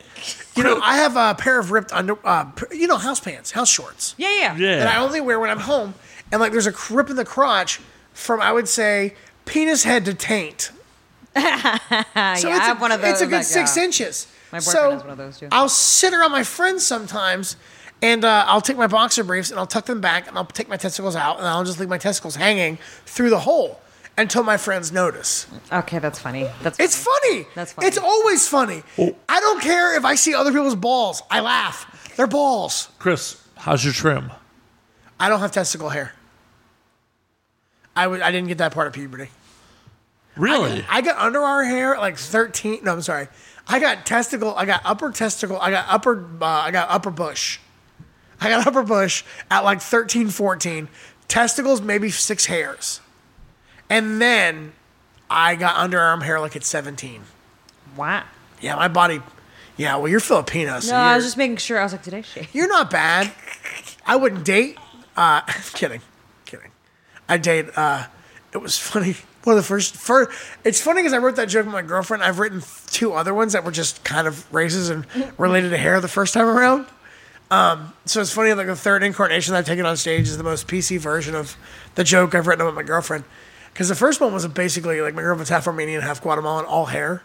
You know, I have a pair of ripped under uh, pr- you know, house pants, house shorts.
yeah, yeah,
That I
Yeah.
only wear when I'm home. And like there's a rip in the crotch from I would say penis head to taint. So
yeah,
it's
I
a-
have one of
It's a
those,
good
like,
six
yeah.
inches.
My boyfriend
so
has one of those, too.
I'll sit around my friends sometimes, and uh, I'll take my boxer briefs and I'll tuck them back and I'll take my testicles out and I'll just leave my testicles hanging through the hole until my friends notice.
Okay, that's funny. That's
It's funny.
That's funny.
It's always funny. I don't care if I see other people's balls. I laugh. They're balls.
Chris, how's your trim?
I don't have testicle hair. I w- I didn't get that part of puberty.
Really?
I got underarm hair at like 13. No, I'm sorry. I got testicle. I got upper testicle. I got upper. Uh, I got upper bush. I got upper bush at like 13, 14. Testicles, maybe six hairs. And then I got underarm hair like at 17.
wow.
Yeah, my body. Yeah, well, you're Filipino. So
No, I
you're,
was just making sure. I was like, today's shake.
you're not bad. I wouldn't date. Uh, kidding, kidding. I date. Uh, it was funny. One of the first, first it's funny because I wrote that joke with my girlfriend. I've written two other ones that were just kind of racist and related to hair the first time around. Um, so it's funny, like the third incarnation that I've taken on stage is the most PC version of the joke I've written about my girlfriend. Because the first one was basically like my girlfriend's half Armenian, half Guatemalan, all hair.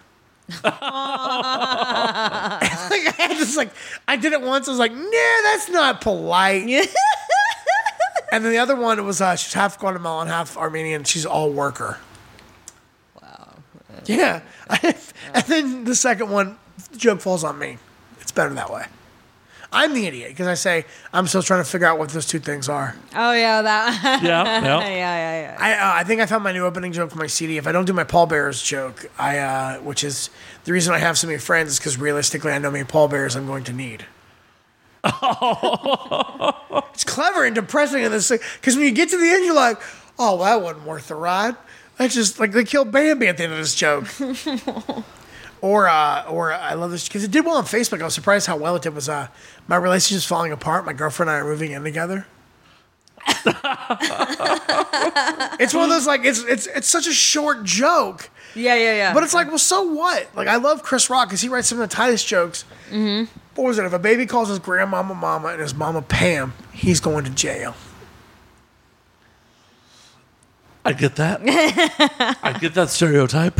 like, I had this like I did it once. I was like, nah, that's not polite. and then the other one was uh, she's half Guatemalan, half Armenian. She's all worker. Wow. Yeah. and then the second one, the joke falls on me. It's better that way. I'm the idiot because I say I'm still trying to figure out what those two things are.
Oh yeah, that.
Yeah,
yeah,
Oh.
yeah.
yeah, yeah.
I, uh, I think I found my new opening joke for my CD. If I don't do my pallbearers joke, I uh, which is the reason I have so many friends is because realistically I know how many pallbearers I'm going to need. it's clever and depressing in this because when you get to the end, you're like, oh, well, that wasn't worth the ride. I just like they killed Bambi at the end of this joke. Or, uh, or I love this because it did well on Facebook. I was surprised how well it did. Was uh, my relationship's falling apart? My girlfriend and I are moving in together. it's one of those like it's it's it's such a short joke.
Yeah, yeah, yeah.
But it's like, well, so what? Like, I love Chris Rock because he writes some of the tightest jokes. Mm-hmm. What was it? If a baby calls his grandmama mama and his mama Pam, he's going to jail.
I get that. I get that stereotype.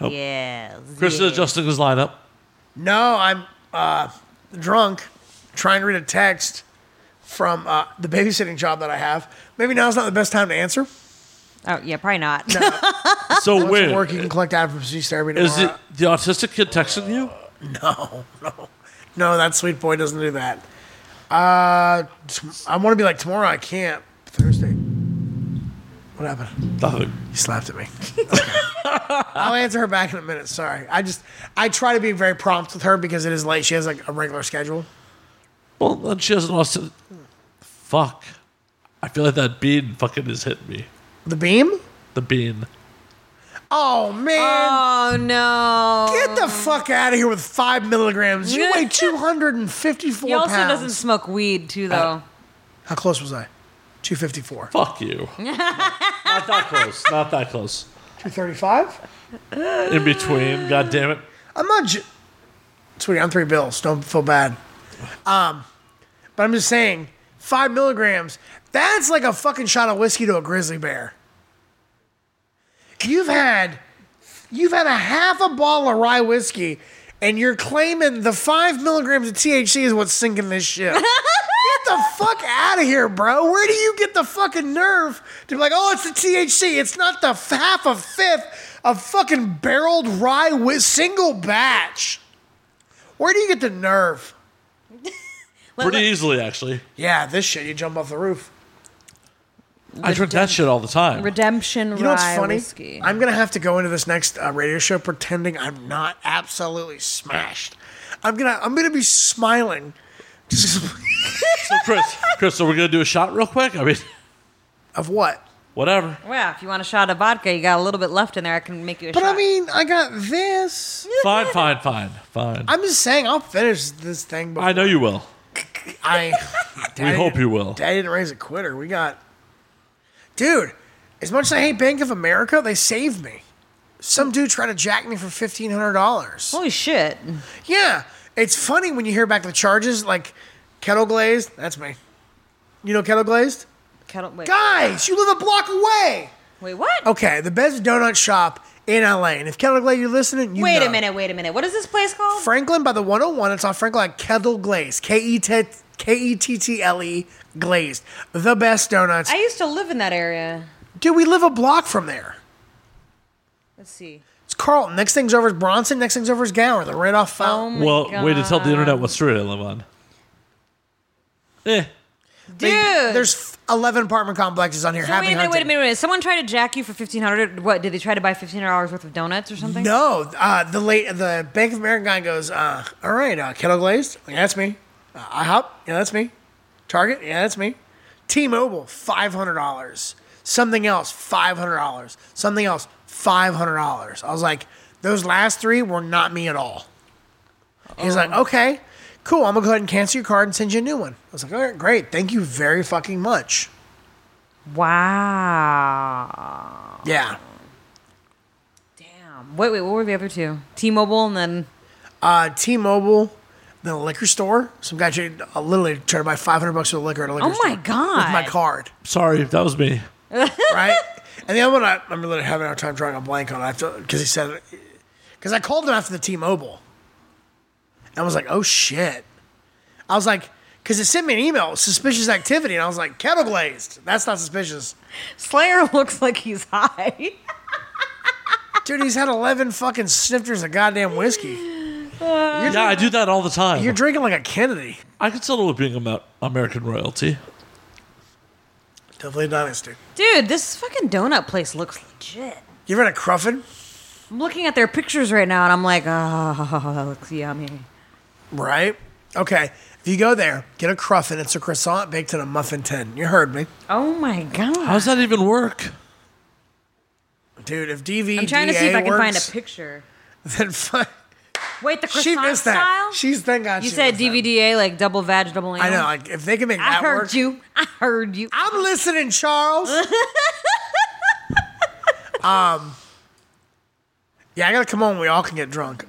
yes.
Chris is adjusting his lineup.
No, I'm uh, drunk, trying to read a text from uh, the babysitting job that I have. Maybe now's not the best time to answer.
Oh, yeah, probably not.
So
Once at work, you
wait,
can collect advocacy therapy
is it
tomorrow.
the autistic kid texting you?
No, no, no. That sweet boy doesn't do that. Uh, t- I want to be like tomorrow. I can't. Thursday. What happened?
Nothing.
You slapped at me. Okay. I'll answer her back in a minute. Sorry. I just I try to be very prompt with her because it is late. She has like a regular schedule.
Well, then she has an autistic. Fuck. I feel like that bean fucking is hitting me.
The beam.
The bean.
Oh man.
oh no.
Get the fuck out of here with five milligrams. You weigh 254
He also
pounds.
doesn't smoke weed too, though.
How close was I? 254.
Fuck you. not that close. Not that close.
235?
In between. God damn it.
I'm not. Ju- Sweetie, I'm three bills. Don't feel bad. Um, But I'm just saying, five milligrams, that's like a fucking shot of whiskey to a grizzly bear. You've had. You've had a half a bottle of rye whiskey, and you're claiming the five milligrams of THC is what's sinking this ship. Get the fuck out of here, bro. Where do you get the fucking nerve to be like, oh, it's the THC? It's not the f- half a fifth of fucking barreled rye with single batch. Where do you get the nerve?
Pretty easily, actually.
Yeah, this shit, you jump off the roof.
I drink that shit all the time.
Redemption
You know what's
rye
funny?
whiskey.
I'm gonna have to go into this next uh, radio show pretending I'm not absolutely smashed. I'm gonna I'm gonna be smiling.
So, Chris, Chris, are we going to do a shot real quick? I mean,
of what?
whatever.
Well, if you want a shot of vodka, you got a little bit left in there. I can make you a
But
shot.
I mean, I got this.
Fine, fine, fine, fine.
I'm Oh just saying, I'll finish this thing. Before
I know you will.
I.
We hope you will.
I didn't raise a quitter. We got, dude. As much as I hate Bank of America, they saved me. Some dude tried to jack me for fifteen hundred dollars.
holy shit.
Yeah, it's funny when you hear back the charges, like kettle glazed. That's me. You know kettle glazed?
Kettle, wait,
Guys, you live a block away.
wait, what?
Okay, the best donut shop in LA. And if kettle glazed, you're listening. You
wait
know.
a minute, wait a minute. What is this place called?
Franklin by the 101. It's on Franklin at Kettle Glazed. K E T K E T T L E glazed. The best donuts.
I used to live in that area.
Dude, we live a block from there.
Let's see.
It's Carlton. Next thing's over is Bronson. Next thing's over is Gower. They're right off
Oh
Fountain.
my
Well,
god.
way to tell the internet what street I live on. Eh.
Dude.
There's f- 11 apartment complexes on here.
so
Happy
wait a minute, wait a
hunting.
minute, wait a minute. Someone tried to jack you for fifteen hundred. What did they try to buy fifteen hundred dollars worth of donuts or something?
No, uh, the late the Bank of America guy goes, uh, all right, uh, kettle glazed, yeah, that's me. Uh, IHOP, yeah, that's me. Target, yeah, that's me. T-Mobile, five hundred dollars. Something else, five hundred dollars. Something else, five hundred dollars. I was like, those last three were not me at all. He's like, okay, cool. I'm gonna go ahead and cancel your card and send you a new one. I was like, all right, great. Thank you very fucking much.
Wow.
Yeah.
Damn. Wait, wait. What were the other two? T-Mobile and then
Uh, T-Mobile, the liquor store. Some guy tried, uh, literally tried to buy 500 bucks worth of liquor at a liquor
Oh
store.
my God.
With my card,
Sorry, that was me.
right? and the other one, I, I'm really having a hard time drawing a blank on. I because he said, because I called him after the T-Mobile, and I was like, oh shit. I was like, because it sent me an email, suspicious activity, and I was like, kettle glazed. That's not suspicious,
Slayer looks like he's high.
dude. He's had 11 fucking snifters of goddamn whiskey.
Yeah, I do that all the time.
You're drinking like a Kennedy.
I could settle with being about American royalty.
Definitely a dynasty.
Dude, this fucking donut place looks legit.
You ever had a Cruffin?
I'm looking at their pictures right now and I'm like, oh, that looks yummy.
Right? Okay. If you go there, get a cruffin. It's a croissant baked in a muffin tin. You heard me.
Oh my god.
How does that even work?
Dude, if DV
I'm trying to see if I can find a picture.
Then fi-
Wait, the
she
croissant
missed that.
style.
She's thank God
you
she
said
missed that.
DVDA like double vag, double anal.
I know. Like, if they can make
I
that
heard
work,
you. I heard you.
I'm listening, Charles. um, yeah, I gotta come on. We all can get drunk.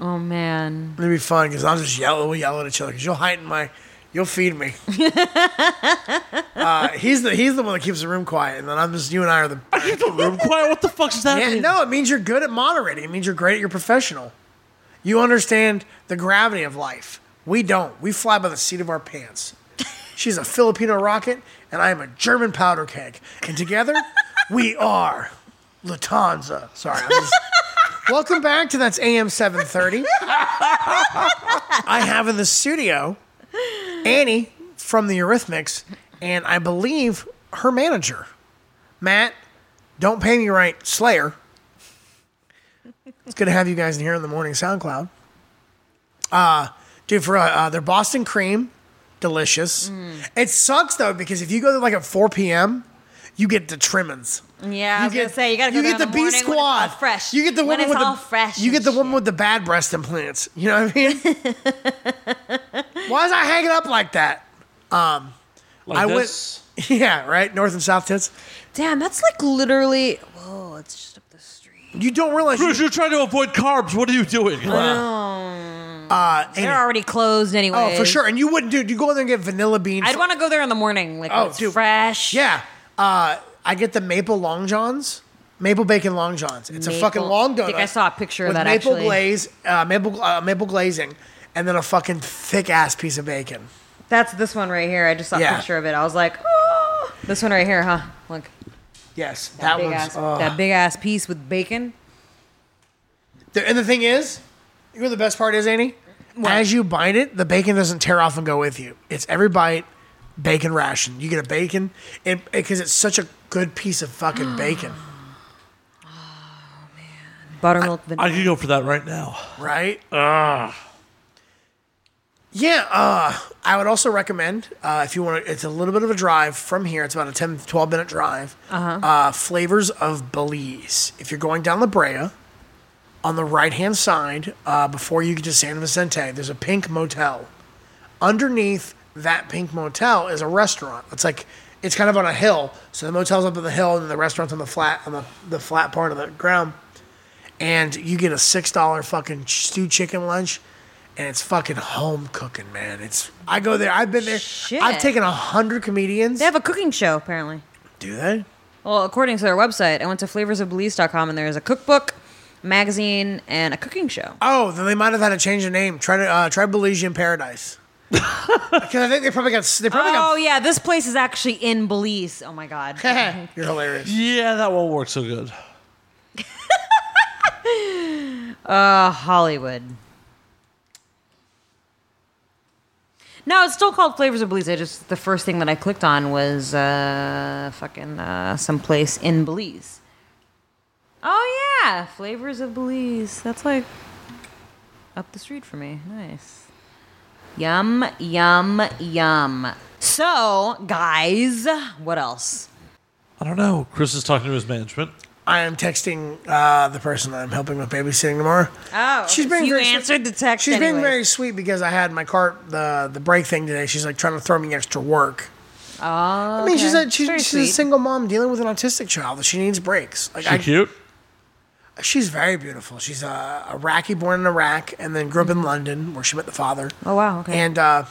Oh man.
It'll be fun because I'll just yell. We'll yell at each other because you'll heighten my, you'll feed me. uh, he's the he's the one that keeps the room quiet, and then I'm just you and I are the.
Keep the room quiet. What the fuck is that?
Yeah,
mean?
no, it means you're good at moderating. It means you're great. You're professional. You understand the gravity of life. We don't. We fly by the seat of our pants. She's a Filipino rocket, and I am a German powder keg, and together we are Lufthansa. Sorry. I'm just... Welcome back to that's AM seven thirty. I have in the studio Annie from the Eurythmics, and I believe her manager, Matt don't Pay Me Right Slayer. It's good to have you guys in here in the morning SoundCloud. Uh, dude, for uh, uh, their Boston cream, delicious.
Mm.
It sucks though because if you go there like at 4 p.m., you get the trimmings.
Yeah, I
you
was gonna say you gotta go there in the, morning when it's all fresh.
You get the
when
woman
it's
with
all
the
fresh.
You
and
get the woman
shit.
with the bad breast implants. You know what I mean? Why is I hanging up like that?
like
I
this.
went. Yeah, right. North and south tits.
Damn, that's like literally. Whoa, it's just up the street.
You don't realize you,
Bruce, you're trying to avoid carbs. What are you doing?
They're already closed anyway.
Oh, for sure. And you wouldn't, dude. You go in there and get vanilla bean.
I'd want to go there in the morning, like
Oh,
oh, it's
dude.
fresh.
yeah. Uh, I get the maple long johns, maple bacon long johns. It's a
Maple-
fucking long donut.
I think I saw a picture of
with
that,
maple
actually.
glaze, uh, maple uh, maple glazing, and then a fucking thick ass piece of bacon.
that's this one right here. I just saw
Yeah.
a picture of it. I was like, oh, this one right here, huh? Look,
Yes, that,
that, big
one's.
ass,
uh,
that big ass piece with bacon.
The- and the thing is, you know what the best part is, Annie? As you bite it, the bacon doesn't tear off and go with you. It's every bite, bacon ration. You get a bacon, and because it's such a good piece of fucking bacon,
Buttermilk vanilla.
I could go for that right now.
right? Ah. Yeah, uh, I would also recommend uh, if you want to, it's a little bit of a drive from here. It's about a 10, 12 minute drive. Uh-huh. Uh, flavors of Belize. If you're going down La Brea, on the right hand side, uh, before you get to San Vicente, there's a pink motel. Underneath that pink motel is a restaurant. It's like it's kind of on a hill, so the motel's up on the hill, and the restaurant's on the flat on the, the flat part of the ground. And you get a six dollar fucking ch- stewed chicken lunch, and it's fucking home cooking, man. It's I go there. I've been there.
Shit.
I've taken a hundred comedians.
they have a cooking show apparently.
Do they?
Well, according to their website, I went to flavorsofbelize.com and there is a cookbook, magazine, and a cooking show.
Oh, then they might have had to change the name. Try to uh, try Belizean Paradise. Because I think they probably got s- they probably
Oh yeah, this place is actually in Belize. Oh my god.
got. You're hilarious.
Yeah, that won't work so good.
Hollywood. No, it's still called Flavors of Belize. I just the first thing that I clicked on was uh, fucking uh, someplace in Belize. Oh yeah, Flavors of Belize. That's like up the street for me. Nice. Yum, yum, yum. So, guys, what else?
I don't know. Chris is talking to his management.
I am texting uh, the person I'm helping with babysitting tomorrow.
Oh,
She's
so
being
you
very sweet.
answered the text.
She's being
anyways.
very sweet because I had my car the the brake thing today. She's like trying to throw me extra work.
Oh,
I mean, she's a
okay.
she's,
Very
she's a
sweet.
single mom dealing with an autistic child. She needs breaks. Like
She
I,
cute.
she's very beautiful. She's a Iraqi born in Iraq and then grew up in London where she met the father.
Oh wow. Okay.
And uh,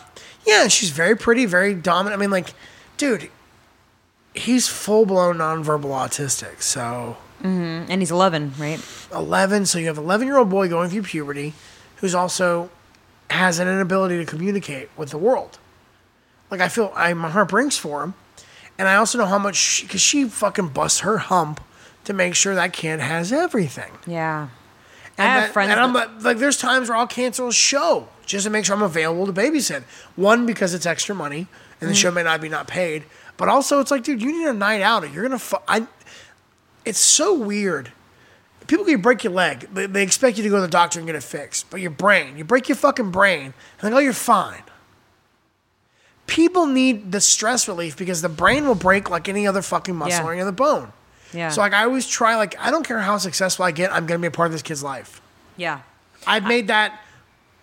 yeah, she's very pretty, very dominant. I mean, like, dude, he's full blown nonverbal autistic. So
Mm, and he's 11, right?
11. So you have 11 year old boy going through puberty who's also has an inability to communicate with the world. Like, I feel I, my heart breaks for him. And I also know how much, because she fucking busts her hump to make sure that kid has everything.
Yeah.
And
I have
that-
friends.
And I'm
that-
like, like, there's times where I'll cancel a show just to make sure I'm available to babysit. One, because it's extra money
Mm-hmm.
and the show may not be not paid. But also, it's like, dude, you need a night out or you're going to. Fu- I, it's so weird. People can break your leg. They, they expect you to go to the doctor and get it fixed. But your brain, you break your fucking brain, and they go, you're fine. People need the stress relief because the brain will break like any other fucking muscle
Yeah.
or any other bone.
Yeah.
So like I always try like I don't care how successful I get, I'm gonna be a part of this kid's life.
Yeah.
I've made that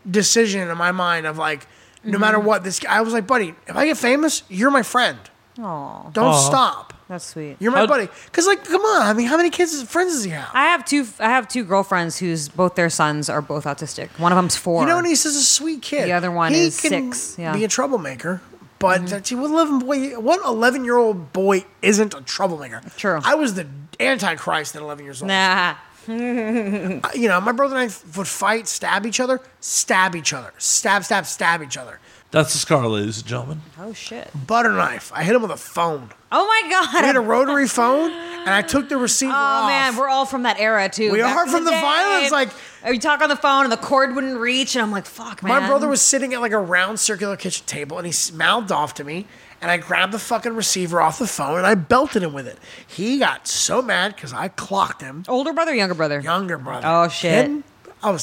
decision in my mind of like, no
Mm-hmm.
matter what, this I was like, buddy, if I get famous, you're my friend.
Oh,
Don't
Aw.
stop.
that's sweet.
You're my
How-
buddy. Cause like, come on. I mean, how many kids friends does he have?
I have two. I have two girlfriends whose both their sons are both autistic. One of them's four.
You know, and he's just a sweet kid.
The other one
he
is
can
six, yeah. Mm-hmm.
Be a troublemaker. But that's- what eleven boy? What eleven year old boy isn't a troublemaker?
True.
I was the antichrist at eleven years old.
nah.
you know, my brother and I would fight, stab each other, stab each other, stab, stab, stab each other.
That's the scar, ladies and gentlemen.
Oh shit.
Butter knife. I hit him with a phone.
Oh my
I had
god.
a rotary phone, and I took the receiver
Oh
off.
man, we're all from that era too.
We
Back
are
in
from the
day,
violence, like-
we talk on the phone and the cord wouldn't reach, and I'm like, fuck, man.
my brother was sitting at like a round circular kitchen table, and he s- mouthed off to me, and I grabbed the fucking receiver off the phone, and I belted him with it. He got so mad because I clocked him.
older brother, younger brother.
Younger brother.
Oh, shit.
Kidding? I was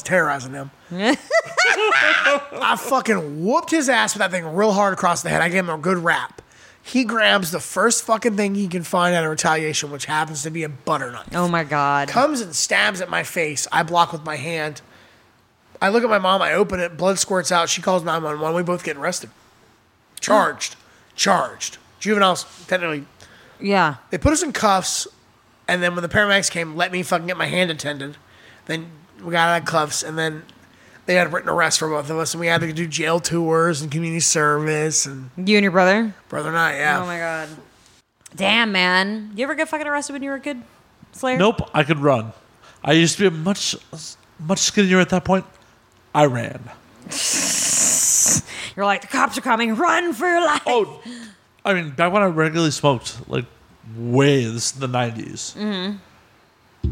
terrorizing him. I fucking whooped his ass with that thing real hard across the head. I gave him a good rap. He grabs the first fucking thing he can find out of retaliation, which happens to be a butter knife.
Oh my god.
Comes and stabs at my face. I block with my hand. I look at my mom. I open it. Blood squirts out. She calls 911. We both get arrested. Charged. Charged. Juveniles, technically.
yeah.
They put us in cuffs. And then when the paramedics came, let me fucking get my hand attended. Then we got out of cuffs. And then they had written arrest for both of us. And we had to do jail tours and community service. And
You and your brother.
brother and I, yeah.
Oh my god. Damn, man. You ever get fucking arrested when you were a kid? Slayer.
Nope, I could run. I used to be much, much skinnier at that point. I ran.
You're like the cops are coming. Run for your life.
Oh, I mean, back when I regularly smoked, like way this the 90s.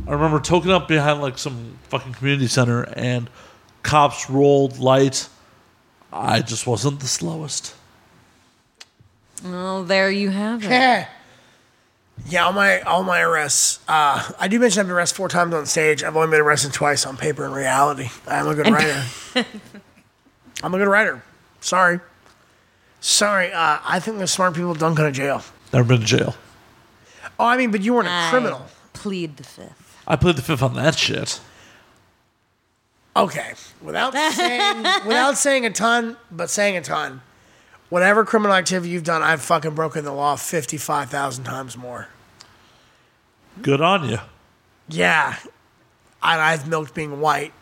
I remember toking up behind like some fucking community center and cops rolled light. I just wasn't the slowest.
Well, there you have it.
Yeah. Yeah, all my all my arrests. Uh, I do mention I've been arrested four times on stage. I've only been arrested twice on paper in reality. I'm a good writer. I'm a good writer. Sorry. Sorry. Uh, I think the smart people don't go to jail.
Never been to jail.
Oh, I mean, but you weren't a criminal.
I plead the fifth.
I played the fifth on that shit.
Okay. Without saying without saying a ton, but saying a ton. Whatever criminal activity you've done, I've fucking broken the law fifty five thousand times more.
Good on you.
Yeah. And I've milked being white.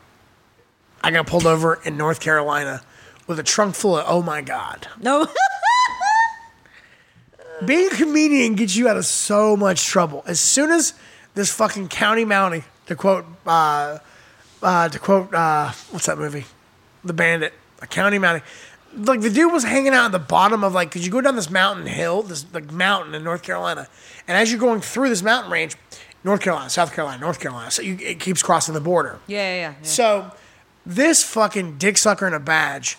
I got pulled over in North Carolina with a trunk full of oh my god.
No.
Being a comedian gets you out of so much trouble. As soon as this fucking county mountie, to quote uh, uh, to quote uh, what's that movie? The Bandit. A county mountie. Like the dude was hanging out at the bottom of like, cause you go down this mountain hill, this like mountain in North Carolina, and as you're going through this mountain range, North Carolina, South Carolina, North Carolina, so you, it keeps crossing the border.
yeah, yeah, yeah. yeah.
So this fucking dick sucker in a badge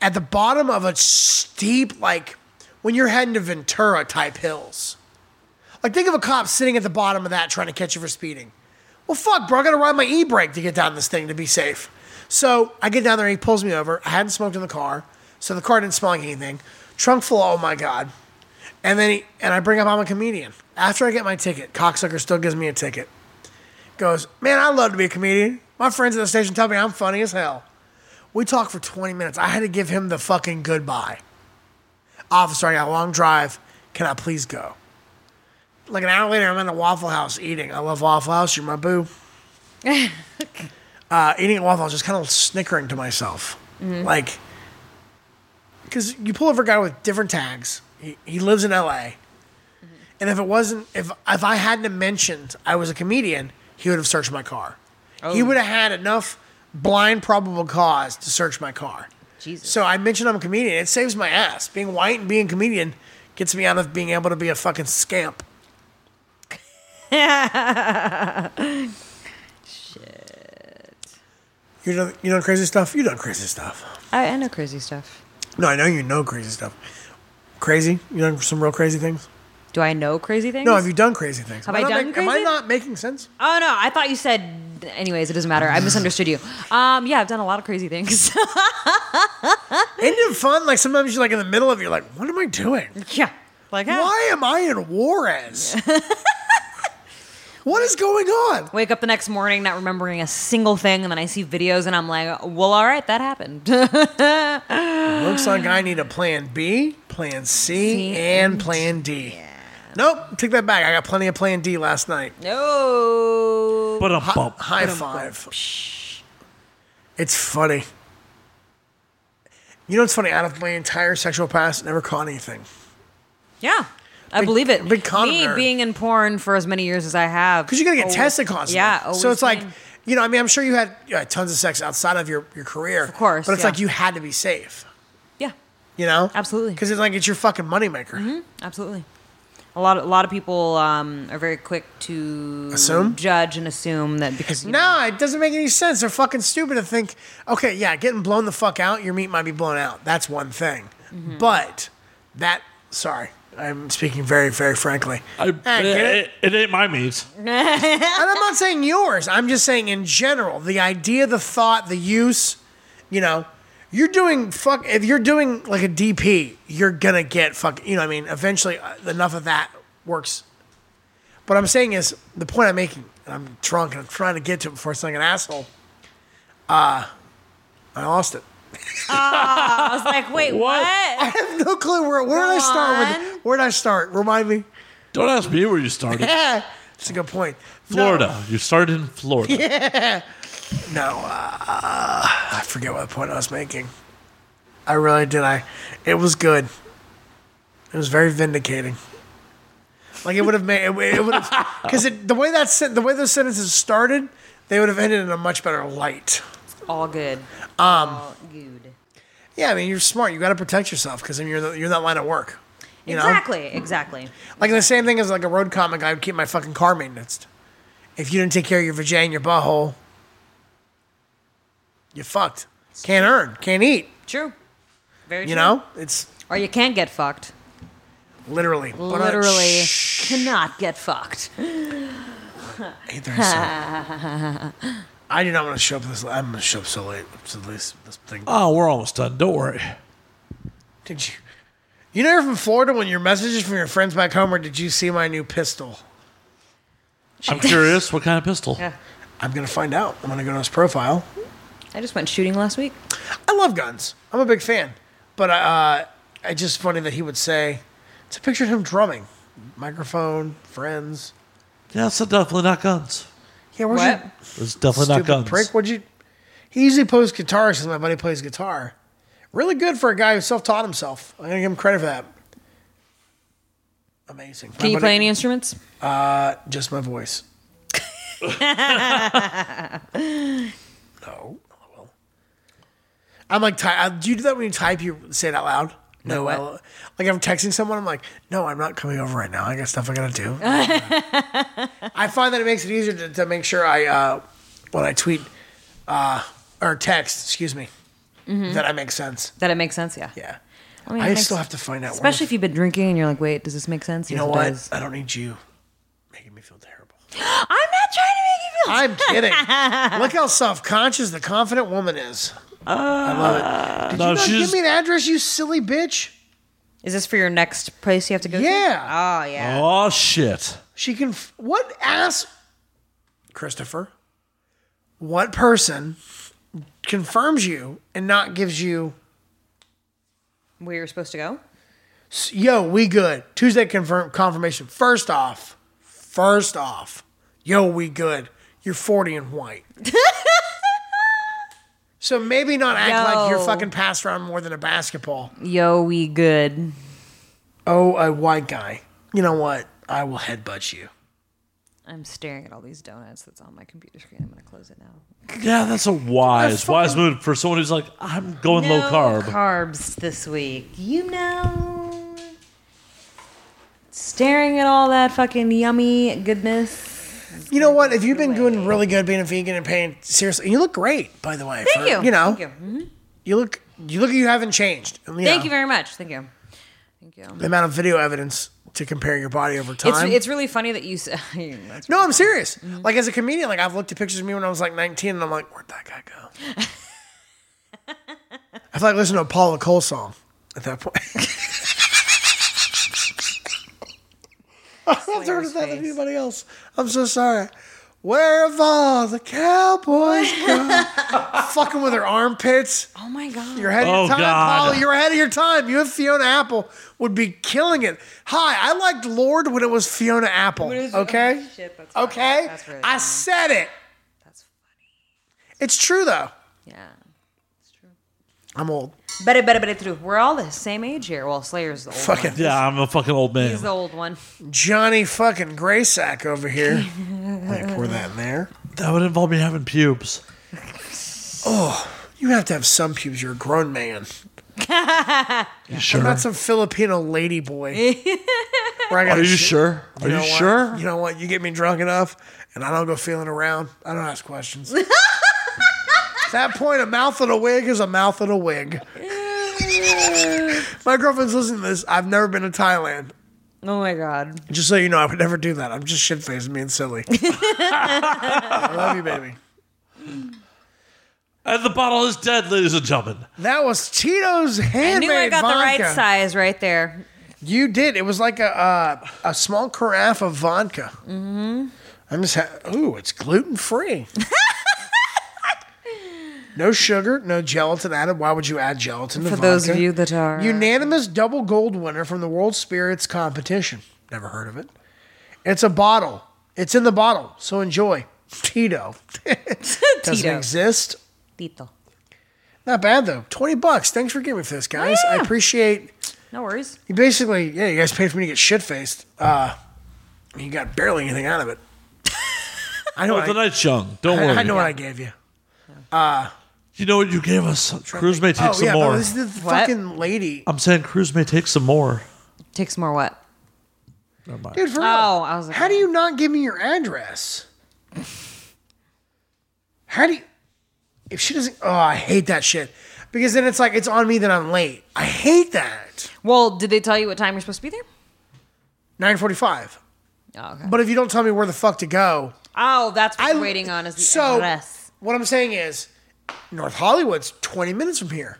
at the bottom of a steep, like when you're heading to Ventura type hills. Like think of a cop sitting at the bottom of that trying to catch you for speeding. Well, fuck, bro, I gotta ride my e-brake to get down this thing to be safe. So I get down there, he pulls me over. I hadn't smoked in the car, so the car didn't smell like anything. Trunk full, of, oh my god. And then he and I bring up I'm a comedian. After I get my ticket, cocksucker still gives me a ticket goes, Man, I love to be a comedian. My friends at the station tell me I'm funny as hell. We talked for 20 minutes. I had to give him the fucking goodbye. Officer, I got a long drive. Can I please go? Like an hour later, I'm in the Waffle House eating. I love Waffle House. You're my boo. uh, eating at Waffle House, just kind of snickering to myself. Like, because you pull over a guy with different tags. He, he lives in LA. And if it wasn't, if if I hadn't mentioned I was a comedian, he would have searched my car. He would have had enough blind probable cause to search my car.
Jesus.
So I mentioned I'm a comedian. It saves my ass. Being white and being a comedian gets me out of being able to be a fucking scamp. Shit. You know, you know crazy stuff. You done crazy stuff.
I, I know crazy stuff.
No, I know you know crazy stuff. Crazy? You done some real crazy things?
Do I know crazy things?
No, have you done crazy things?
Have
Am
I
not
done
make- Am I
crazy-
not making sense?
Oh no, I thought you said. Anyways, it doesn't matter. I misunderstood you. Um, yeah, I've done a lot of crazy things.
Isn't it fun? Like sometimes you're like in the middle of it, you're like, what am I doing?
yeah, like huh?
Why am I in Juarez? What is going on?
Wake up the next morning not remembering a single thing, and then I see videos, and I'm like, well, all right, that happened.
Looks like I need a plan B, plan C, and plan D. Nope, take that back. I got plenty of plan D last night.
no.
But a bump.
High five. It's funny. You know what's funny? Out of my entire sexual past, never caught anything.
Yeah. I
Big-
believe it.
big con
Me
nerd.
being in porn for as many years as I have.
Because you got to get
always-
tested constantly.
Yeah.
So it's like,
always been-
you know, I mean, I'm sure you had you had tons of sex outside of your, your career. Of
course,
But it's
yeah.
like you had to be safe,
yeah,
you know?
Absolutely. Mm-hmm.
Because it's like it's your fucking moneymaker.
absolutely. A lot, a lot of people um, are very quick to
Assume?
judge and assume that because you know,
No, it doesn't make any sense. They're fucking stupid to think, okay, yeah, getting blown the fuck out, your meat might be blown out. That's one thing.
Mm-hmm.
But that, sorry, I'm speaking very, very frankly.
I, it,
get it?
it, it ain't my meat.
And I'm not saying yours. I'm just saying in general, the idea, the thought, the use, you know, you're doing fuck. If you're doing like a DP, you're gonna get fuck. You know, what I mean, eventually uh, enough of that works. What I'm saying is the point I'm making, and I'm drunk and I'm trying to get to it before it's like an asshole. Uh, I lost it.
I was like, wait, what?
I have no clue where. Where did I start
Ron?
with? Where did I start? Remind me.
Don't ask me where you started.
Yeah, it's a good point. No,
Florida. You started in Florida.
No, uh, I forget what point I was making. I really did. I, it was good. It was very vindicating. Like it would have made it, it would have because the way that sen- the way those sentences started, they would have ended in a much better light.
All good. Um, All good.
Yeah, I mean you're smart. You got to protect yourself because I mean, you're the, you're in that line of work. You
exactly, exactly.
know, like the same thing as like a road comic. I would keep my fucking car maintenance. If you didn't take care of your vagina, and your butthole, you fucked. Can't earn, can't eat.
True. Very true.
You know, it's
or you can get fucked.
Literally. But, uh,
Literally,
shh,
cannot get fucked.
ain't there some- I do not want to show up this. I'm gonna show up so late. So this this thing.
Oh, we're almost done. Don't worry.
Did you? You know you're from Florida when your messages from your friends back home, or did you see my new pistol?
I'm curious what kind of pistol.
Yeah.
I'm gonna find out. I'm gonna go to his profile.
I just went shooting last week.
I love guns. I'm a big fan. But uh, it's just funny that he would say, "It's a picture of him drumming, microphone, friends."
Yeah, it's definitely not guns.
Yeah, where's
What?
your
It's definitely
Stupid
not guns.
prick. What'd you? He usually plays guitar since my buddy plays guitar. Really good for a guy who self-taught himself. I'm gonna give him credit for that. Amazing.
Can you play any instruments?
Just my voice. no. LOL. I'm like, ty- I- do you do that when you type? You say it out loud. No,
what?
LOL. like I'm texting someone. I'm like, no, I'm not coming over right now. I got stuff I gotta do. I find that it makes it easier to, to make sure I, uh, when I tweet uh, or text, excuse me, that I make sense.
That it makes sense, Mm-hmm. yeah.
Yeah,
I
I,
mean, it makes-
still have to find out. where the
Especially if you've been drinking and you're like, wait, does this make sense?
You
Yes,
know
it
what?
does.
I don't need you making me feel terrible.
I'm not trying
I'm kidding. Look how self conscious the confident woman is.
no,
Don't
Oh, she's
give me an address, you silly bitch.
to. Is this for your next place you have to go to?
Yeah.
Oh, yeah.
Oh shit.
She can. F- what ass. Christopher. What person confirms you and not gives you,
Where you're supposed to go?
yo, we good. Tuesday confirm confirmation. First off, first off, yo, we good. You're 40 and white. so maybe not act like you're
Yo.
fucking passed around more than a basketball.
Yo, we good.
oh, a white guy. You know what? I will headbutt you.
I'm staring at all these donuts that's on my computer screen. I'm going to close it now.
Yeah, that's a wise, wise move for someone who's like, I'm going low carb.
carbs this week. You know. Staring at all that fucking yummy goodness.
You know what? If you've been doing really good being a vegan and paying seriously, you look great, by the way.
Thank
for-
you.
You know,
Thank you.
you look you look you haven't changed. And,
Thank
know,
you very much. Thank you. Thank you.
the amount of video evidence to compare your body over
It's,
time.
it's really funny that you said. that's
no, I'm serious. Like as a comedian, like I've looked at pictures of me when I was like 19, and I'm like, where'd that guy go? I feel like listening to a Paula Cole song at that point. I've heard of that
face.
than anybody else. I'm so sorry. Where have all the cowboys gone? Fucking with her armpits.
Oh my god.
You're ahead of
Oh,
your time,
God.
Paula. You're ahead of your time. You and Fiona Apple would be killing it. Hi, I liked Lord when it was Fiona Apple. Okay?
oh, Shit, that's funny.
okay?
That's really
I
funny.
said it.
That's funny.
It's true, though.
Yeah. It's true.
I'm old.
But it, but it, but it, true. We're all the same age here. Well, Slayer's the old
Fucking
one.
Yeah, I'm a fucking old man.
He's the old one.
Johnny fucking Graysack over here. Let me pour that in there.
that would involve me having pubes.
You have to have some pubes. You're a grown man.
You sure?
Not some Filipino lady boy. Where I gotta
Are you
shit.
sure? Are you,
know what?
sure?
You know what? You get me drunk enough, and I don't go feeling around. I don't ask questions. At that point, a mouth of a wig is a mouth of a wig. My girlfriend's listening to this. I've never been to Thailand.
Oh my god.
Just so you know, I would never do that. I'm just shit faced and being silly. I love you, baby.
And the bottle is dead, ladies and gentlemen.
That was Tito's handmade
I knew I got
vodka.
the right size right there.
You did. It was like a uh, a small carafe of vodka. Mm-hmm. I'm just ha- ooh, it's gluten free. no sugar, no gelatin added. Why would you add gelatin to
For
vodka?
those of you that are
unanimous double gold winner from the World Spirits competition. Never heard of it. It's a bottle. It's in the bottle. So enjoy. Tito doesn't
Tito.
exist.
Tito.
Not bad though. Twenty bucks. Thanks for giving me this, guys.
Oh,
I appreciate.
No worries.
You basically, yeah, you guys paid for me to get shit faced. Uh, you got barely anything out of it. I know.
But
what
the
I,
night's young. Don't worry.
I, I know what I gave you.
You know what you gave us? Cruise may take
Oh
some
yeah,
more.
no, this is the
What?
fucking lady,
I'm saying Cruise may take some more.
Take some more what?
Never mind.
dude. For real,
Oh, I was like-
how do you not give me your address? How do you? If she doesn't, oh, I hate that shit. Because then it's like it's on me that I'm late. I hate that.
Well, did they tell you what time you're supposed to be there?
Nine forty-five.
Oh, okay.
But if you don't tell me where the fuck to go,
oh that's what
I-
I'm waiting on is the
so
address.
what I'm saying is, North Hollywood's twenty minutes from here.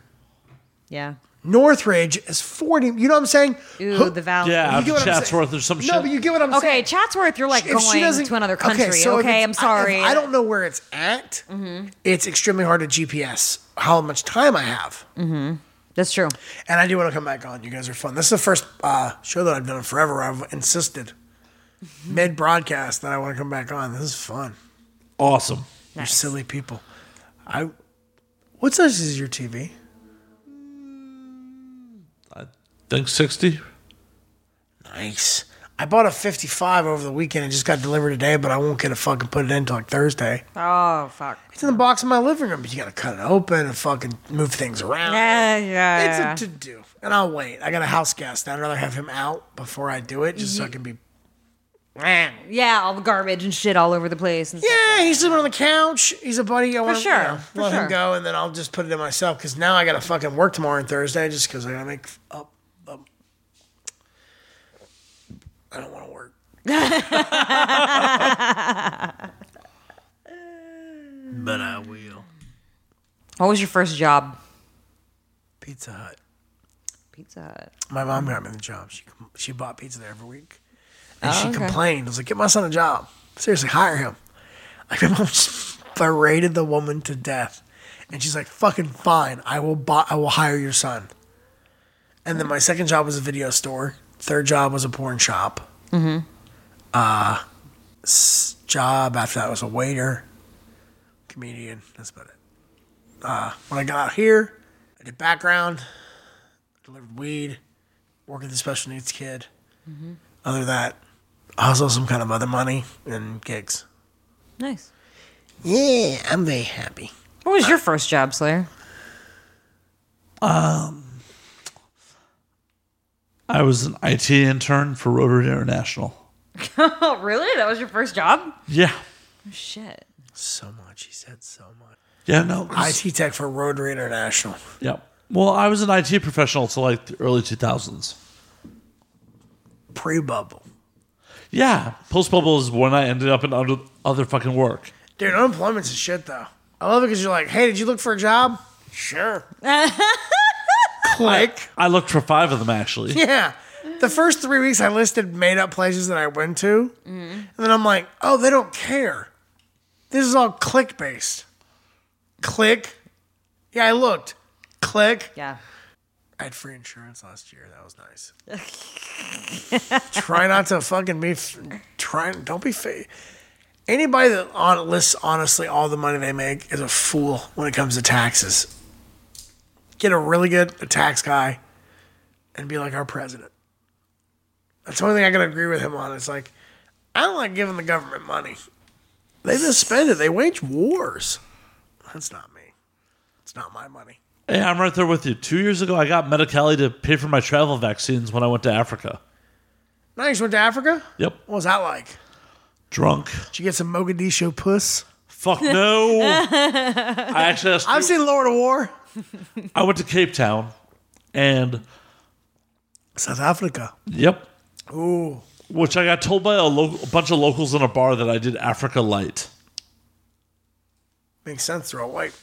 Yeah.
Northridge is 40. You know what I'm saying?
Ooh,
Who-
the valley.
Yeah,
get what I'm saying?
Chatsworth or some shit.
No, but you get what I'm
Okay,
saying.
Chatsworth, you're like
If
going
she doesn't-
to another country. Okay,
so if it's-
I'm sorry. Mm-hmm.
I, if I don't know where it's at. It's extremely hard to GPS how much time I have.
That's true.
And I do want to come back on. You guys are fun. This is the first uh, show that I've done in forever. where I've insisted
Mm-hmm.
mid broadcast that I want to come back on. This is fun.
awesome.
You're silly people. I. What size is your TV?
Think 60?
Nice. I bought a 55 over the weekend and just got delivered today, but I won't get to fucking put it in until like Thursday.
Oh fuck.
It's in the box in my living room, but you gotta cut it open and fucking move things around.
Yeah, yeah.
It's a to do. And I'll wait. I got a house guest. I'd rather have him out before I do it just so I can be.
yeah, all the garbage and shit all over the place. And stuff.
Yeah, he's living on the couch. He's a buddy. I want
sure,
you know,
for
let
sure.
him go, and then I'll just put it in myself because now I gotta fucking work tomorrow and Thursday just because I gotta make up. up. I don't wanna work. but I will.
What was your first job?
Pizza Hut.
Pizza Hut.
My mom got me the job. She she bought pizza there every week, and she complained. I was like, "Get my son a job. Seriously, hire him." Like my mom just berated the woman to death, and she's like, "Fucking fine. I will buy. I will hire your son." And then my second job was a video store. Third job was a porn shop. Mm-hmm. Uh, s- job after that was a waiter, comedian. That's about it. Uh, when I got out here, I did background delivered weed, worked with a special needs kid. Other than that, hustle some kind of other money and gigs.
Nice.
Yeah, I'm very happy.
What was your first job, Slayer?
I was an IT intern for Rotary International.
Oh, really? That was your first job?
Yeah.
Oh, Shit.
So much. He said so much.
Yeah, no. 'cause-
IT tech for Rotary International.
yeah. Well, I was an IT professional till like the early 2000s.
Pre bubble.
Yeah. Post bubble is when I ended up in under, other fucking work.
Dude, unemployment's a shit, though. I love it because you're like, hey, did you look for a job? Sure. Click.
I looked for five of them actually.
Yeah. the first three weeks I listed made up places that I went to, and then I'm like, oh, they don't care. This is all click based. Click. Yeah, I looked. Click.
Yeah.
I had free insurance last year. That was nice. try not to fucking be. F- try. Don't be fake. Anybody that on, lists honestly all the money they make is a fool when it comes to taxes. Get a really good tax guy, and be like our president. That's the only thing I can agree with him on. It's like I don't like giving the government money. They just spend it. They wage wars. That's not me. It's not my money.
Hey, I'm right there with you. Two years ago, I got Medi-Cali to pay for my travel vaccines when I went to Africa.
Nice. Went to Africa.
Yep.
What was that like?
Drunk.
Did you get some Mogadishu puss?
Fuck no. I actually asked
I've seen Lord of War.
I went to Cape Town, and
South Africa.
yep,
Ooh.
which I got told by a, lo- a bunch of locals in a bar that I did Africa light.
Makes sense. They're all white.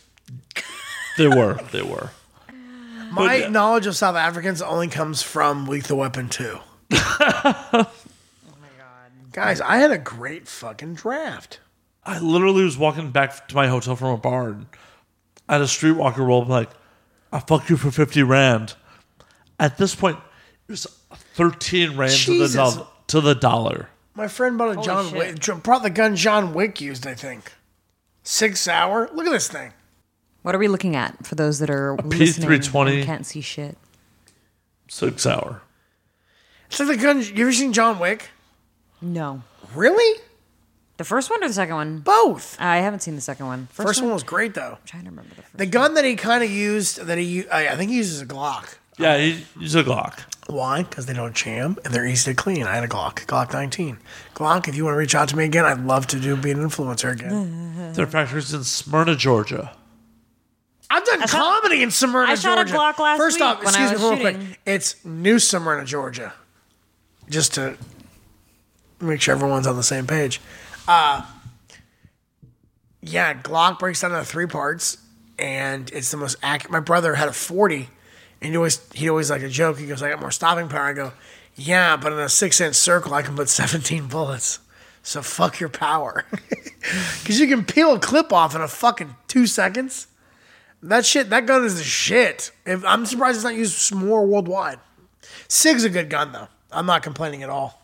They were, they were.
My
But-
knowledge of South Africans only comes from Lethal Weapon 2. oh my God. Guys, I had a great fucking draft.
I literally was walking back to my hotel from a bar, and I had a streetwalker roll up like, "I fuck you for fifty rand." At this point, it was thirteen rand to the,
Jesus.
doll- to the dollar.
My friend bought a John
shit.
Wick, dr- brought the gun John Wick used, I think. Six hour. Look at this thing.
What are we looking at for those that are
P320.
listening and Can't see shit.
Six hour.
It's like the gun. You ever seen John Wick?
No.
Really?
The first one or the second one?
Both.
I haven't seen the second one. First,
First
one.
one was great though.
I'm trying to remember the first.
The gun that he kind of used, that he, u- I I think he uses a Glock.
Yeah, he, he's a Glock.
Why? Because they don't jam and they're easy to clean. I had a Glock, Glock 19. Glock, if you want to reach out to me again, I'd love to do be an influencer again.
Their factory's in Smyrna, Georgia.
I've done comedy in Smyrna,
I shot a
Georgia.
Glock last
First
week
off,
when
excuse
I
me
was
real quick.
shooting.
It's New Smyrna, Georgia. Just to make sure everyone's on the same page. Uh, yeah, Glock breaks down into three parts, and it's the most accurate. My brother had a 40, and he always he always like a joke. He goes, "I got more stopping power." I go, "Yeah, but in a six inch circle, I can put 17 bullets." So fuck your power, because you can peel a clip off in a fucking two seconds. That shit, that gun is the shit. If, I'm surprised it's not used more worldwide. Sig's a good gun though. I'm not complaining at all.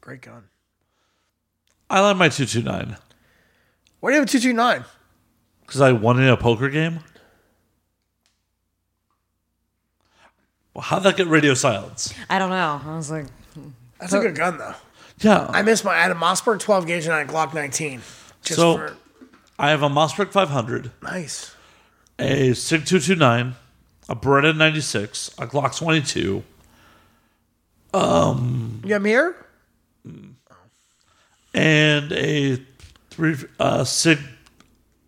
Great gun.
I like my two two nine
Why do you have a 229?
because I won in a poker game. Well, how'd that get radio silence?
one. I don't know. I was like,
That's a good gun, though.
Yeah,
I missed my I had a Mossberg 12 gauge and I had a Glock 19. Just
So-
for
I have a Mossberg 500,
nice.
a Sig 229, a Beretta 96, a Glock 22,
You got mirror?
and a three uh, Sig.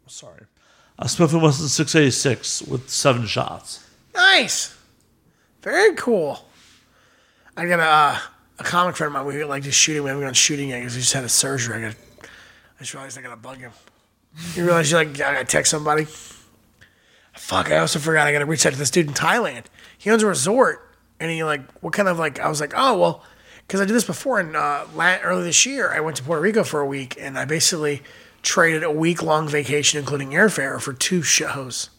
Sorry, a Smith and Wesson 686 with seven shots.
Nice. Very cool. I got a, uh, a comic friend of mine. We like to shooting. We haven't gone shooting yet because we just had a surgery. I got. I just realized I gotta bug him. You realize you're like, I gotta text somebody. Fuck! I also forgot I gotta reach out to this dude in Thailand. He owns a resort, and he like, what kind of like? I was like, oh well, because I did this before in uh, la early this year. I went to Puerto Rico for a week, and I basically traded a week long vacation, including airfare, for two shows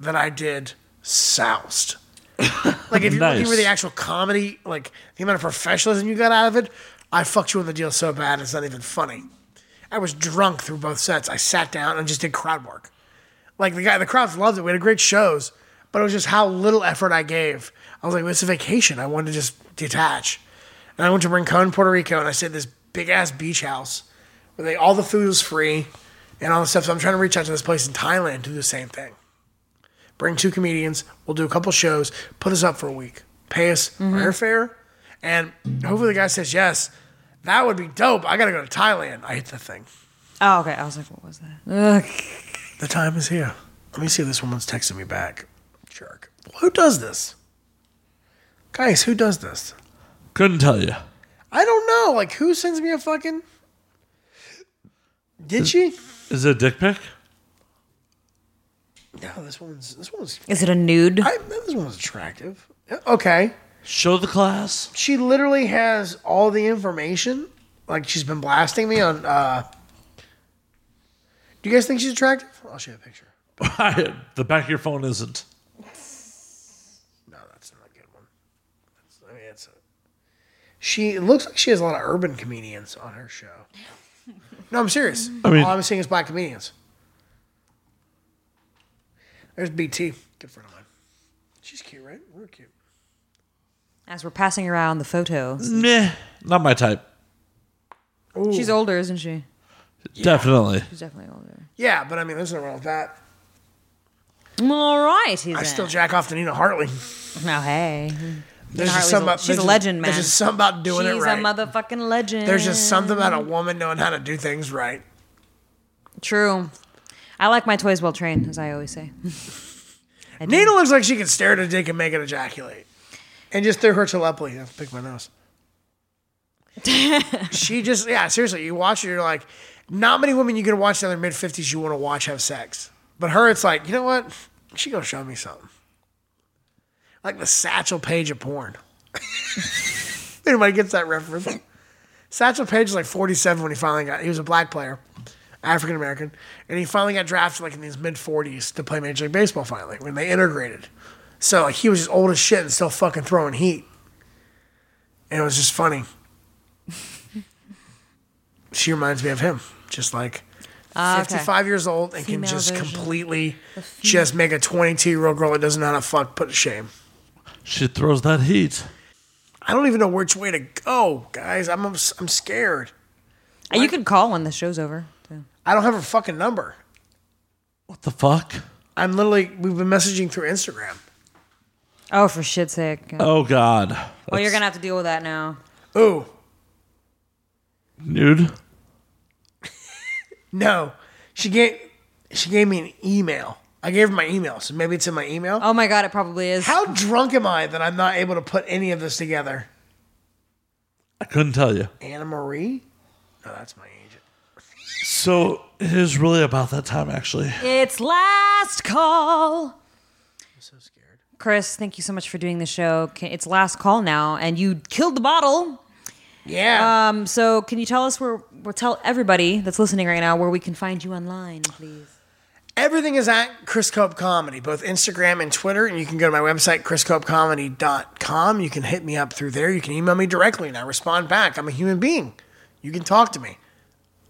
that I did soused. like if you're looking
Nice.
for the actual comedy, like the amount of professionalism you got out of it, I fucked you in the deal so bad it's not even funny. I was drunk through both sets. I sat down and just did crowd work. Like the guy, the crowds loved it. We had great shows, but it was just how little effort I gave. I was like, well, it's a vacation. I wanted to just detach. And I went to Rincon, Puerto Rico, and I stayed at this big ass beach house where they all the food was free and all the stuff. So I'm trying to reach out to this place in Thailand to do the same thing. Bring two comedians. We'll do a couple shows. Put us up for a week. Pay us our airfare, and hopefully the guy says yes. That would be dope. I gotta go to Thailand. I hit the thing.
oh, okay. I was like, what was that? Ugh.
The time is here. Let me see if this woman's texting me back. Jerk. Who does this? Guys, who does this?
Couldn't tell you.
I don't know. Like, who sends me a fucking. Did she?
Is it a dick pic?
No, this woman's. This woman's.
Is it a nude?
I, this woman's attractive. Okay.
Show the class.
She literally has all the information. Like she's been blasting me on. uh Do you guys think she's attractive? I'll show you a picture.
the back of your phone isn't.
No, that's not a good one. That's, I mean, it's. A, she it looks like she has a lot of urban comedians on her show. No, I'm serious.
I mean-
all I'm seeing is black comedians. There's BT, good friend of mine. She's cute, right? We're cute.
As we're passing around the photo,
Meh, not my type.
she's older, isn't she?
Definitely.
She's definitely older.
Yeah, but I mean, there's nothing wrong with that.
All right, he's
I still jack off to Nina Hartley.
now. Hey,
There's
Hartley's
just something
a-
about,
she's
there's
a
just-
legend, man.
There's just something about doing
she's
it right.
a motherfucking legend.
there's just something about a woman knowing how to do things right.
true. I like my toys well trained, as I always say. I do.
Nina looks like she could stare at a dick and make it ejaculate. And just through her telepathy, I have to pick my nose. she just, yeah, seriously, you watch it, you're like, not many women you can watch in their mid 50s you want to watch have sex. But her, it's like, you know what? She gonna show me something. Like the Satchel Page of porn. Anybody gets that reference? Satchel Page was like 47 when he finally got, he was a black player. African American, and he finally got drafted like in his mid 40s to play Major League Baseball finally when they integrated. So like he was just old as shit and still fucking throwing heat, and it was just funny. she reminds me of him, just like
Ah, okay.
55 years old and
Female
can just
version.
completely just make a 22 year old girl that doesn't know how to fuck put to shame.
She throws that heat.
I don't even know which way to go, guys. I'm I'm scared.
Uh, You can call when the show's over. too.
I don't have her fucking number.
What the fuck?
I'm literally we've been messaging through Instagram.
Oh, for shit's sake.
Oh god.
well, you're
That's
gonna have to deal with that now.
Ooh,
nude.
No, she gave she gave me an email. I gave her my email, so maybe it's in my email.
Oh my god, it probably is.
How drunk am I that I'm not able to put any of this together?
I couldn't tell you.
Anna Marie? No, that's my agent.
So it is really about that time, actually.
It's last call. I'm so scared. Chris, thank you so much for doing the show. Ca- It's last call now, and you killed the bottle.
Yeah.
Um, so can you tell us where? Well, tell everybody that's listening right now where we can find you online, please.
Everything is at Chris Cope Comedy, both Instagram and Twitter. And you can go to my website, chriscopecomedy.com. You can hit me up through there. You can email me directly, and I respond back. I'm a human being. You can talk to me.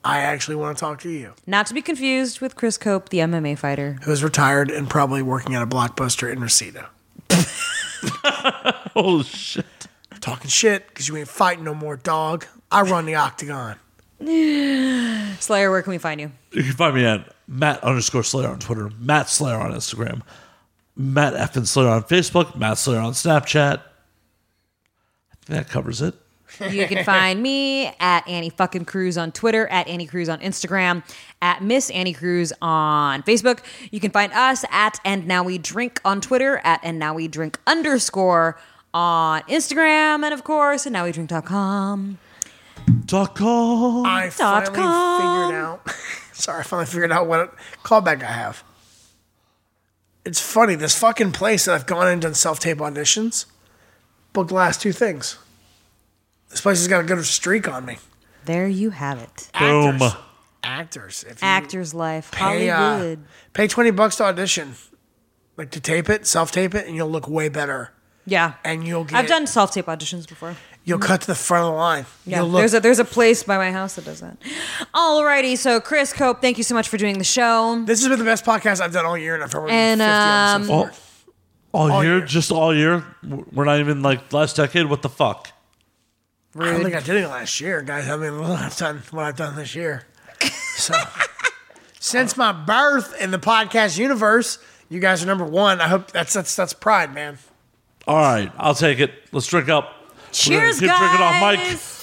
I actually want to talk to you.
Not to be confused with Chris Cope, the MMA fighter.
Who's retired and probably working at a blockbuster in Reseda.
Oh shit.
talking shit because you ain't fighting no more, dog. I run the octagon.
Slayer, where can we find you?
You can find me at Matt underscore Slayer on Twitter, Matt Slayer on Instagram, Matt F and Slayer on Facebook, Matt Slayer on Snapchat. I think that covers it.
You can find me at Annie fucking Cruz on Twitter, at Annie Cruz on Instagram, at Miss Annie Cruz on Facebook. You can find us at And Now We Drink on Twitter, at And Now We Drink underscore on Instagram, and of course, and now we drink.com.
Dot com.
I
Dot
finally
com.
figured out. sorry, I finally figured out what callback I have. It's funny this fucking place that I've gone and done self tape auditions. Booked the last two things. This place has got a good streak on me.
There you have it.
Boom.
Actors. Actors. If you
Actor's life,
pay, uh,
Hollywood.
pay twenty bucks to audition, like to tape it, self tape it, and you'll look way better.
yeah.
And you'll get.
I've done self tape auditions before.
You'll cut to the front of the line.
Mm. Yeah,
You'll look
there's a there's a place by my house that does that. Alrighty, so Chris Cope, thank you so much for doing the show.
This has been the best podcast I've done all year, and I've probably
And,
done 50 of them so
All,
far.
all, year,
year.
just all year. We're not even like last decade. What the fuck?
I don't think I did it last year, guys. I mean, look, I've done what I've done this year. So, since my birth in the podcast universe, you guys are number one. I hope that's that's that's pride, man.
All right, I'll take it. Let's drink up. We're gonna
Cheers,
keep drinking off mic.
guys.